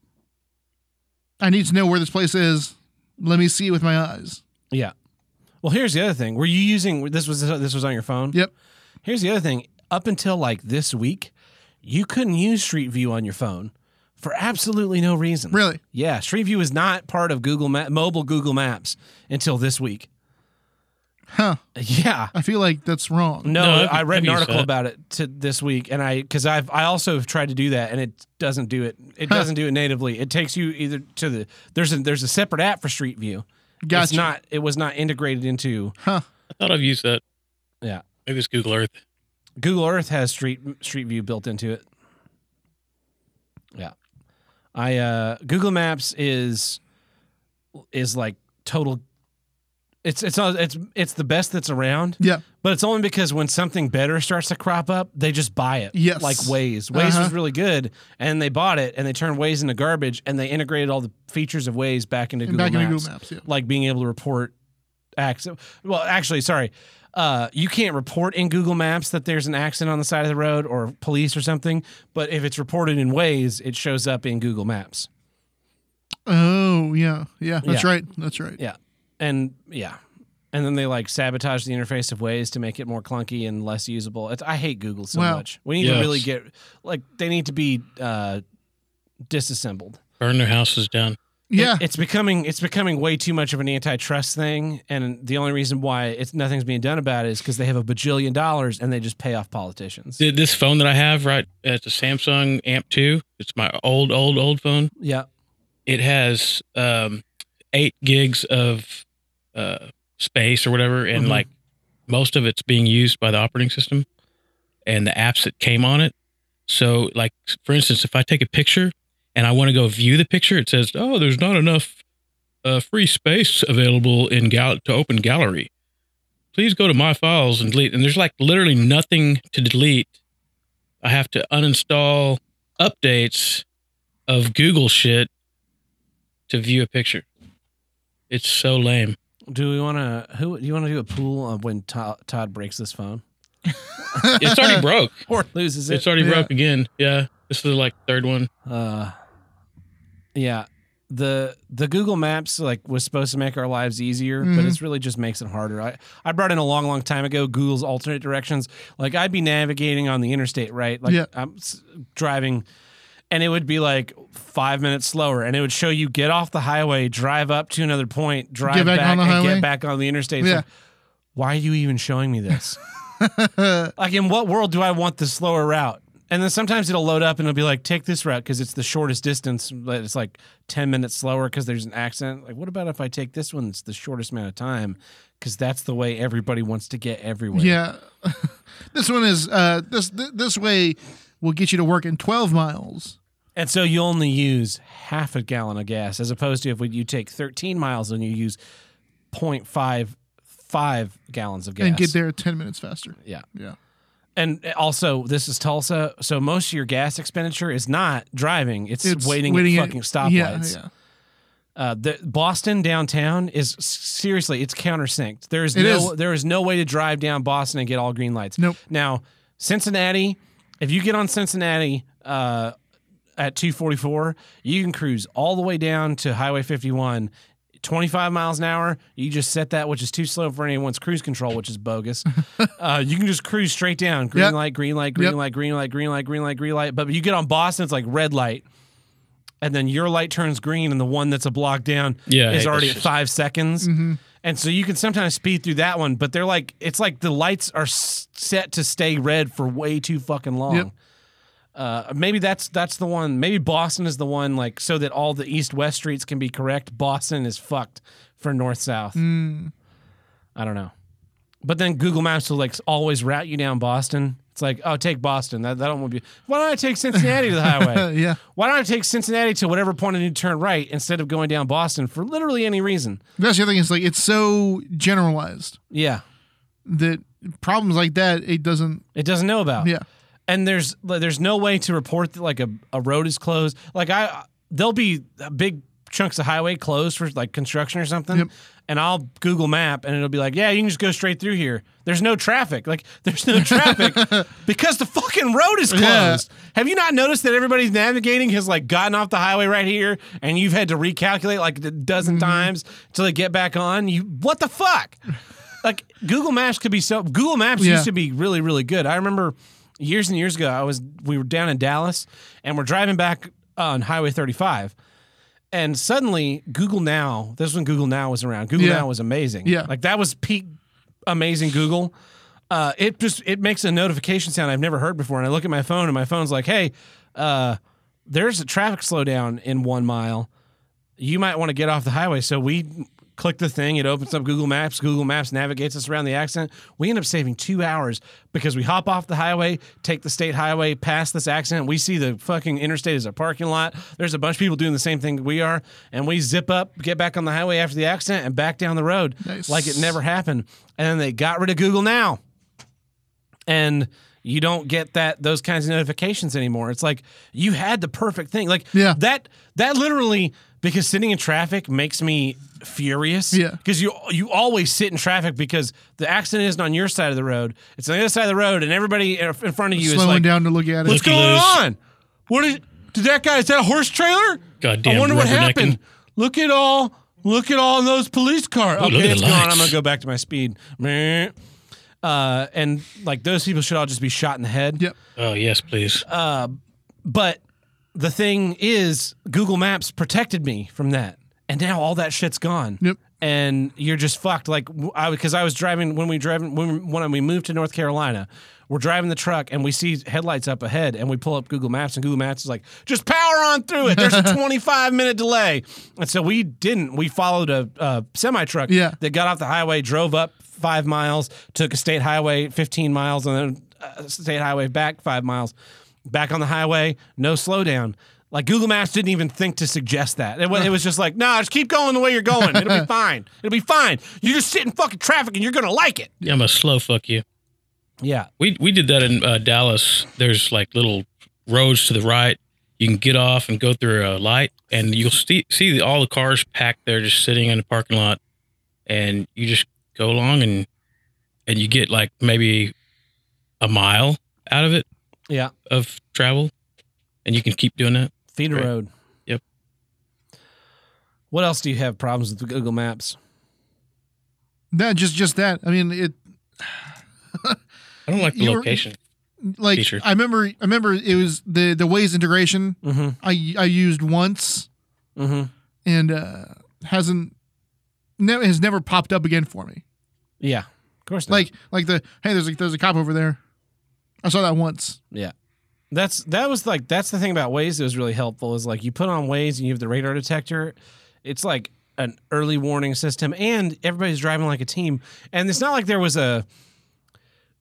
Speaker 2: I need to know where this place is. Let me see it with my eyes.
Speaker 1: Yeah. Well, here's the other thing. Were you using this was this was on your phone?
Speaker 2: Yep.
Speaker 1: Here's the other thing. Up until like this week, you couldn't use Street View on your phone for absolutely no reason.
Speaker 2: Really?
Speaker 1: Yeah, Street View is not part of Google Ma- mobile Google Maps until this week.
Speaker 2: Huh.
Speaker 1: Yeah.
Speaker 2: I feel like that's wrong.
Speaker 1: No,
Speaker 3: No, I've-
Speaker 1: I read
Speaker 3: I've
Speaker 1: an
Speaker 3: used
Speaker 1: article
Speaker 3: that.
Speaker 1: about it to this week, and I because I've I also have tried to do that, and it doesn't do it. It
Speaker 2: Huh.
Speaker 1: doesn't do it natively. It takes you either to the there's a there's a separate app for Street View. It's
Speaker 2: Gotcha.
Speaker 1: not it was not integrated into
Speaker 3: I thought I've used that.
Speaker 1: Yeah.
Speaker 3: Maybe it's Google Earth.
Speaker 1: Google Earth has Street Street View built into it. Yeah, I uh, Google Maps is is like total. It's it's not- it's it's the best that's around,
Speaker 2: Yeah.
Speaker 1: but it's only because when something better starts to crop up, they just buy it.
Speaker 2: Yes.
Speaker 1: like Waze. Waze
Speaker 2: Uh-huh.
Speaker 1: was really good, and they bought it and they turned Waze into garbage, and they integrated all the features of Waze back into
Speaker 2: And
Speaker 1: Google
Speaker 2: back
Speaker 1: Maps
Speaker 2: into Google Maps. Yeah.
Speaker 1: like being able to report accident. Well, actually, sorry. Uh, you can't report in Google Maps that there's an accident on the side of the road or police or something, but if it's reported in Waze, it shows up in Google Maps.
Speaker 2: Oh yeah. Yeah. That's
Speaker 1: Yeah.
Speaker 2: right. That's right.
Speaker 1: Yeah. And yeah. And then they like sabotage the interface of Waze to make it more clunky and less usable. It's, I hate Google so
Speaker 2: Wow.
Speaker 1: much. We need to
Speaker 3: Yes.
Speaker 1: really get like they need to be uh, disassembled.
Speaker 3: Burn their houses down.
Speaker 2: Yeah.
Speaker 1: it's becoming it's becoming way too much of an antitrust thing, and the only reason why it's nothing's being done about it is because they have a bajillion dollars and they just pay off politicians.
Speaker 3: Did this phone that I have right? uh, It's a Samsung Amp Two. It's my old, old, old phone.
Speaker 1: Yeah,
Speaker 3: It has um, eight gigs of uh, space or whatever, and
Speaker 1: Mhm.
Speaker 3: like most of it's being used by the operating system and the apps that came on it. So, like for instance, if I take a picture and I want to go view the picture, it says, "Oh, there's not enough uh, free space available in gal- to open gallery. Please go to my files and delete." And there's like literally nothing to delete. I have to uninstall updates of Google shit to view a picture. It's so lame.
Speaker 1: do we want to? Who do you want to do a pool of when Todd, Todd breaks this phone
Speaker 3: It's already broke.
Speaker 1: or loses
Speaker 3: It's
Speaker 1: it?
Speaker 3: already
Speaker 2: Yeah.
Speaker 3: broke again. Yeah. This is like third one.
Speaker 1: Uh, yeah, the the Google Maps like was supposed to make our lives easier, but
Speaker 2: Mhm.
Speaker 1: it's really just makes it harder. I I brought in a long, long time ago Google's alternate directions. Like I'd be navigating on the interstate, right? Like
Speaker 2: Yeah.
Speaker 1: I'm s- driving. and it would be like five minutes slower, and it would show you get off the highway, drive up to another point, drive
Speaker 2: Get back
Speaker 1: back,
Speaker 2: on the
Speaker 1: and
Speaker 2: highway?
Speaker 1: get back on the interstate. It's
Speaker 2: Yeah.
Speaker 1: like, why are you even showing me this? like, in what world do I want the slower route? And then sometimes it'll load up and it'll be like, take this route because it's the shortest distance, but it's like 10 minutes slower because there's an accident. Like, what about if I take this one? It's the shortest amount of time because that's the way everybody wants to get everywhere.
Speaker 2: Yeah. this one is uh this th- this way will get you to work in 12 miles.
Speaker 1: And so you only use half a gallon of gas as opposed to if you take 13 miles and you use 0.55 gallons of gas.
Speaker 2: and get there 10 minutes faster.
Speaker 1: Yeah.
Speaker 2: Yeah.
Speaker 1: And also, this is Tulsa, so most of your gas expenditure is not driving; it's, waiting, at fucking
Speaker 2: yeah,
Speaker 1: stoplights.
Speaker 2: yeah.
Speaker 1: Uh, the Boston downtown is seriously it's countersinked. There is
Speaker 2: It
Speaker 1: no
Speaker 2: is.
Speaker 1: there is no way to drive down Boston and get all green lights.
Speaker 2: Nope.
Speaker 1: Now Cincinnati, if you get on Cincinnati uh, at 244, you can cruise all the way down to Highway 51. 25 miles an hour, you just set that, which is too slow for anyone's cruise control, which is bogus. uh, you can just cruise straight down, green
Speaker 2: Yep.
Speaker 1: light, green light, green
Speaker 2: Yep.
Speaker 1: light, green light, green light, green light, green light. But you get on Boston, it's like red light, and then your light turns green, and the one that's a block down
Speaker 3: Yeah,
Speaker 1: is
Speaker 3: it's
Speaker 1: already at
Speaker 3: just-
Speaker 1: five seconds. And so you can sometimes speed through that one, but they're like, it's like the lights are s- set to stay red for way too fucking long.
Speaker 2: Yep.
Speaker 1: Uh, maybe that's that's the one. Maybe Boston is the one, like, so that all the east west streets can be correct. Boston is fucked for north south. I don't know. But then Google Maps will like always route you down Boston. It's like, oh, take Boston. That that won't be. Why don't I take Cincinnati to the
Speaker 2: Uh,
Speaker 1: highway?
Speaker 2: yeah.
Speaker 1: Why don't I take Cincinnati to whatever point I need to turn right instead of going down Boston for literally any reason?
Speaker 2: That's the other thing. It's like it's so generalized
Speaker 1: Yeah,
Speaker 2: that problems like that it doesn't.
Speaker 1: it doesn't know about.
Speaker 2: Yeah.
Speaker 1: and there's there's no way to report that like a, a road is closed. Like I there'll be big chunks of highway closed for like construction or something.
Speaker 2: Yep.
Speaker 1: And I'll Google map and it'll be like, yeah, you can just go straight through here. There's no traffic. Like there's no traffic because the fucking road is closed.
Speaker 2: Yeah.
Speaker 1: Have you not noticed that everybody's navigating has like gotten off the highway right here and you've had to recalculate like a
Speaker 2: Mm-hmm.
Speaker 1: dozen times till they get back on? You what the fuck? like Google Maps could be so Google Maps
Speaker 2: Yeah.
Speaker 1: used to be really really good. I remember years and years ago I was we were down in Dallas and we're driving back on Highway 35 and suddenly Google Now, this is when Google Now was around. Google
Speaker 2: Yeah.
Speaker 1: Now was amazing.
Speaker 2: Yeah.
Speaker 1: Like that was peak amazing Google. Uh, it just it makes a notification sound I've never heard before and I look at my phone and my phone's like, "Hey, uh, there's a traffic slowdown in 1 mile. You might want to get off the highway." So we click the thing, it opens up Google Maps. Google Maps navigates us around the accident. We end up saving 2 hours because we hop off the highway, take the state highway past this accident. We see the fucking interstate is a parking lot. There's a bunch of people doing the same thing we are and we zip up, get back on the highway after the accident and back down the road
Speaker 2: Nice.
Speaker 1: like it never happened. And then they got rid of Google Now and you don't get that those kinds of notifications anymore. It's like you had the perfect thing. Like
Speaker 2: Yeah.
Speaker 1: that that literally because sitting in traffic makes me furious.
Speaker 2: Yeah.
Speaker 1: Because you you always sit in traffic because the accident isn't on your side of the road. It's on the other side of the road, and everybody in front of you
Speaker 2: Slowing
Speaker 1: is like,
Speaker 2: down to look at it.
Speaker 1: "What's
Speaker 3: Looky
Speaker 1: going
Speaker 3: loose.
Speaker 1: on? What is, did that guy? Is that a horse trailer?
Speaker 3: Goddamn
Speaker 1: I wonder what
Speaker 3: rubbernecking.
Speaker 1: happened. Look at all." Look at all those police cars.
Speaker 3: Ooh,
Speaker 1: Okay,
Speaker 3: look at
Speaker 1: it's
Speaker 3: the
Speaker 1: gone.
Speaker 3: lights.
Speaker 1: I'm gonna go back to my speed. Meh. Uh, and like those people should all just be shot in the head.
Speaker 2: Yep.
Speaker 3: Oh yes, please.
Speaker 1: Uh, But the thing is, Google Maps protected me from that, and now all that shit's gone.
Speaker 2: Yep.
Speaker 1: And you're just fucked. Like w- I, because I was driving when we driving when we, when we moved to North Carolina, we're driving the truck and we see headlights up ahead, and we pull up Google Maps, and Google Maps is like, just power on through it. There's a 25 minute delay, and so we didn't. We followed a, a semi truck
Speaker 2: Yeah.
Speaker 1: that got off the highway, drove up five miles, took a state highway 15 miles, and then uh, state highway back five miles, back on the highway, no slowdown. Like Google Maps didn't even think to suggest that. It, wa- it was just like, no, just keep going the way you're going. It'll be fine. It'll be fine. You just sit in fucking traffic and you're gonna like it.
Speaker 3: Yeah, I'm a slow fuck you.
Speaker 1: Yeah.
Speaker 3: We we did that in uh, Dallas. There's like little roads to the right. You can get off and go through a light, and you'll see see the, all the cars packed there, just sitting in the parking lot, and you just go along and and you get like maybe a mile out of it
Speaker 1: Yeah.
Speaker 3: of travel, and you can keep doing that.
Speaker 1: Feeder
Speaker 3: Right.
Speaker 1: road.
Speaker 3: Yep.
Speaker 1: What else do you have problems with Google Maps?
Speaker 2: That just just that. I mean, it
Speaker 3: I don't like the
Speaker 2: You're-
Speaker 3: location.
Speaker 2: like
Speaker 3: Feature.
Speaker 2: I remember. I remember it was the the ways integration.
Speaker 1: Mm-hmm.
Speaker 2: I I used once
Speaker 1: Mm-hmm.
Speaker 2: and uh hasn't never has never popped up again for me.
Speaker 1: Yeah. Of course. Not.
Speaker 2: Like like the hey, there's a, there's a cop over there. I saw that once.
Speaker 1: Yeah. That's that was like that's the thing about Waze that was really helpful is like you put on Waze and you have the radar detector. It's like an early warning system and everybody's driving like a team. And it's not like there was a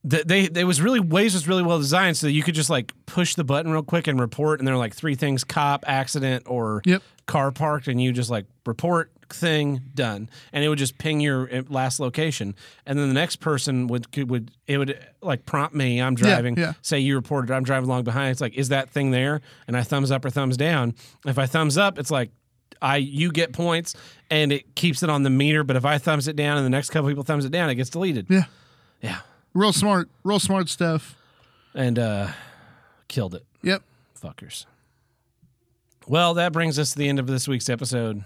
Speaker 1: th- they they was really ways was really well designed so that you could just like push the button real quick and report and there were like three things cop accident or
Speaker 2: Yep.
Speaker 1: car parked and you just like report thing done and it would just ping your uh, last location and then the next person would could, would it would like prompt me I'm driving
Speaker 2: yeah.
Speaker 1: say you reported I'm driving along behind it's like is that thing there and I thumbs up or thumbs down if I thumbs up it's like I you get points and it keeps it on the meter but if I thumbs it down and the next couple people thumbs it down it gets deleted
Speaker 2: Yeah.
Speaker 1: yeah
Speaker 2: Real smart, real smart stuff.
Speaker 1: and uh killed it
Speaker 2: Yep.
Speaker 1: fuckers well that brings us to the end of this week's episode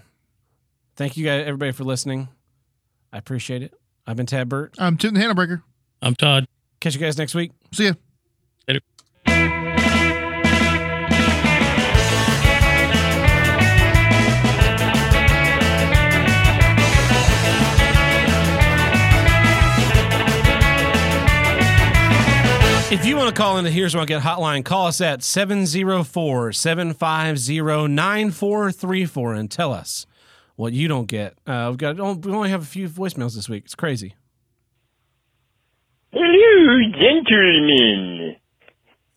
Speaker 1: thank you guys everybody for listening i appreciate it i've been tad burt
Speaker 2: I'm Tim Um, the Handle Breaker.
Speaker 3: I'm Todd.
Speaker 1: catch you guys next week
Speaker 2: See ya.
Speaker 1: If you want to call into Here's What I Get Hotline, call us at 704 750 9434 and tell us what you don't get. Uh, we've got we only have a few voicemails this week. It's crazy.
Speaker 6: Hello, gentlemen.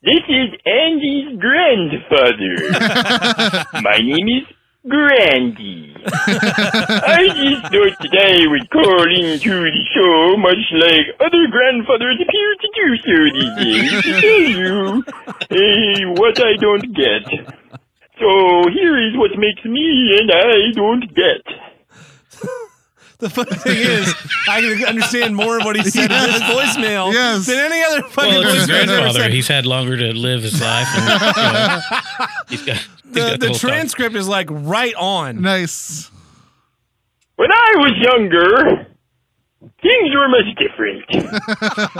Speaker 6: This is Andy's grandfather. My name is Grandy. I just thought today we'd call into the show, much like other grandfathers appear to do so these days, to tell you eh, what I don't get. So here is what makes me and I don't get.
Speaker 1: The funny thing is, I can understand more of what he said in this voicemail
Speaker 2: Yes.
Speaker 1: than any other fucking
Speaker 3: Well, it's his
Speaker 1: voicemail I've ever
Speaker 3: grandfather.
Speaker 1: sent.
Speaker 3: He's had longer to live his life. And, you know, he's got, he's
Speaker 1: The,
Speaker 3: got
Speaker 1: the
Speaker 3: whole time.
Speaker 1: transcript is like right on.
Speaker 2: Nice.
Speaker 6: When I was younger, things were much different.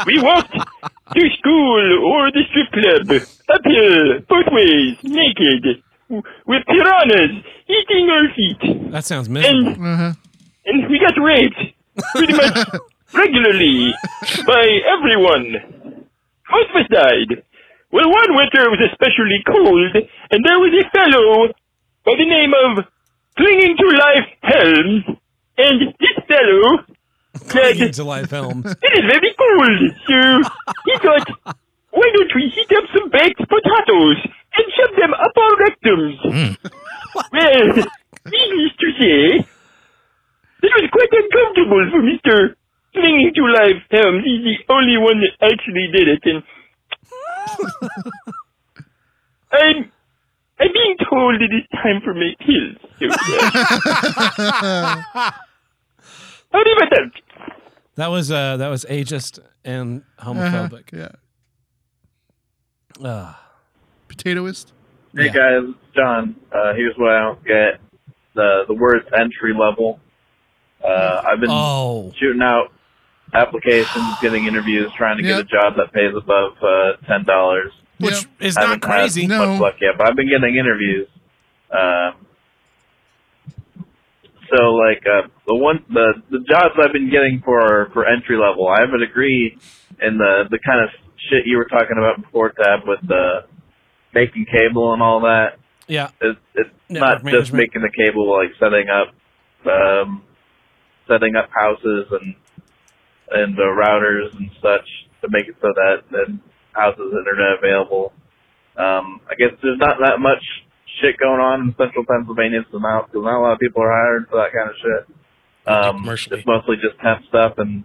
Speaker 6: we walked to school or the strip club, uphill, both ways, naked, w- with piranhas eating our feet.
Speaker 1: That sounds
Speaker 6: And,
Speaker 1: miserable.
Speaker 2: Uh-huh.
Speaker 6: and we got raped pretty much regularly by everyone. Most of us died. Well, one winter was especially cold, and there was a fellow by the name of Clinging to Life Helms, and this fellow said,
Speaker 1: Into life Helms.
Speaker 6: It is very cold, so he thought, why don't we heat up some baked potatoes and shove them up our rectums? well, needless to say, it was quite uncomfortable for Mr. Clinging to Life Helms. He's the only one that actually did it, and I'm I'm being told it is time for my pills. So, yeah. How do you about that?
Speaker 1: That was uh, that was ageist and
Speaker 2: Uh-huh.
Speaker 1: homophobic.
Speaker 2: Yeah.
Speaker 1: Ugh.
Speaker 2: Potatoist.
Speaker 7: Hey
Speaker 1: Yeah.
Speaker 7: guys, it's John. Uh, here's what I don't get: the the words entry level. Uh, I've been
Speaker 1: oh,
Speaker 7: shooting out applications, getting interviews, trying to
Speaker 2: Yep.
Speaker 7: get a job that pays above uh, ten dollars.
Speaker 1: which is
Speaker 7: I
Speaker 1: not
Speaker 7: haven't had
Speaker 1: crazy.
Speaker 2: No.
Speaker 7: Much luck yet, but I've been getting interviews. Um, so like uh, the one the the jobs I've been getting for for entry level, I have a degree in the the kind of shit you were talking about before, Tab, with uh, making cable and all that
Speaker 1: Yeah,
Speaker 7: it's, it's
Speaker 1: Network
Speaker 7: not just
Speaker 1: management.
Speaker 7: making the cable, like setting up, um, setting up houses and and uh, routers and such to make it so that that houses internet available. Um, I guess there's not that much shit going on in Central Pennsylvania, so not because not a lot of people are hired for that kind of shit. Um,
Speaker 3: Commercially.
Speaker 7: it's mostly just temp stuff and.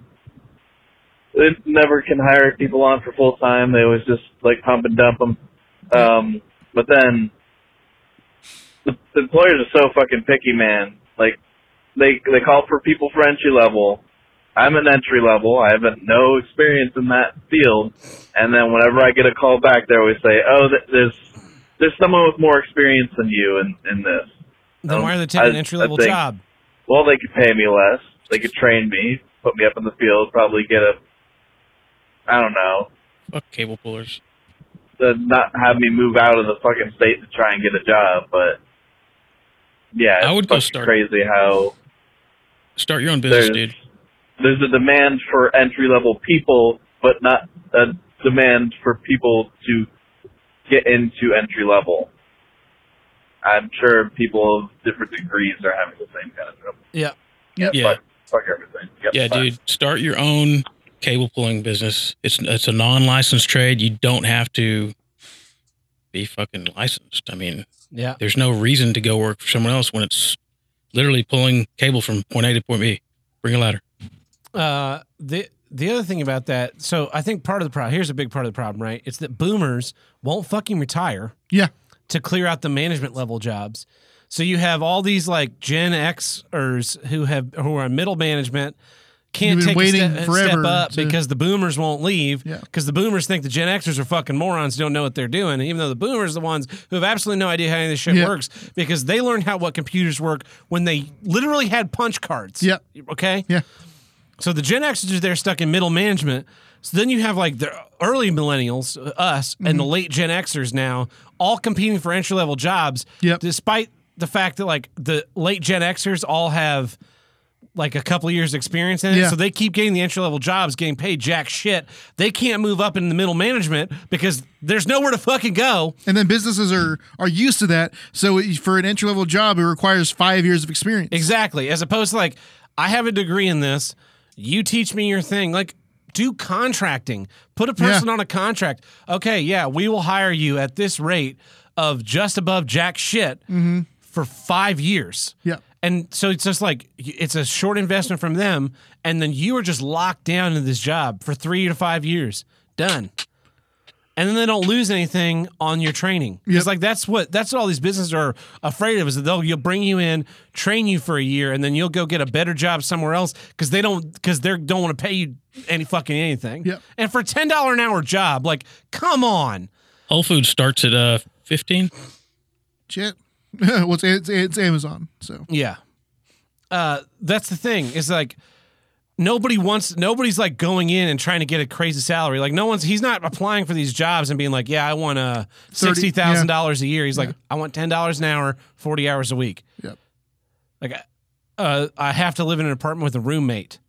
Speaker 7: They never can hire people on for full time. They always just like pump and dump them. Um, but then the, the employers are so fucking picky, man. Like they they call for people for entry level. I'm an entry level. I have no experience in that field. And then whenever I get a call back, they always say, "Oh, th- there's there's someone with more experience than you in in this."
Speaker 1: then
Speaker 7: Um,
Speaker 1: why are they taking
Speaker 7: I-
Speaker 1: an entry level
Speaker 7: I think-
Speaker 1: job?
Speaker 7: Well, they could pay me less. They could train me, put me up in the field, probably get a I don't know,
Speaker 3: Fuck cable pullers.
Speaker 7: to not have me move out of the fucking state to try and get a job, but yeah,
Speaker 3: I
Speaker 7: it's
Speaker 3: would go
Speaker 7: fucking
Speaker 3: start-
Speaker 7: crazy how
Speaker 3: Start your own business,
Speaker 7: There's-
Speaker 3: dude.
Speaker 7: there's a demand for entry level people, but not a demand for people to get into entry level. I'm sure people of different degrees are having the same kind of trouble.
Speaker 1: Yeah.
Speaker 3: Yeah.
Speaker 7: Fuck, fuck everything. Yep,
Speaker 3: Yeah,
Speaker 7: fine.
Speaker 3: dude. Start your own cable pulling business. It's it's a non-licensed trade. You don't have to be fucking licensed. I mean,
Speaker 1: Yeah.
Speaker 3: there's no reason to go work for someone else when it's literally pulling cable from point A to point B. Bring a ladder.
Speaker 1: Uh, the the other thing about that, so I think part of the problem here's a big part of the problem, right? It's that boomers won't fucking retire.
Speaker 2: Yeah.
Speaker 1: To clear out the management level jobs. So you have all these like Gen Xers who have who are in middle management can't
Speaker 2: You've been
Speaker 1: take a
Speaker 2: waiting
Speaker 1: step, a
Speaker 2: forever
Speaker 1: step up
Speaker 2: to-
Speaker 1: because the boomers won't leave
Speaker 2: Yeah.
Speaker 1: because the boomers think the Gen Xers are fucking morons don't know what they're doing even though the boomers are the ones who have absolutely no idea how any of this shit
Speaker 2: Yeah.
Speaker 1: works because they learned how what computers work when they literally had punch cards.
Speaker 2: Yeah.
Speaker 1: Okay?
Speaker 2: Yeah.
Speaker 1: So the Gen Xers they're stuck in middle management. So then you have like the early millennials, uh, us, and the
Speaker 2: Mm-hmm.
Speaker 1: late Gen Xers now all competing for entry level jobs.
Speaker 2: Yep.
Speaker 1: Despite the fact that like the late Gen Xers all have like a couple years experience in it,
Speaker 2: Yeah.
Speaker 1: so they keep getting the entry level jobs, getting paid jack shit. They can't move up in the middle management because there's nowhere to fucking go.
Speaker 2: And then businesses are are used to that. So it- for an entry level job, it requires five years of experience.
Speaker 1: Exactly. As opposed to like, I have a degree in this. You teach me your thing. Like, do contracting. Put a person
Speaker 2: Yeah.
Speaker 1: on a contract. Okay, yeah, we will hire you at this rate of just above jack shit for five years.
Speaker 2: Mm-hmm. Yeah.
Speaker 1: And so it's just like it's a short investment from them, and then you are just locked down in this job for three to five years. Done. And then they don't lose anything on your training. It's
Speaker 2: Yep.
Speaker 1: like that's what that's what all these businesses are afraid of is that they'll you'll bring you in, train you for a year, and then you'll go get a better job somewhere else because they don't because they don't want to pay you any fucking anything.
Speaker 2: Yep.
Speaker 1: And for a ten dollar an hour job, like come on.
Speaker 3: Whole Foods starts at uh 15.
Speaker 2: Shit. well, it's, it's, it's Amazon. So
Speaker 1: Yeah. Uh, that's the thing. Is like nobody wants nobody's like going in and trying to get a crazy salary. Like no one's he's not applying for these jobs and being like, yeah, I want uh sixty thousand dollars a year. He's like, I want ten dollars an hour, forty hours a week.
Speaker 2: Yep.
Speaker 1: Like, uh, I have to live in an apartment with a roommate,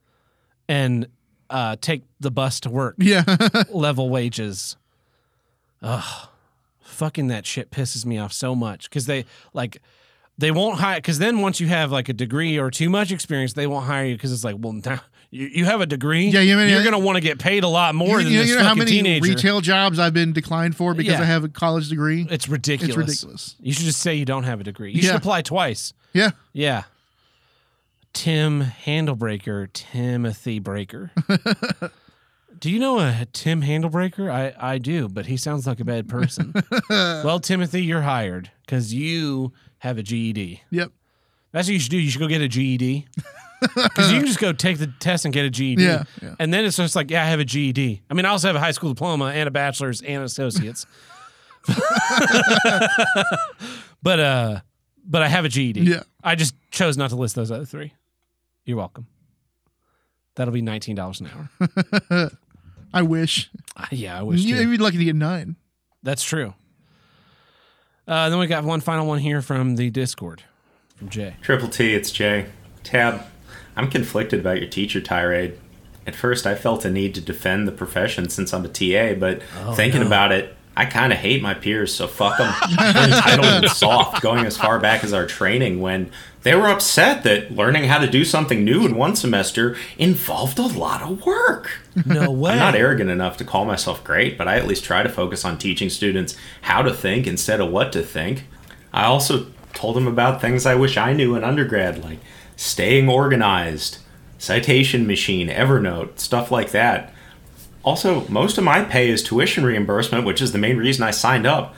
Speaker 1: and uh, take the bus to work.
Speaker 2: yeah,
Speaker 1: level wages. Ugh, fucking that shit pisses me off so much because they like they won't hire because then once you have like a degree or too much experience, they won't hire you because it's like, well, now you, you have a degree,
Speaker 2: Yeah, you mean-
Speaker 1: you're gonna want to get paid a lot more
Speaker 2: you,
Speaker 1: than
Speaker 2: you know,
Speaker 1: this
Speaker 2: you know how
Speaker 1: fucking
Speaker 2: many
Speaker 1: teenager.
Speaker 2: retail jobs I've been declined for because
Speaker 1: Yeah.
Speaker 2: I have a college degree.
Speaker 1: it's ridiculous.
Speaker 2: It's ridiculous.
Speaker 1: You should just say you don't have a degree. You
Speaker 2: Yeah.
Speaker 1: should apply twice.
Speaker 2: Yeah,
Speaker 1: Yeah. Tim Handlebreaker, Timothy Breaker. do you know a Tim Handlebreaker? I, I do, but he sounds like a bad person. well, Timothy, you're hired because you have a E GED.
Speaker 2: yep,
Speaker 1: That's what you should do. You should go get a GED. Because you can just go take the test and get a GED.
Speaker 2: Yeah, yeah.
Speaker 1: And then it's just like, yeah, I have a GED. I mean, I also have a high school diploma and a bachelor's and associates. but uh but I have a GED.
Speaker 2: Yeah.
Speaker 1: I just chose not to list those other three. You're welcome. That'll be nineteen dollars an hour.
Speaker 2: I wish.
Speaker 1: yeah, I wish.
Speaker 2: You,
Speaker 1: too.
Speaker 2: you'd be lucky to get nine.
Speaker 1: That's true. Uh, then we got one final one here from the Discord from Jay.
Speaker 8: Triple T, it's Jay. Tab, I'm conflicted about your teacher tirade. At first, I felt a need to defend the profession since I'm a TA, but thinking about it, I kind of hate my peers, so fuck them. entitled and soft, going as far back as our training when they were upset that learning how to do something new in one semester involved a lot of work.
Speaker 1: No way.
Speaker 8: I'm not arrogant enough to call myself great, but I at least try to focus on teaching students how to think instead of what to think. I also told them about things I wish I knew in undergrad, like staying organized, citation machine, Evernote, stuff like that. Also, most of my pay is tuition reimbursement, which is the main reason I signed up.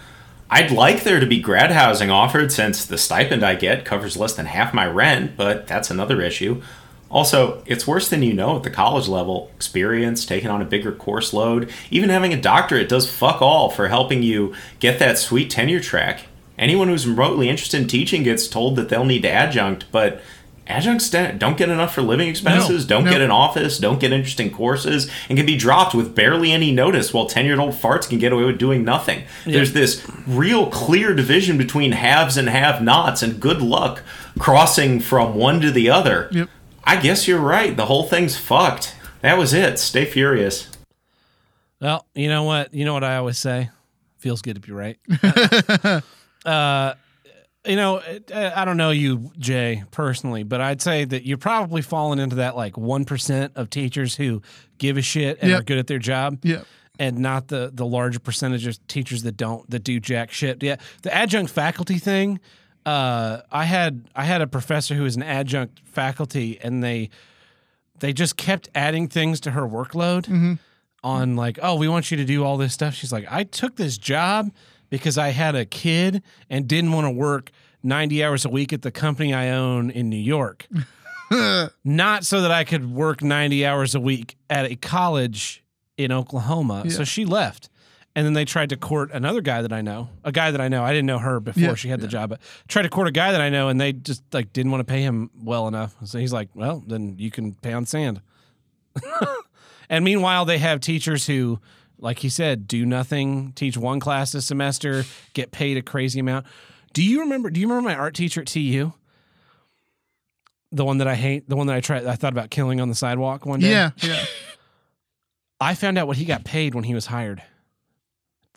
Speaker 8: I'd like there to be grad housing offered since the stipend I get covers less than half my rent, but that's another issue. Also, it's worse than you know at the college level. Experience, taking on a bigger course load, even having a doctorate does fuck all for helping you get that sweet tenure track. Anyone who's remotely interested in teaching gets told that they'll need adjunct, but adjuncts don't don't get enough for living expenses, don't
Speaker 2: no.
Speaker 8: get an office, don't get interesting courses, and can be dropped with barely any notice while 10 year old farts can get away with doing nothing. There's this real clear division between haves and have nots, and good luck crossing from one to the other.
Speaker 2: Yep.
Speaker 8: I guess you're right. The whole thing's fucked. That was it. Stay furious.
Speaker 1: Well, you know what? You know what I always say? Feels good to be right. uh, you know, I I don't know you, Jay, personally, but I'd say that you're probably falling into that like 1% of teachers who give a shit and
Speaker 2: Yep.
Speaker 1: are good at their job.
Speaker 2: Yep.
Speaker 1: And not the the larger percentage of teachers that don't that do jack shit. Yeah, the adjunct faculty thing. Uh, I had I had a professor who was an adjunct faculty, and they they just kept adding things to her workload on like, oh, we want you to do all this stuff. She's like, I took this job because I had a kid and didn't want to work 90 hours a week at the company I own in New York. Not so that I could work 90 hours a week at a college in Oklahoma. So she left. And then they tried to court another guy that I know, a guy that I know. I didn't know her before
Speaker 2: Yeah,
Speaker 1: she had the job, but tried to court a guy that I know, and they just like didn't want to pay him well enough. So he's like, "Well, then you can pound sand." And meanwhile, they have teachers who, like he said, do nothing, teach one class a semester, get paid a crazy amount. Do you remember? Do you remember my art teacher at TU? The one that I hate, the one that I tried, I thought about killing on the sidewalk one day.
Speaker 2: Yeah. Yeah.
Speaker 1: I found out what he got paid when he was hired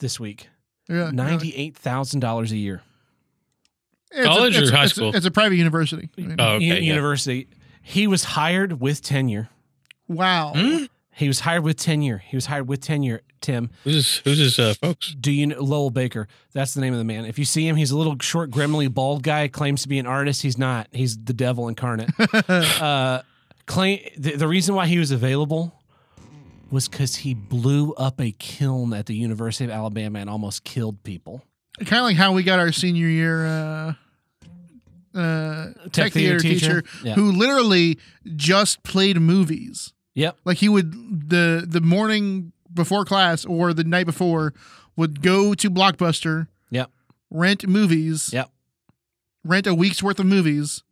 Speaker 1: this week
Speaker 2: yeah.
Speaker 1: ninety eight thousand dollars a year.
Speaker 2: It's a-
Speaker 3: College or
Speaker 2: it's a-
Speaker 3: high
Speaker 2: it's a-
Speaker 3: school?
Speaker 2: it's a private university. I mean,
Speaker 3: Oh, okay.
Speaker 1: U-
Speaker 3: yeah.
Speaker 1: University. He was hired with tenure.
Speaker 2: wow.
Speaker 3: Hmm?
Speaker 1: He was hired with tenure. He was hired with tenure. Tim,
Speaker 3: Who's his, who's his uh, folks?
Speaker 1: Do you know Lowell Baker? That's the name of the man. If you see him, he's a little short, grimly bald guy. Claims to be an artist. He's not. He's the devil incarnate. uh, claim the, the reason why he was available was because he blew up a kiln at the University of Alabama and almost killed people.
Speaker 2: Kind of like how we got our senior year uh, uh, tech, theater, teacher,
Speaker 1: Yeah.
Speaker 2: who literally just played movies.
Speaker 1: Yep.
Speaker 2: Like he would the the morning before class or the night before would go to Blockbuster,
Speaker 1: Yep.
Speaker 2: rent movies,
Speaker 1: Yep.
Speaker 2: rent a week's worth of movies,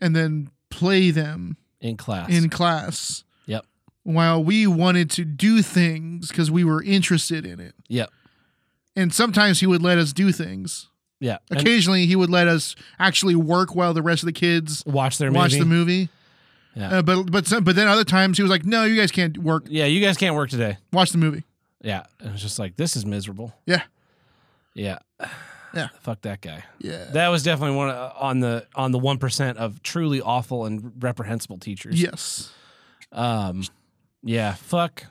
Speaker 2: and then play them
Speaker 1: In class.
Speaker 2: in class.
Speaker 1: Yep.
Speaker 2: While we wanted to do things because we were interested in it.
Speaker 1: Yep.
Speaker 2: And sometimes he would let us do things.
Speaker 1: yeah. And
Speaker 2: Occasionally, he would let us actually work while the rest of the kids
Speaker 1: watch their
Speaker 2: watched
Speaker 1: movie.
Speaker 2: the movie.
Speaker 1: Yeah.
Speaker 2: Uh, but but some, but then other times he was like, "No, you guys can't work.
Speaker 1: Yeah. You guys can't work today.
Speaker 2: Watch the movie."
Speaker 1: Yeah. It was just like this is miserable.
Speaker 2: Yeah.
Speaker 1: Yeah.
Speaker 2: Yeah.
Speaker 1: Fuck that guy.
Speaker 2: Yeah.
Speaker 1: That was definitely one uh, on the on the one percent of truly awful and reprehensible teachers.
Speaker 2: Yes.
Speaker 1: Um, yeah. Fuck.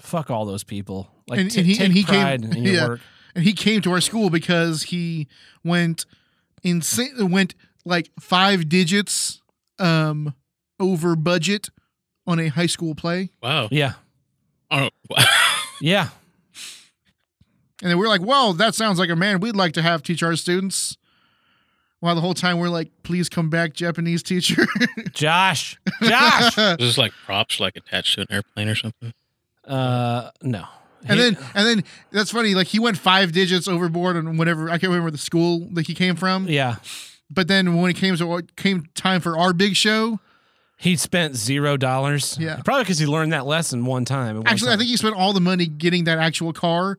Speaker 1: Fuck all those people. Like
Speaker 2: And-
Speaker 1: t-
Speaker 2: and he-
Speaker 1: take
Speaker 2: and he came-
Speaker 1: pride in your
Speaker 2: yeah.
Speaker 1: work.
Speaker 2: And he came to our school because he went insane. Went like five digits um over budget on a high school play,
Speaker 3: Wow.
Speaker 1: Yeah.
Speaker 3: Oh,
Speaker 1: Yeah.
Speaker 2: and then we were like, "Well, that sounds like a man we'd like to have teach our students." While the whole time we're like, "Please come back, Japanese teacher."
Speaker 1: Josh. Josh.
Speaker 3: Is this like props like attached to an airplane or something?
Speaker 1: uh, no.
Speaker 2: And
Speaker 1: He-
Speaker 2: then and then that's funny. Like he went five digits overboard on whatever I can't remember the school that he came from.
Speaker 1: yeah,
Speaker 2: But then when it came to it came time for our big show,
Speaker 1: he spent zero dollars.
Speaker 2: Yeah.
Speaker 1: Probably because he learned that lesson one time. at one
Speaker 2: actually I
Speaker 1: time.
Speaker 2: think he spent all the money getting that actual car.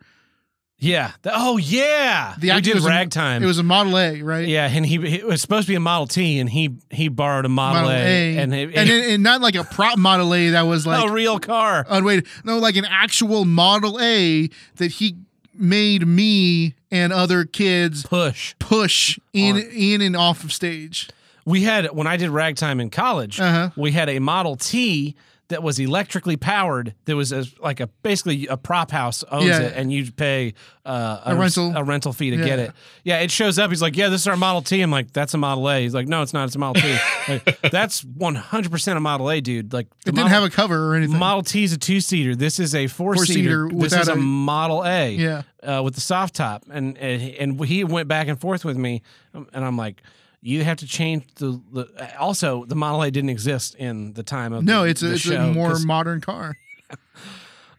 Speaker 1: Yeah. The- oh yeah.
Speaker 2: The
Speaker 1: we
Speaker 2: actual-
Speaker 1: did
Speaker 2: it was a-
Speaker 1: ragtime.
Speaker 2: It was a Model A, right?
Speaker 1: yeah, and he, he- it was supposed to be a Model T, and he he borrowed a Model, A, and it, Oh,
Speaker 2: and, then- and not like a prop Model A that was like
Speaker 1: a real car.
Speaker 2: oh wait no like an actual Model A that he made me and other kids
Speaker 1: Push.
Speaker 2: push in
Speaker 1: Aren't.
Speaker 2: in and off of stage.
Speaker 1: We had when I did ragtime in college,
Speaker 2: Uh-huh.
Speaker 1: we had a Model T that was electrically powered. That was a, like a basically a prop house owns
Speaker 2: Yeah.
Speaker 1: it, and you pay uh,
Speaker 2: A rental.
Speaker 1: a rental fee to
Speaker 2: Yeah.
Speaker 1: get it. Yeah, it shows up. He's like, "Yeah, this is our Model T." I'm like, "That's a Model A." He's like, "No, it's not. It's a Model T." like, that's 100 percent a Model A, dude. Like,
Speaker 2: It didn't have a cover or anything.
Speaker 1: Model T is a two seater. This is a four
Speaker 2: Four-seater
Speaker 1: seater. This
Speaker 2: without
Speaker 1: is a,
Speaker 2: a-
Speaker 1: Model A
Speaker 2: yeah.
Speaker 1: uh, with the soft top, and, and and he went back and forth with me, um, and I'm like, you have to change the. the also, the Model A didn't exist in the time of
Speaker 2: No,
Speaker 1: the-
Speaker 2: it's a,
Speaker 1: the
Speaker 2: it's
Speaker 1: show,
Speaker 2: a more
Speaker 1: 'cause-
Speaker 2: modern car.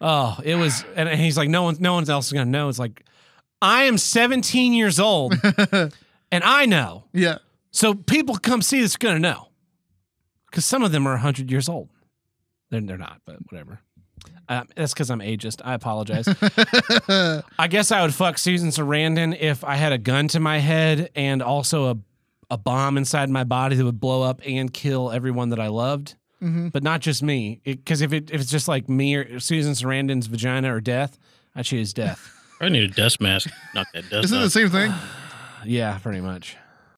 Speaker 1: Oh, it was, and, and he's like, no one, no one else is gonna know. It's like, I am 17 years old, and I know,
Speaker 2: Yeah.
Speaker 1: so people come see this are gonna know, because some of them are 100 years old. They're, they're not, but whatever. Um, that's because I'm ageist. I apologize. I guess I would fuck Susan Sarandon if I had a gun to my head and also a a bomb inside my body that would blow up and kill everyone that I loved,
Speaker 2: Mhm.
Speaker 1: but not just me. Because if it if it's just like me or Susan Sarandon's vagina or death, I choose death.
Speaker 3: I need a dust mask. Knock that dust
Speaker 2: Isn't it the
Speaker 3: off.
Speaker 2: same thing?
Speaker 1: Yeah, pretty much.